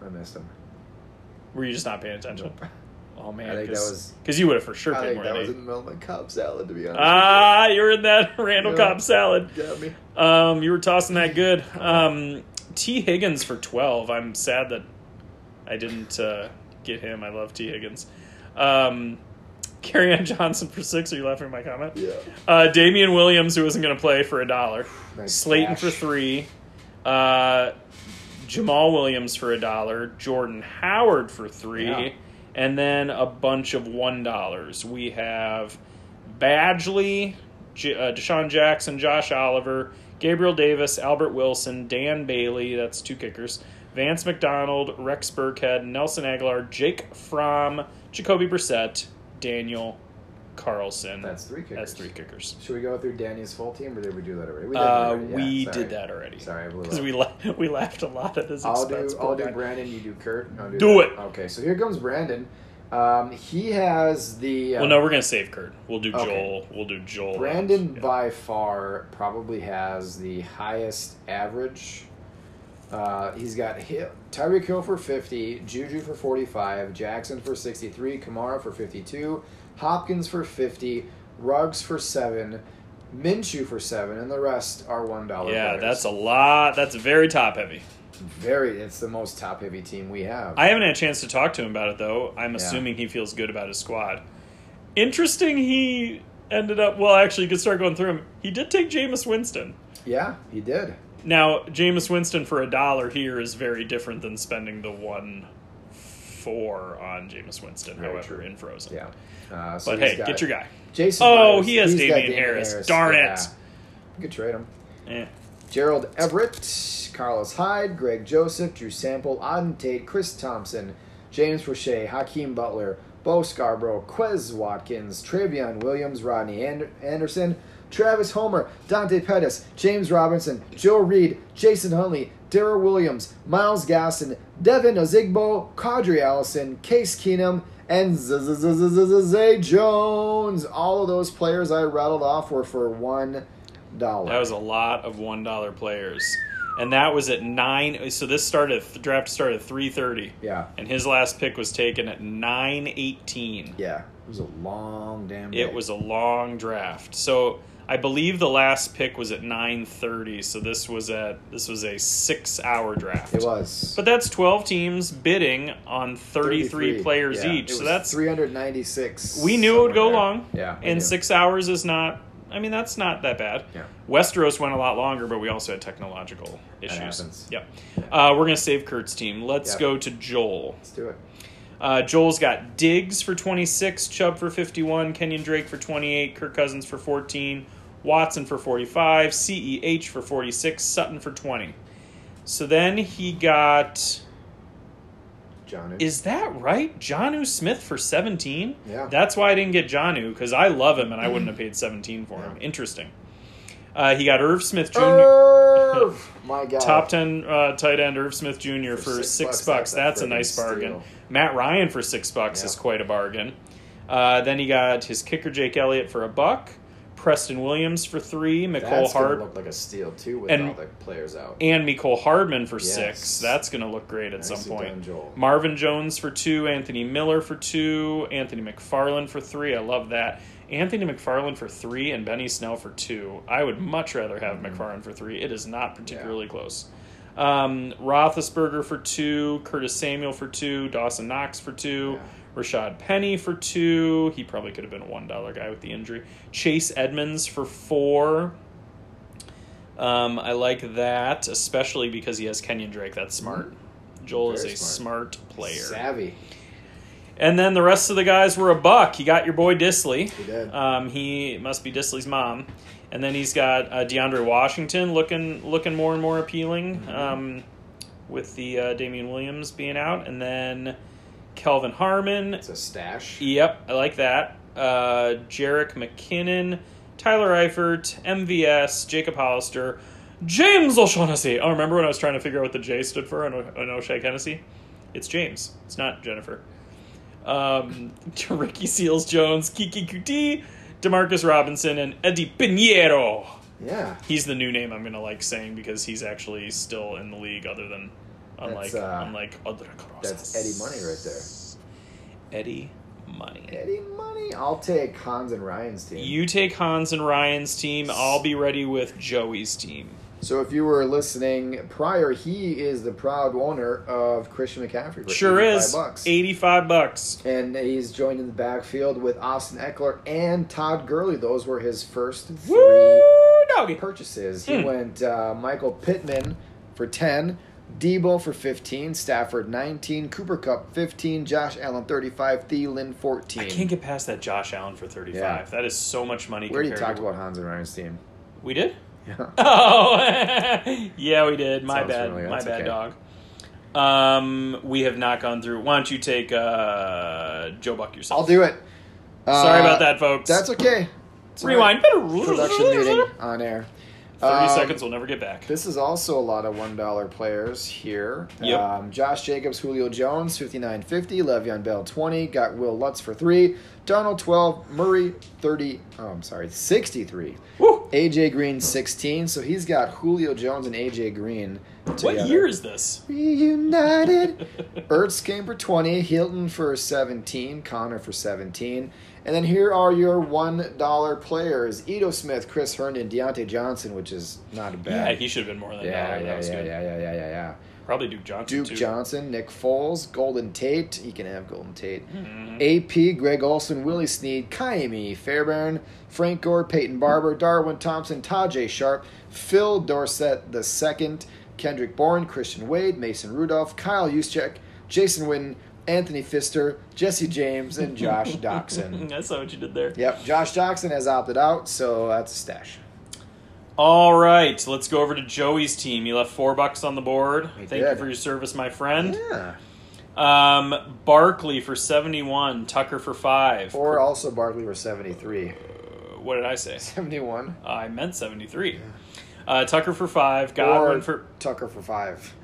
Speaker 2: I missed him.
Speaker 1: Were you just not paying attention?
Speaker 2: Nope.
Speaker 1: Oh
Speaker 2: I
Speaker 1: man,
Speaker 2: think that
Speaker 1: because
Speaker 2: was-
Speaker 1: you would have for sure
Speaker 2: I
Speaker 1: paid
Speaker 2: think
Speaker 1: more
Speaker 2: that
Speaker 1: than
Speaker 2: was in
Speaker 1: eight.
Speaker 2: the middle of my cob salad, to be honest.
Speaker 1: Ah, you're in that Randall
Speaker 2: Yeah.
Speaker 1: Cobb salad.
Speaker 2: with you. Got me.
Speaker 1: Um, you were tossing that good. Um, T Higgins for twelve. I'm sad that I didn't uh, get him. I love T Higgins. Um, Carrion Johnson for six. Are you laughing at my comment?
Speaker 2: Yeah.
Speaker 1: Uh, Damian Williams, who isn't going to play for a dollar.
Speaker 2: Nice
Speaker 1: Slayton for
Speaker 2: cash.
Speaker 1: three. Uh, Jamal Williams for a dollar. Jordan Howard for three.
Speaker 2: Yeah.
Speaker 1: And then a bunch of one dollars. We have Badgley, J- uh, Deshaun Jackson, Josh Oliver, Gabriel Davis, Albert Wilson, Dan Bailey. That's two kickers. Vance McDonald, Rex Burkhead, Nelson Aguilar, Jake Fromm, Jacoby Brissett, Daniel Carlson.
Speaker 2: That's three kickers.
Speaker 1: That's three kickers.
Speaker 2: Should we go through Danny's full team, or did we do that already? We did, that
Speaker 1: Uh,
Speaker 2: already. Yeah,
Speaker 1: we
Speaker 2: sorry.
Speaker 1: did that already.
Speaker 2: Sorry, I blew
Speaker 1: Because
Speaker 2: up.
Speaker 1: we la- we laughed a lot at his
Speaker 2: I'll
Speaker 1: expense.
Speaker 2: do.
Speaker 1: poor
Speaker 2: I'll do
Speaker 1: guy.
Speaker 2: Brandon. You do Kurt. I'll do,
Speaker 1: Do
Speaker 2: that.
Speaker 1: it.
Speaker 2: Okay, so here comes Brandon. Um, he has the. Uh,
Speaker 1: Well, no, we're gonna save Kurt. We'll do
Speaker 2: Okay.
Speaker 1: Joel. We'll do Joel.
Speaker 2: Brandon
Speaker 1: Yeah.
Speaker 2: by far probably has the highest average. Uh, he's got Hill, Tyreek Hill for 50, Juju for 45, Jackson for 63, Kamara for 52, Hopkins for 50, Ruggs for 7, Minshew for 7, and the rest are $1.
Speaker 1: Yeah,
Speaker 2: players.
Speaker 1: that's a lot. That's very top heavy.
Speaker 2: very, it's the most top heavy team we have.
Speaker 1: I haven't had a chance to talk to him about it though. I'm
Speaker 2: Yeah.
Speaker 1: assuming he feels good about his squad. Interesting. He ended up. Well, actually, you could start going through him. He did take Jameis Winston.
Speaker 2: yeah, he did.
Speaker 1: Now, Jameis Winston for a dollar here is very different than spending the one four on Jameis Winston,
Speaker 2: Very
Speaker 1: however,
Speaker 2: true.
Speaker 1: in Frozen.
Speaker 2: Yeah. Uh, so
Speaker 1: But
Speaker 2: he's
Speaker 1: hey,
Speaker 2: got-
Speaker 1: get your guy.
Speaker 2: Jason.
Speaker 1: Oh,
Speaker 2: Myers,
Speaker 1: he has
Speaker 2: he's got
Speaker 1: Damian Harris. Darn it.
Speaker 2: You could trade him.
Speaker 1: Eh.
Speaker 2: Gerald Everett, Carlos Hyde, Greg Joseph, Drew Sample, Auden Tate, Chris Thompson, James Prochet, Hakeem Butler, Bo Scarborough, Quez Watkins, Travion Williams, Rodney Ander- Anderson, Travis Homer, Dante Pettis, James Robinson, Joe Reed, Jason Huntley, Darrell Williams, Miles Gasson, Devin Ozigbo, Kadri Allison, Case Keenum, and Z- Z- Z- Z- Z- Z- Zay Jones. All of those players I rattled off were for one dollar.
Speaker 1: That was a lot of one dollar players, and that was at nine. So this started the draft started at three thirty,
Speaker 2: yeah.
Speaker 1: and his last pick was taken at nine eighteen.
Speaker 2: Yeah, it was a long damn.
Speaker 1: It was a long draft. So I believe the last pick was at nine thirty. So this was at this was a six hour draft.
Speaker 2: It was.
Speaker 1: But that's twelve teams bidding on thirty three players
Speaker 2: yeah.
Speaker 1: each.
Speaker 2: It
Speaker 1: So
Speaker 2: was
Speaker 1: that's
Speaker 2: 396.
Speaker 1: we knew it would
Speaker 2: somewhere
Speaker 1: go
Speaker 2: there.
Speaker 1: long.
Speaker 2: Yeah. we
Speaker 1: and
Speaker 2: knew.
Speaker 1: six hours is not. I mean, that's not that bad.
Speaker 2: Yeah.
Speaker 1: Westeros went a lot longer, but we also had technological issues.
Speaker 2: happens.
Speaker 1: Yep. Uh, we're gonna save Kurt's team. Let's
Speaker 2: Yeah.
Speaker 1: go to Joel.
Speaker 2: Let's do it.
Speaker 1: Uh, Joel's got Diggs for 26, Chubb for 51, Kenyon Drake for 28, Kirk Cousins for 14, Watson for 45, CEH for 46, Sutton for 20. So then he got.
Speaker 2: John.
Speaker 1: Is that right? Jonu Smith for 17?
Speaker 2: Yeah.
Speaker 1: That's why I didn't get Jonu, because I love him and I wouldn't have paid 17 for him.
Speaker 2: Yeah.
Speaker 1: Interesting. Uh, he got Irv Smith Jr.
Speaker 2: Irv! My God.
Speaker 1: Top ten uh, tight end Irv Smith Jr. for, six, bucks. That's, a
Speaker 2: friggin'
Speaker 1: nice bargain.
Speaker 2: steal.
Speaker 1: Matt Ryan for six bucks
Speaker 2: Yeah.
Speaker 1: is quite a bargain. Uh, then he got his kicker Jake Elliott for a buck, Preston Williams for three, Nicole
Speaker 2: That's
Speaker 1: Hart
Speaker 2: gonna look like a steal too with
Speaker 1: And-
Speaker 2: all the players out.
Speaker 1: and Nicole Hardman for
Speaker 2: Yes.
Speaker 1: six. That's going to look great at some
Speaker 2: Nicely
Speaker 1: point.
Speaker 2: done, Joel.
Speaker 1: Marvin Jones for two, Anthony Miller for two, Anthony McFarland for three. I love that. Anthony McFarland for three and Benny Snell for two. I would much rather have McFarland for three. It is not particularly close. Um, Roethlisberger for two, Curtis Samuel for two, Dawson Knox for two, Rashad Penny for two. He probably could have been a one dollar guy with the injury. Chase Edmonds for four. Um, I like that, especially because he has Kenyon Drake. That's smart. Joel is
Speaker 2: Very
Speaker 1: a
Speaker 2: smart.
Speaker 1: smart, player.
Speaker 2: Savvy.
Speaker 1: And then the rest of the guys were a buck. You got your boy Disley.
Speaker 2: He did.
Speaker 1: Um, he must be Disley's mom. And then he's got uh, DeAndre Washington looking looking more and more appealing
Speaker 2: Mm-hmm.
Speaker 1: um, with the uh, Damian Williams being out. And then Kelvin Harmon.
Speaker 2: It's a stash.
Speaker 1: Yep, I like that. Uh, Jarek McKinnon, Tyler Eifert, MVS, Jacob Hollister, James O'Shaughnessy. Oh, remember when I was trying to figure out what the J stood for on, on O'Shea Hennessy? It's James. It's not Jennifer. Um, Ricky Seals Jones, Kiki Kuti, Demarcus Robinson, and Eddie Pinheiro.
Speaker 2: Yeah.
Speaker 1: He's the new name I'm gonna like saying because he's actually still in the league, other than unlike
Speaker 2: That's, uh,
Speaker 1: unlike other crosses.
Speaker 2: That's Eddie Money right there.
Speaker 1: Eddie Money.
Speaker 2: Eddie Money. I'll take Hans and Ryan's team.
Speaker 1: You take Hans and Ryan's team. I'll be ready with Joey's team.
Speaker 2: so if you were listening prior, he is the proud owner of Christian McCaffrey. for
Speaker 1: Sure
Speaker 2: 85
Speaker 1: is.
Speaker 2: bucks.
Speaker 1: 85 bucks.
Speaker 2: And he's joined in the backfield with Austin Eckler and Todd Gurley. Those were his first three
Speaker 1: Woo, doggy.
Speaker 2: purchases. He
Speaker 1: Hmm.
Speaker 2: went uh, Michael Pittman for 10, Debo for 15, Stafford 19, Cooper Cup 15, Josh Allen 35, Thielen 14.
Speaker 1: I can't get past that Josh Allen for 35.
Speaker 2: Yeah.
Speaker 1: That is so much money.
Speaker 2: we already
Speaker 1: compared
Speaker 2: talked
Speaker 1: to-
Speaker 2: about Hans and Ryan's team.
Speaker 1: We did?
Speaker 2: Yeah.
Speaker 1: Oh, yeah, we did. My
Speaker 2: Sounds
Speaker 1: bad.
Speaker 2: familiar.
Speaker 1: My
Speaker 2: That's
Speaker 1: bad,
Speaker 2: okay.
Speaker 1: dog. Um, we have not gone through. Why don't you take uh, Joe Buck yourself?
Speaker 2: I'll do it.
Speaker 1: Sorry
Speaker 2: Uh,
Speaker 1: about that, folks.
Speaker 2: That's okay. It's all right.
Speaker 1: Rewind.
Speaker 2: Production meeting on air.
Speaker 1: 30
Speaker 2: Um,
Speaker 1: seconds. We'll never get back.
Speaker 2: This is also a lot of one dollar players here.
Speaker 1: Yep.
Speaker 2: Um, Josh Jacobs, Julio Jones, fifty nine fifty, Le'Veon Bell twenty, got Will Lutz for three, Donald twelve, Murray thirty. Oh, I'm sorry, sixty three.
Speaker 1: Woo.
Speaker 2: AJ Green sixteen, so he's got Julio Jones and AJ Green.
Speaker 1: What
Speaker 2: Together.
Speaker 1: year is this?
Speaker 2: Reunited. Ertz came for 20, Hilton for 17, Connor for 17. And then here are your $1 players Edo Smith, Chris Herndon, Deontay Johnson, which is not bad.
Speaker 1: Yeah, he should have been more than
Speaker 2: Yeah,
Speaker 1: that.
Speaker 2: yeah,
Speaker 1: that was
Speaker 2: yeah,
Speaker 1: good.
Speaker 2: yeah, yeah, yeah, yeah, yeah.
Speaker 1: Probably Duke Johnson.
Speaker 2: Duke
Speaker 1: too.
Speaker 2: Johnson, Nick Foles, Golden Tate. He can have Golden Tate.
Speaker 1: Mhm.
Speaker 2: AP, Greg Olson, Willie Snead, Kaimi, Fairbairn, Frank Gore, Peyton Barber, Darwin Thompson, Tajay Sharp, Phil Dorset II, Kendrick Bourne, Christian Wade, Mason Rudolph, Kyle Juszczyk, Jason Witten, Anthony Pfister, Jesse James, and Josh Doxson.
Speaker 1: I saw what you did there.
Speaker 2: Yep, Josh Doxson has opted out, so that's a stash.
Speaker 1: All right, let's go over to Joey's team. You left four bucks on the board.
Speaker 2: He
Speaker 1: Thank you
Speaker 2: did.
Speaker 1: for your service, my friend.
Speaker 2: Yeah.
Speaker 1: Um, Barkley for seventy-one, Tucker for five.
Speaker 2: Or also Barkley for 73.
Speaker 1: What did I say?
Speaker 2: 71.
Speaker 1: I meant seventy-three. Uh, Tucker for five, Godwin
Speaker 2: or
Speaker 1: for
Speaker 2: Tucker for 5.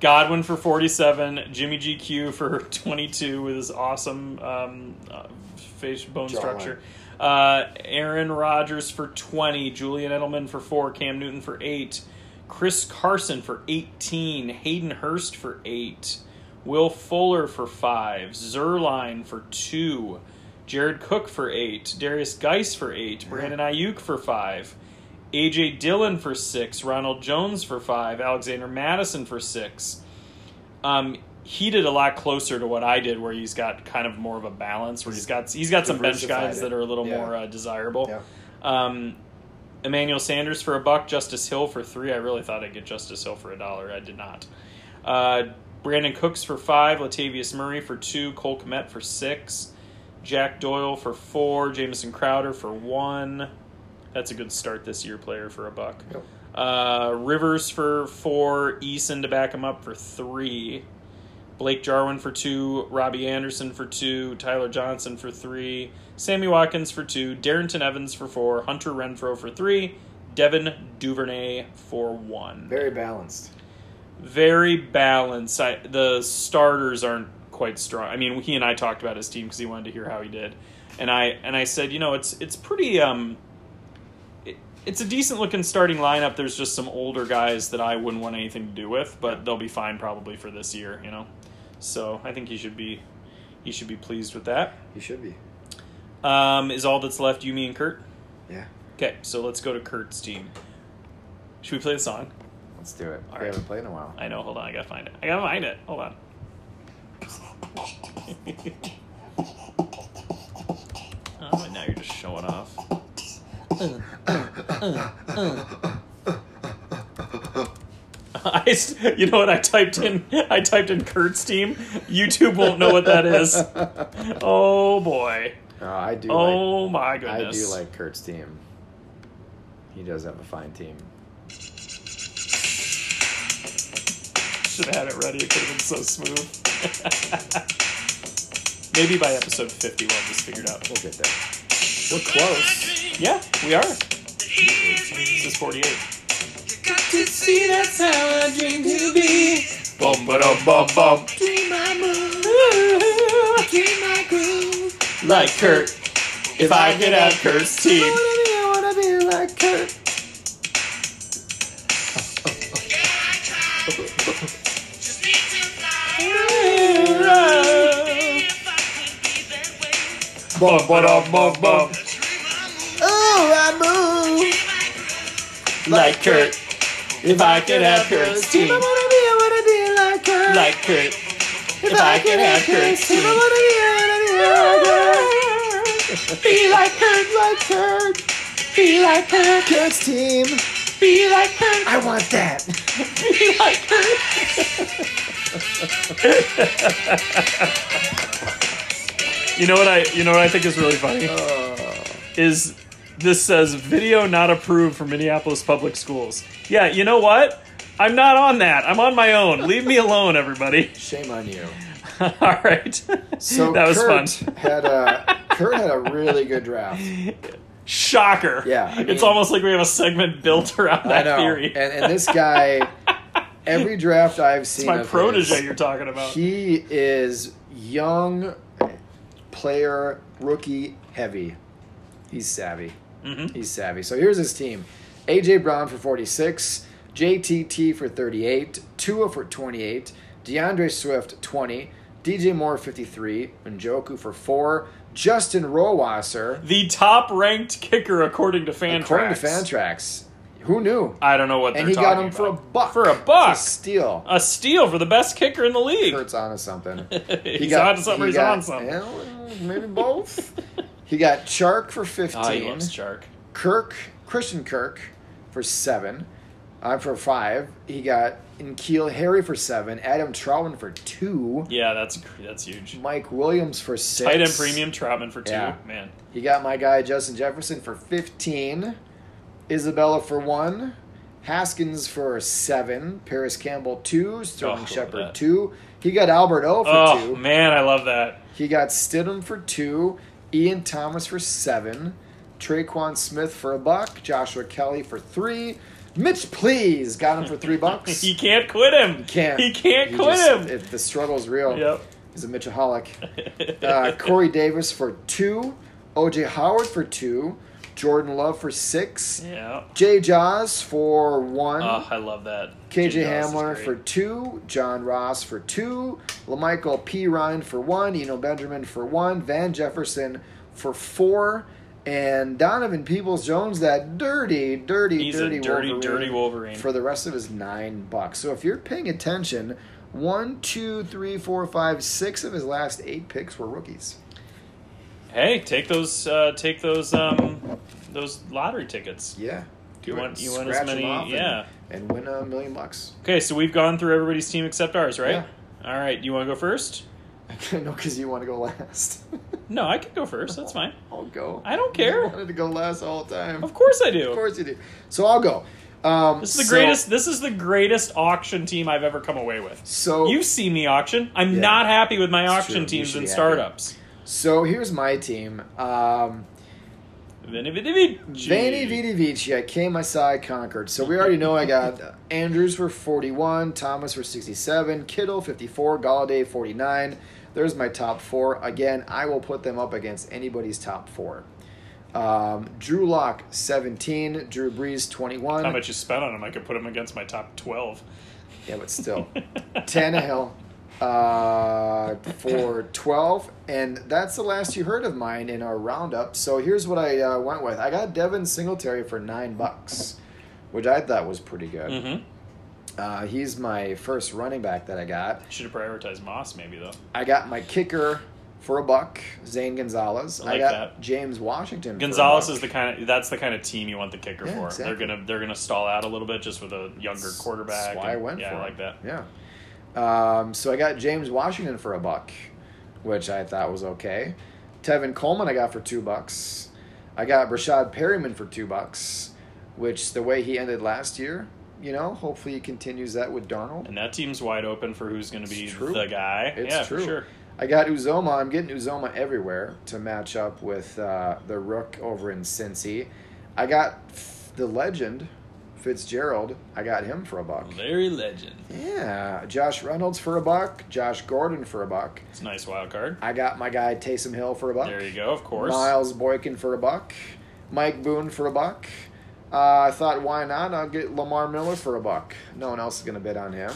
Speaker 1: Godwin for forty-seven, Jimmy GQ for twenty-two with his awesome um, uh, face bone
Speaker 2: Jawline.
Speaker 1: structure. Uh, Aaron Rodgers for twenty, Julian Edelman for four, Cam Newton for eight, Chris Carson for eighteen, Hayden Hurst for eight, Will Fuller for five, Zerline for two, Jared Cook for eight, Darius Geis for eight, Brandon Ayuk for five. AJ Dillon for six, Ronald Jones for five, Alexander Madison for six. Um, he did a lot closer to what I did, where he's got kind of more of a balance, where he's got he's got some bench
Speaker 2: Diversified
Speaker 1: guys
Speaker 2: it.
Speaker 1: that are a little
Speaker 2: Yeah.
Speaker 1: more uh, desirable.
Speaker 2: Yep.
Speaker 1: Um, Emmanuel Sanders for a buck, Justice Hill for three. I really thought I'd get Justice Hill for a dollar. I did not. Uh, Brandon Cooks for five, Latavius Murray for two, Cole Komet for six, Jack Doyle for four, Jamison Crowder for one. That's a good start this year, player for a buck.
Speaker 2: Yep.
Speaker 1: Uh, Rivers for four, Eason to back him up for three, Blake Jarwin for two, Robbie Anderson for two, Tyler Johnson for three, Sammy Watkins for two, Darrington Evans for four, Hunter Renfro for three, Devin Duvernay for one.
Speaker 2: Very balanced.
Speaker 1: Very balanced. I, the starters aren't quite strong. I mean, he and I talked about his team because he wanted to hear how he did, and I and I said, you know, it's it's pretty. Um, it, it's a decent looking starting lineup. There's just some older guys that I wouldn't want anything to do with, but they'll be fine probably for this year. You know, so I think he should be he should be pleased with that.
Speaker 2: You should be.
Speaker 1: Um, is all that's left you, me, and Kurt?
Speaker 2: Yeah.
Speaker 1: Okay, so let's go to Kurt's team. Should we play the song?
Speaker 2: Let's do it.
Speaker 1: All
Speaker 2: we
Speaker 1: right.
Speaker 2: haven't played in a while.
Speaker 1: I know. Hold on. I gotta find it. I gotta find it. Hold on. oh, and now you're just showing off. I, s- you know what? I typed in. I typed in Kurt's team. YouTube won't know what that is. Oh boy.
Speaker 2: Uh, I do. like,
Speaker 1: Oh my
Speaker 2: I do
Speaker 1: goodness.
Speaker 2: like Kurt's team. He does have a fine team.
Speaker 1: Should have had it ready. It could have been so smooth. Maybe by episode 50 we'll have this figured out.
Speaker 2: We'll get there. We're close.
Speaker 1: Yeah, we are. This
Speaker 3: You
Speaker 1: is 48.
Speaker 3: got to see that's how I dream to be.
Speaker 1: Bum ba dum bum bum.
Speaker 3: Dream my move, dream my groove.
Speaker 1: Like Kurt. If I could have Kurt's team.
Speaker 2: I wanna be like Kurt.
Speaker 3: Yeah, I try. Just need to fly. If I could be that way.
Speaker 1: Bum ba dum bum bum.
Speaker 3: Dream my move,
Speaker 2: Oh, I move
Speaker 3: dream my groove.
Speaker 1: Like Kurt. If I could have Kurt's team.
Speaker 2: I wanna be, I wanna be like Kurt.
Speaker 1: Like Kurt. If I could have Kurt's team.
Speaker 2: I wanna be, I wanna be like Kurt.
Speaker 3: Be like her,
Speaker 2: like Kurt.
Speaker 3: be like her,
Speaker 2: Kurt's team.
Speaker 3: be like her,
Speaker 2: I want that.
Speaker 3: be like her.
Speaker 1: You know what I you know what I think is really funny? Is this says video not approved for Minneapolis public schools. Yeah, you know what? I'm not on that. I'm on my own. Leave me alone, everybody.
Speaker 2: Shame on you.
Speaker 1: All right.
Speaker 2: So
Speaker 1: that was
Speaker 2: Kurt
Speaker 1: fun.
Speaker 2: had a Kurt had a really good draft.
Speaker 1: Shocker.
Speaker 2: Yeah, I mean-
Speaker 1: it's almost like we have a segment built around
Speaker 2: I
Speaker 1: that
Speaker 2: know.
Speaker 1: theory.
Speaker 2: And and this guy, every draft I've seen,
Speaker 1: it's my
Speaker 2: of
Speaker 1: protege
Speaker 2: his,
Speaker 1: you're talking about.
Speaker 2: he is young player rookie heavy. He's savvy.
Speaker 1: Mhm.
Speaker 2: He's savvy. So here's his team: AJ Brown for 46, JTT for 38, Tua for 28, DeAndre Swift 20, DJ Moore 53, Njoku for four, Justin Rowasser
Speaker 1: the top ranked kicker according to Fantrax.
Speaker 2: according to Fantrax, Who knew?
Speaker 1: I don't know what
Speaker 2: And
Speaker 1: they're
Speaker 2: he got
Speaker 1: talking
Speaker 2: him for a
Speaker 1: about.
Speaker 2: buck.
Speaker 1: For a
Speaker 2: It's
Speaker 1: buck. Uh,
Speaker 2: a steal.
Speaker 1: A steal for the best kicker in the league.
Speaker 2: Kurt's onto something.
Speaker 1: he's
Speaker 2: He got-
Speaker 1: on something.
Speaker 2: he
Speaker 1: He's
Speaker 2: got-
Speaker 1: on something.
Speaker 2: well, maybe both. he got Chark for
Speaker 1: Oh, he
Speaker 2: fifteen.
Speaker 1: loves Shark.
Speaker 2: Kirk Christian Kirk for seven. I'm for five. He got Nkeel Harry for seven. Adam Troutman for two.
Speaker 1: Yeah, that's that's huge.
Speaker 2: Mike Williams for six.
Speaker 1: Tight end premium Troutman for two.
Speaker 2: Yeah.
Speaker 1: Man,
Speaker 2: He got my guy Justin Jefferson for fifteen. Isabella for one. Haskins for seven. Paris Campbell two.
Speaker 1: Oh,
Speaker 2: Sterling
Speaker 1: look at
Speaker 2: Shepard
Speaker 1: that.
Speaker 2: two. He got Albert O for
Speaker 1: oh
Speaker 2: two.
Speaker 1: man, I love that.
Speaker 2: He got Stidham for two, Ian Thomas for seven, Traquan Smith for a buck, Joshua Kelly for three, Mitch Please got him for three bucks.
Speaker 1: He can't quit him.
Speaker 2: can't.
Speaker 1: He can't
Speaker 2: he
Speaker 1: quit
Speaker 2: just-
Speaker 1: him.
Speaker 2: It, the struggle's real.
Speaker 1: yep.
Speaker 2: He's a Mitchaholic. Uh, Corey Davis for two, OJ Howard for two, Jordan Love for six,
Speaker 1: yeah.
Speaker 2: Jay Jaws for one.
Speaker 1: Oh, I love that.
Speaker 2: KJ
Speaker 1: Dobbs is
Speaker 2: Hamler
Speaker 1: great.
Speaker 2: for two, John Ross for two, Lamichael P. Ryan for one, Eno Benjamin for one, Van Jefferson for four, and Donovan Peoples Jones, that dirty, dirty,
Speaker 1: He's
Speaker 2: dirty,
Speaker 1: a dirty,
Speaker 2: Wolverine
Speaker 1: dirty Wolverine.
Speaker 2: for the rest of his nine bucks. So if you're paying attention, one, two, three, four, five, six of his last eight picks were rookies.
Speaker 1: hey, take those, uh, take those, um, those lottery tickets.
Speaker 2: Yeah.
Speaker 1: You
Speaker 2: Do it.
Speaker 1: want- you want as
Speaker 2: Scratch 'em
Speaker 1: many-
Speaker 2: off and-
Speaker 1: yeah.
Speaker 2: And win a million bucks.
Speaker 1: Okay, so we've gone through everybody's team except ours, right? All right. You want to go first?
Speaker 2: no, because you want to go last.
Speaker 1: No, I can go first. That's fine.
Speaker 2: I'll go.
Speaker 1: I don't
Speaker 2: I
Speaker 1: care.
Speaker 2: wanted to go last all the time.
Speaker 1: Of course I do.
Speaker 2: Of course you do. So I'll go. Um,
Speaker 1: This is the
Speaker 2: so-
Speaker 1: greatest. This is the greatest auction team I've ever come away with.
Speaker 2: So
Speaker 1: You see me auction. I'm
Speaker 2: Yeah.
Speaker 1: not happy with my
Speaker 2: It's true.
Speaker 1: auction
Speaker 2: You
Speaker 1: teams
Speaker 2: should
Speaker 1: and
Speaker 2: be happy.
Speaker 1: startups.
Speaker 2: so here's my team. Um,
Speaker 1: Vini Vidi Vici.
Speaker 2: Vanny Vidi Vici, I came, I saw, I conquered. So we already know I got uh, Andrews for 41, Thomas for 67, Kittle 54, Galladay 49. There's my top four. Again, I will put them up against anybody's top four. Um, Drew Lock 17, Drew Brees 21.
Speaker 1: How much you spent on him? I could put him against my top twelve.
Speaker 2: Yeah, but still. Tannehill uh, for 12. And that's the last you heard of mine in our roundup. So here's what I uh, went with I got Devin Singletary for nine bucks, which I thought was pretty good.
Speaker 1: Mm-hmm.
Speaker 2: Uh, he's my first running back that I got.
Speaker 1: Should have prioritized Moss, maybe though.
Speaker 2: I got my kicker for a buck, Zane Gonzalez.
Speaker 1: I
Speaker 2: I,
Speaker 1: like
Speaker 2: got
Speaker 1: that.
Speaker 2: James Washington.
Speaker 1: Gonzalez
Speaker 2: for a
Speaker 1: is
Speaker 2: buck.
Speaker 1: the kind of that's the kind of team you want the kicker
Speaker 2: Yeah,
Speaker 1: for.
Speaker 2: exactly.
Speaker 1: They're gonna they're gonna stall out a little bit just with a younger quarterback.
Speaker 2: That's why I
Speaker 1: and-
Speaker 2: went
Speaker 1: yeah,
Speaker 2: for
Speaker 1: I
Speaker 2: him.
Speaker 1: like that.
Speaker 2: Yeah. Um, so I got James Washington for a buck, which I thought was okay. Tevin Coleman I got for two bucks. I got Brashad Perryman for two bucks, which the way he ended last year, you know, hopefully he continues that with Darnold.
Speaker 1: And that team's wide open for who's gonna be
Speaker 2: It's true.
Speaker 1: the guy.
Speaker 2: It's
Speaker 1: yeah,
Speaker 2: true.
Speaker 1: for sure.
Speaker 2: I got Uzoma. I'm getting Uzoma everywhere to match up with uh, the Rook over in Cincy. I got f- the legend, Fitzgerald. I got him for a buck.
Speaker 1: Larry Legend.
Speaker 2: Yeah, Josh Reynolds for a buck. Josh Gordon for a buck.
Speaker 1: It's a nice wild card.
Speaker 2: I got my guy Taysom Hill for a buck.
Speaker 1: There you go. Of course.
Speaker 2: Miles Boykin for a buck. Mike Boone for a buck. Uh, I thought, why not? I'll get Lamar Miller for a buck. No one else is going to bid on him.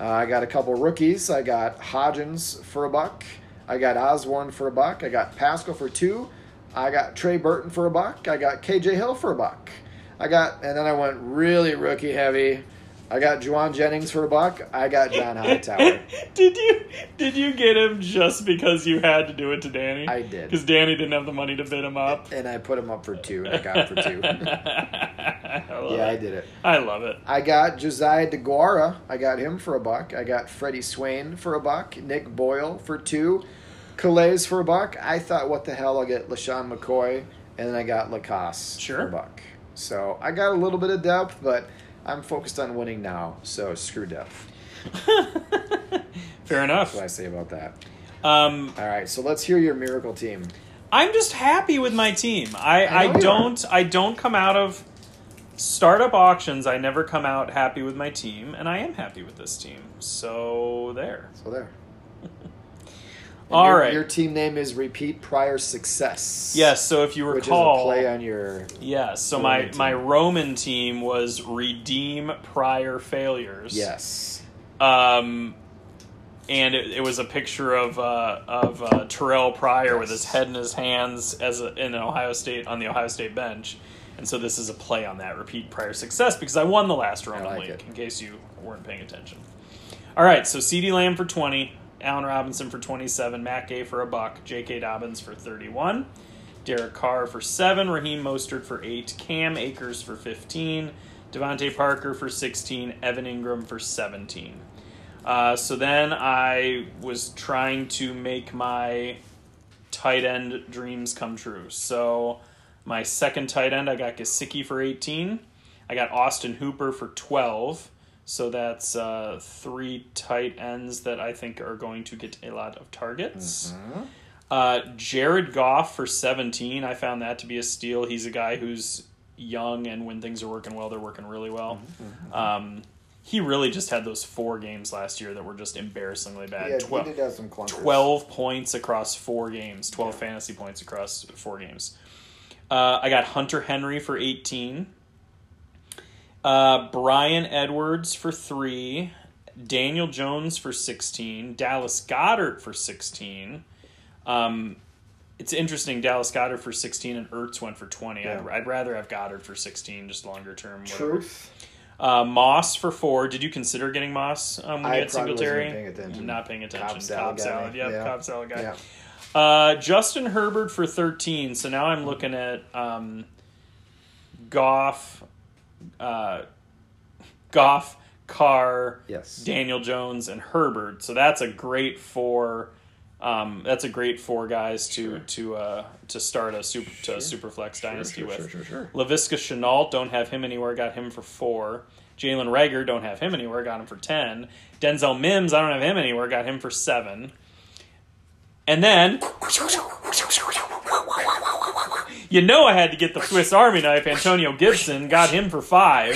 Speaker 2: Uh, I got a couple rookies. I got Hodgins for a buck. I got Osborne for a buck. I got Pascal for two. I got Trey Burton for a buck. I got KJ Hill for a buck. I got, and then I went really rookie heavy. I got Juwan Jennings for a buck. I got John Hightower.
Speaker 1: did you did you get him just because you had to do it to Danny?
Speaker 2: I did.
Speaker 1: Because Danny didn't have the money to bid him up.
Speaker 2: and I put him up for two. I got for two.
Speaker 1: I love
Speaker 2: yeah, I
Speaker 1: it.
Speaker 2: did it.
Speaker 1: I love it.
Speaker 2: I got Josiah DeGuara. I got him for a buck. I got Freddie Swain for a buck. Nick Boyle for two. Calais for a buck. I thought, what the hell? I'll get LaShawn McCoy. And then I got Lacoste
Speaker 1: Sure.
Speaker 2: for a buck. So I got a little bit of depth, but I'm focused on winning now. So screw depth.
Speaker 1: Fair
Speaker 2: That's
Speaker 1: enough.
Speaker 2: what I say about that.
Speaker 1: Um,
Speaker 2: All right. So let's hear your miracle team.
Speaker 1: I'm just happy with my team. I,
Speaker 2: I know
Speaker 1: I,
Speaker 2: you are.
Speaker 1: don't I don't come out of startup auctions. I never come out happy with my team, and I am happy with this team. So there.
Speaker 2: So there.
Speaker 1: All
Speaker 2: your,
Speaker 1: right.
Speaker 2: Your team name is Repeat Prior Success.
Speaker 1: Yes. So if you
Speaker 2: Which
Speaker 1: recall,
Speaker 2: is a play on your.
Speaker 1: Yeah, so my
Speaker 2: Roman team.
Speaker 1: my Roman team was redeem prior failures.
Speaker 2: Yes.
Speaker 1: Um and it, it was a picture of uh, of uh, Terrell Pryor with his head in his hands as a, in Ohio State on the Ohio State bench, And so this is a play on that repeat prior success because I won the last Roman
Speaker 2: like
Speaker 1: League,
Speaker 2: it.
Speaker 1: in case you weren't paying attention. All right, so CeeDee Lamb for 20, Allen Robinson for 27, Matt Gay for a buck, J.K. Dobbins for 31, Derek Carr for 7, Raheem Mostert for 8, Cam Akers for 15, Devontae Parker for 16, Evan Ingram for 17. Uh, so then I was trying to make my tight end dreams come true. So my second tight end, I got Gasicki for 18. I got Austin Hooper for 12. So that's uh, three tight ends that I think are going to get a lot of targets. Uh, Jared Goff for 17. I found that to be a steal. He's a guy who's young, and when things are working well, they're working really well. Um, he really just had those four games last year that were just embarrassingly bad.
Speaker 4: Yeah,
Speaker 1: Twelve-
Speaker 4: he did have some clunkers.
Speaker 1: 12 points across four games, 12 fantasy points across four games. Uh, I got Hunter Henry for 18, uh, Brian Edwards for three, Daniel Jones for 16, Dallas Goddard for 16. Um, it's interesting, Dallas Goddard for 16 and Ertz went for 20. I'd, I'd rather have Goddard for 16, just longer term. whatever.
Speaker 4: Truth.
Speaker 1: Uh, Moss for four. Did you consider getting Moss um, when
Speaker 2: I
Speaker 1: you had
Speaker 2: probably wasn't
Speaker 1: Singletary?
Speaker 2: paying attention.
Speaker 1: Not paying attention. Cobb
Speaker 2: salad
Speaker 1: salad.
Speaker 2: guy.
Speaker 1: Yep,
Speaker 2: Yeah.
Speaker 1: Cobb salad guy.
Speaker 2: Yeah.
Speaker 1: Uh, Justin Herbert for 13. So now I'm looking at um, Goff, uh, Goff, Carr,
Speaker 2: Yes.
Speaker 1: Daniel Jones, and Herbert. So that's a great four. Um, that's a great four guys to to uh, to start a super to a super flex dynasty
Speaker 2: sure,
Speaker 1: with.
Speaker 2: sure, sure, sure.
Speaker 1: Lavisca Chenault, don't have him anywhere, got him for four. Jalen Rager, don't have him anywhere, got him for 10. Denzel Mims, I don't have him anywhere, got him for seven. And then. You know I had to get the Swiss Army knife, Antonio Gibson, got him for five.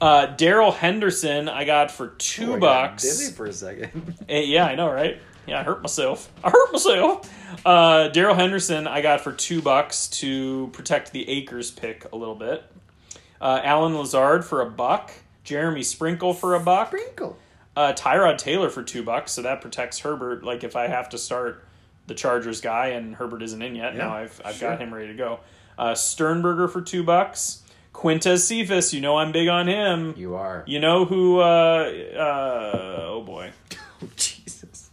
Speaker 1: Uh, Daryl Henderson, I got for two
Speaker 2: Oh, I got
Speaker 1: bucks.
Speaker 2: Dizzy for a second.
Speaker 1: Eh, yeah, I know, right? Yeah, I hurt myself. I hurt myself. Uh, Daryl Henderson, I got for two bucks to protect the Acres pick a little bit. Uh, Alan Lazard for a buck. Jeremy Sprinkle for a buck.
Speaker 2: Sprinkle.
Speaker 1: Uh, Tyrod Taylor for two bucks, so that protects Herbert. Like if I have to start the Chargers guy and Herbert isn't in yet, now I've I've got him ready to go. Uh, Sternberger for two bucks. Quintez Cephas, you know I'm big on him.
Speaker 2: You are.
Speaker 1: You know who? Uh, uh, oh boy,
Speaker 2: Oh, Jesus.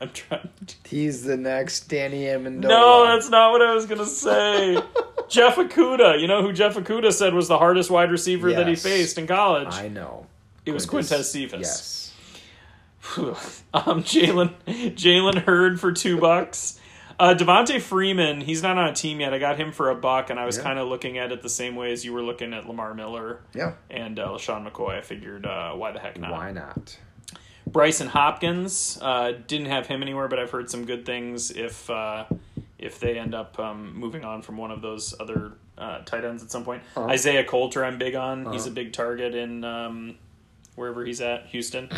Speaker 1: I'm trying. To...
Speaker 2: He's the next Danny Amendola.
Speaker 1: No, that's not what I was gonna say. Jeff Okuda, you know who Jeff Okuda said was the hardest wide receiver that he
Speaker 2: Yes.
Speaker 1: faced in college.
Speaker 2: I know.
Speaker 1: it was Quintez Cephas.
Speaker 2: Yes.
Speaker 1: um, Jalen Jalen Hurd for two bucks. Uh, Devontae Freeman, he's not on a team yet. I got him for a buck, and I was
Speaker 2: Yeah.
Speaker 1: kind of looking at it the same way as you were looking at Lamar Miller
Speaker 2: Yeah.
Speaker 1: and uh, LaShawn McCoy. I figured, uh, why the heck not?
Speaker 2: Why not?
Speaker 1: Bryson Hopkins uh, didn't have him anywhere, but I've heard some good things. If uh, if they end up um, moving on from one of those other uh, tight ends at some point, Isaiah Coulter, I'm big on. He's a big target in um, wherever he's at, Houston.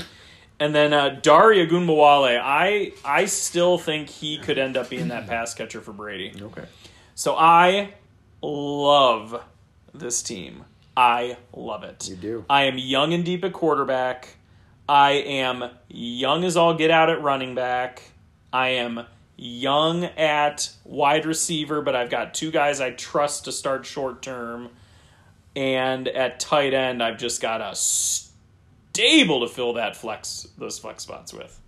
Speaker 1: And then uh, Daria Gunbawale, I I still think he could end up being that pass catcher for Brady.
Speaker 2: Okay.
Speaker 1: So I love this team. I love it.
Speaker 2: You do.
Speaker 1: I am young and deep at quarterback. I am young as all get out at running back. I am young at wide receiver, but I've got two guys I trust to start short term. And at tight end, I've just got a stable to fill that flex those flex spots with.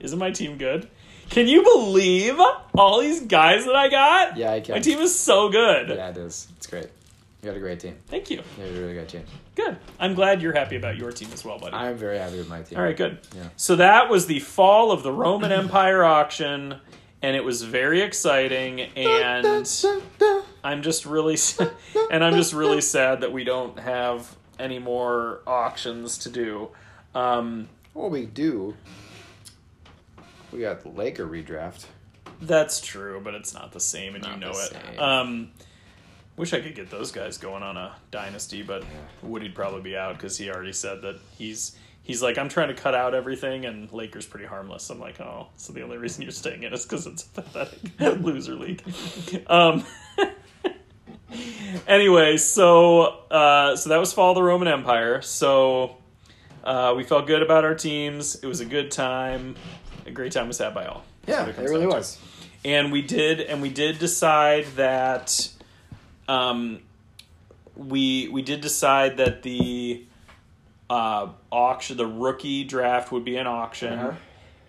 Speaker 1: Isn't my team good? Can you believe all these guys that I got?
Speaker 2: Yeah, I can.
Speaker 1: My team is so good.
Speaker 2: Yeah, it is. It's great. You got a great team.
Speaker 1: Thank you.
Speaker 2: You got a really good team.
Speaker 1: Good. I'm glad you're happy about your team as well, buddy.
Speaker 2: I'm very happy with my team.
Speaker 1: All right, good.
Speaker 2: Yeah.
Speaker 1: So that was the fall of the Roman Empire auction, and it was very exciting. And I'm just really, s- and I'm just really sad that we don't have any more auctions to do. Um,
Speaker 2: What we do, we got the Laker redraft.
Speaker 1: that's true, but it's not the same, and you
Speaker 2: Not
Speaker 1: know
Speaker 2: the
Speaker 1: it.
Speaker 2: same.
Speaker 1: Um, wish I could get those guys going on a dynasty, but Woody'd probably be out because he already said that he's. He's like, I'm trying to cut out everything, and Lakers pretty harmless. I'm like, oh, so the only reason you're staying in is because it's a pathetic loser league. Um, anyway, so uh, so that was fall of the Roman Empire. So uh, we felt good about our teams. It was a good time. A great time was had by all. That's
Speaker 2: Yeah,
Speaker 1: what
Speaker 2: it
Speaker 1: comes
Speaker 2: really
Speaker 1: down to.
Speaker 2: was.
Speaker 1: and we did and we did decide that um, we we did decide that the uh, auction the rookie draft would be an auction
Speaker 2: Uh-huh.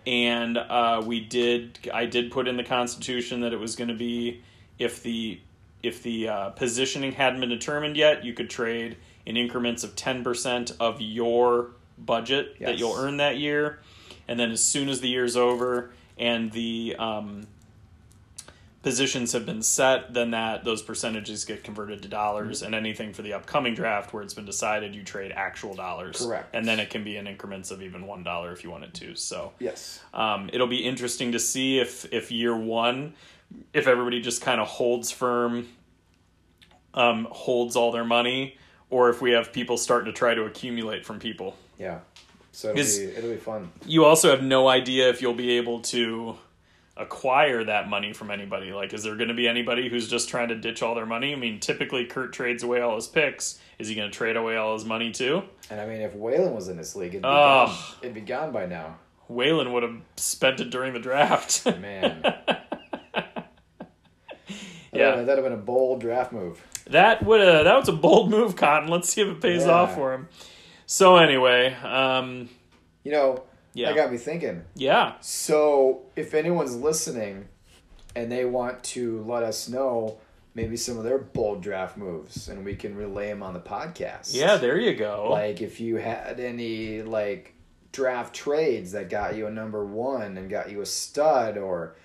Speaker 1: and uh, we did I did put in the constitution that it was going to be if the if the uh, positioning hadn't been determined yet you could trade in increments of 10% of your budget that
Speaker 2: Yes.
Speaker 1: you'll earn that year and then as soon as the year's over and the um, positions have been set, then that those percentages get converted to dollars, and anything for the upcoming draft where it's been decided, you trade actual dollars.
Speaker 2: Correct.
Speaker 1: And then it can be in increments of even one dollar if you wanted to. So
Speaker 2: Yes.
Speaker 1: um, it'll be interesting to see if if year one, if everybody just kind of holds firm, um, holds all their money, or if we have people starting to try to accumulate from people.
Speaker 2: Yeah. So it'll
Speaker 1: Is-
Speaker 2: be it'll be fun.
Speaker 1: you also have no idea if you'll be able to acquire that money from anybody. Like, is there going to be anybody who's just trying to ditch all their money? I mean, typically Kurt trades away all his picks. Is he going to trade away all his money too?
Speaker 2: And I mean, if Waylon was in this league, it'd be,
Speaker 1: Ugh.
Speaker 2: gone. It'd be gone by now.
Speaker 1: Waylon would have spent it during the draft.
Speaker 2: Man.
Speaker 1: yeah,
Speaker 2: That'd have been a bold draft move.
Speaker 1: that would uh, that was a bold move, Cotton. Let's see if it pays
Speaker 2: Yeah.
Speaker 1: off for him. So anyway, um,
Speaker 2: You know,
Speaker 1: yeah,
Speaker 2: that got me thinking.
Speaker 1: yeah,
Speaker 2: So, if anyone's listening and they want to let us know maybe some of their bold draft moves and we can relay them on the podcast.
Speaker 1: yeah. There you go.
Speaker 2: Like if you had any like draft trades that got you a number 1 and got you a stud or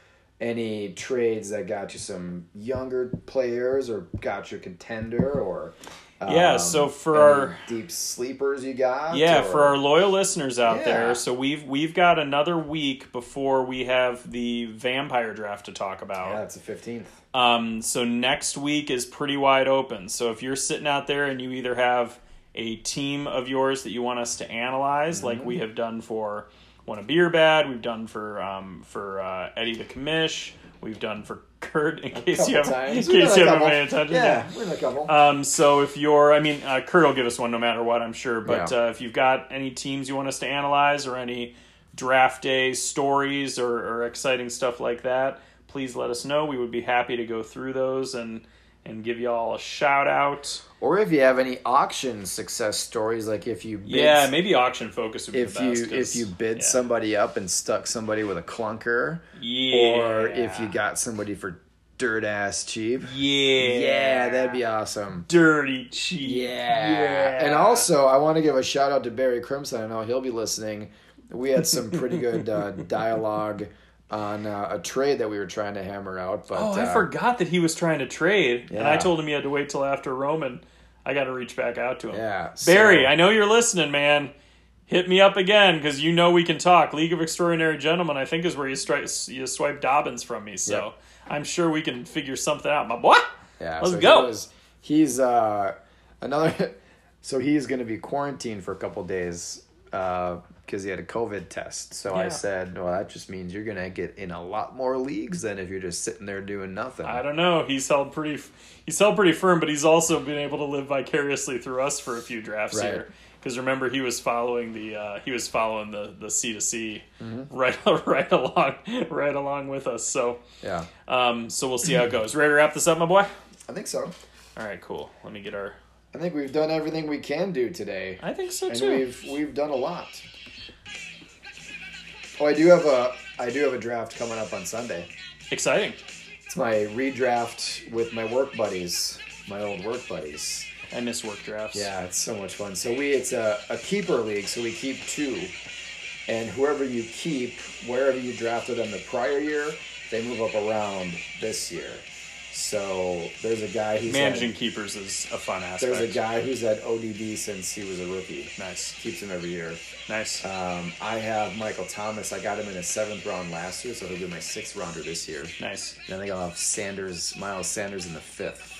Speaker 2: any trades that got you some younger players or got you a contender or
Speaker 1: Yeah,
Speaker 2: um,
Speaker 1: so for
Speaker 2: any
Speaker 1: our-
Speaker 2: deep sleepers you got
Speaker 1: yeah
Speaker 2: or-
Speaker 1: for our loyal listeners out
Speaker 2: Yeah.
Speaker 1: there so we've we've got another week before we have the vampire draft to talk about
Speaker 2: yeah, that's the 15th.
Speaker 1: um, so next week is pretty wide open so if you're sitting out there and you either have a team of yours that you want us to analyze like
Speaker 2: Mm-hmm.
Speaker 1: we have done for one a beer bad we've done for um, for uh, eddie the commish we've done for kurt in case you
Speaker 2: Couple
Speaker 1: haven't in
Speaker 2: times. We've
Speaker 1: case
Speaker 2: done
Speaker 1: you
Speaker 2: a
Speaker 1: haven't
Speaker 2: couple.
Speaker 1: paid attention
Speaker 2: Yeah, we've done a couple.
Speaker 1: um, so if you're, I mean, uh, Kurt will give us one no matter what, I'm sure. But
Speaker 2: Yeah.
Speaker 1: uh, if you've got any teams you want us to analyze or any draft day stories or, or exciting stuff like that, please let us know. We would be happy to go through those and and give you all a shout out.
Speaker 2: Or if you have any auction success stories, like if you bid,
Speaker 1: Yeah, maybe auction focus would be
Speaker 2: if
Speaker 1: the best.
Speaker 2: you if
Speaker 1: 'cause-
Speaker 2: you bid
Speaker 1: yeah.
Speaker 2: somebody up and stuck somebody with a clunker,
Speaker 1: yeah.
Speaker 2: or if you got somebody for dirt ass cheap,
Speaker 1: yeah,
Speaker 2: yeah, that'd be awesome.
Speaker 1: dirty cheap, yeah,
Speaker 2: and also I want to give a shout out to Barry Crimson. I know he'll be listening. We had some pretty good uh, dialogue on uh, a trade that we were trying to hammer out, but
Speaker 1: Oh, I
Speaker 2: uh,
Speaker 1: forgot that he was trying to trade, and I
Speaker 2: Yeah.
Speaker 1: told him he had to wait till after Roman. I got to reach back out to him.
Speaker 2: yeah, so-
Speaker 1: Barry, I know you're listening, man. Hit me up again because you know we can talk. League of Extraordinary Gentlemen, I think, is where you, stri- you swipe Dobbins from me. So
Speaker 2: Yep.
Speaker 1: I'm sure we can figure something out, my boy.
Speaker 2: Yeah,
Speaker 1: Let's
Speaker 2: so
Speaker 1: go.
Speaker 2: He was, he's uh, another. So he's going to be quarantined for a couple days because he had a COVID test. So
Speaker 1: Yeah.
Speaker 2: I said, well, that just means you're going to get in a lot more leagues than if you're just sitting there doing nothing.
Speaker 1: I don't know. He's held pretty. f- He's held pretty firm, but he's also been able to live vicariously through us for a few drafts
Speaker 2: Right.
Speaker 1: here. Because remember, he was following the uh, he was following the the C to C
Speaker 2: Mm-hmm.
Speaker 1: right right along right along with us. So
Speaker 2: yeah,
Speaker 1: um, so we'll see how it goes. Ready to wrap this up, my boy?
Speaker 2: I think so.
Speaker 1: All right, cool. Let me get our.
Speaker 2: I think we've done everything we can do today,
Speaker 1: I think so
Speaker 2: and
Speaker 1: too.
Speaker 2: we've we've done a lot. Oh, I do have a I do have a draft coming up on Sunday.
Speaker 1: Exciting.
Speaker 2: It's my redraft with my work buddies, my old work buddies.
Speaker 1: I miss work drafts.
Speaker 2: Yeah, it's so much fun. So we it's a, a keeper league, so we keep two. And whoever you keep, wherever you drafted them the prior year, they move up around this year. So there's a guy who's
Speaker 1: Managing
Speaker 2: At,
Speaker 1: keepers is a fun aspect.
Speaker 2: there's a guy who's at ODB since he was a rookie.
Speaker 1: Nice.
Speaker 2: Keeps him every year.
Speaker 1: Nice.
Speaker 2: Um, I have Michael Thomas. I got him in the seventh round last year, so he'll be my sixth rounder this year.
Speaker 1: nice.
Speaker 2: And I think I'll have Sanders, Miles Sanders in the fifth.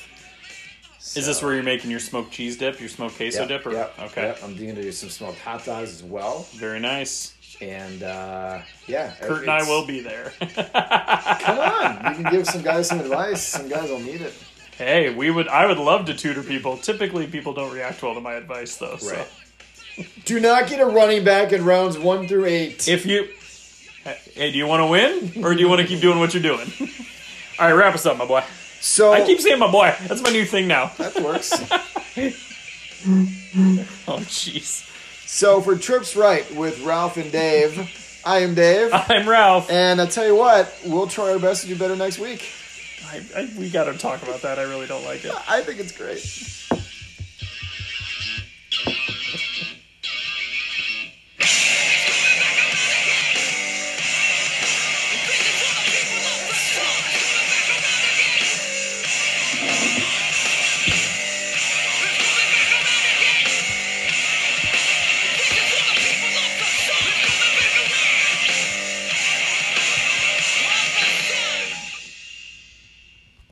Speaker 1: Is this
Speaker 2: So-
Speaker 1: where you're making your smoked cheese dip, your smoked queso
Speaker 2: Yep,
Speaker 1: dip? Or,
Speaker 2: yep,
Speaker 1: okay.
Speaker 2: yep. I'm going to do some smoked hot dogs as well.
Speaker 1: Very nice.
Speaker 2: And uh, yeah,
Speaker 1: Kurt and I will be there.
Speaker 2: Come on, you can give some guys some advice. Some guys will need it.
Speaker 1: hey, we would. I would love to tutor people. Typically, people don't react well to my advice, though. So
Speaker 2: do not get a running back in rounds one through eight.
Speaker 1: if you Hey, do you want to win or do you want to keep doing what you're doing? All right, wrap us up, my boy.
Speaker 2: So
Speaker 1: I keep saying my boy. That's my new thing now.
Speaker 2: that works.
Speaker 1: Oh, jeez.
Speaker 2: so for trips right with Ralph and Dave, I am Dave,
Speaker 1: I'm Ralph.
Speaker 2: and I tell you what, we'll try our best to do better next week.
Speaker 1: I, I, we got to talk about that. I really don't like it.
Speaker 2: I think it's great.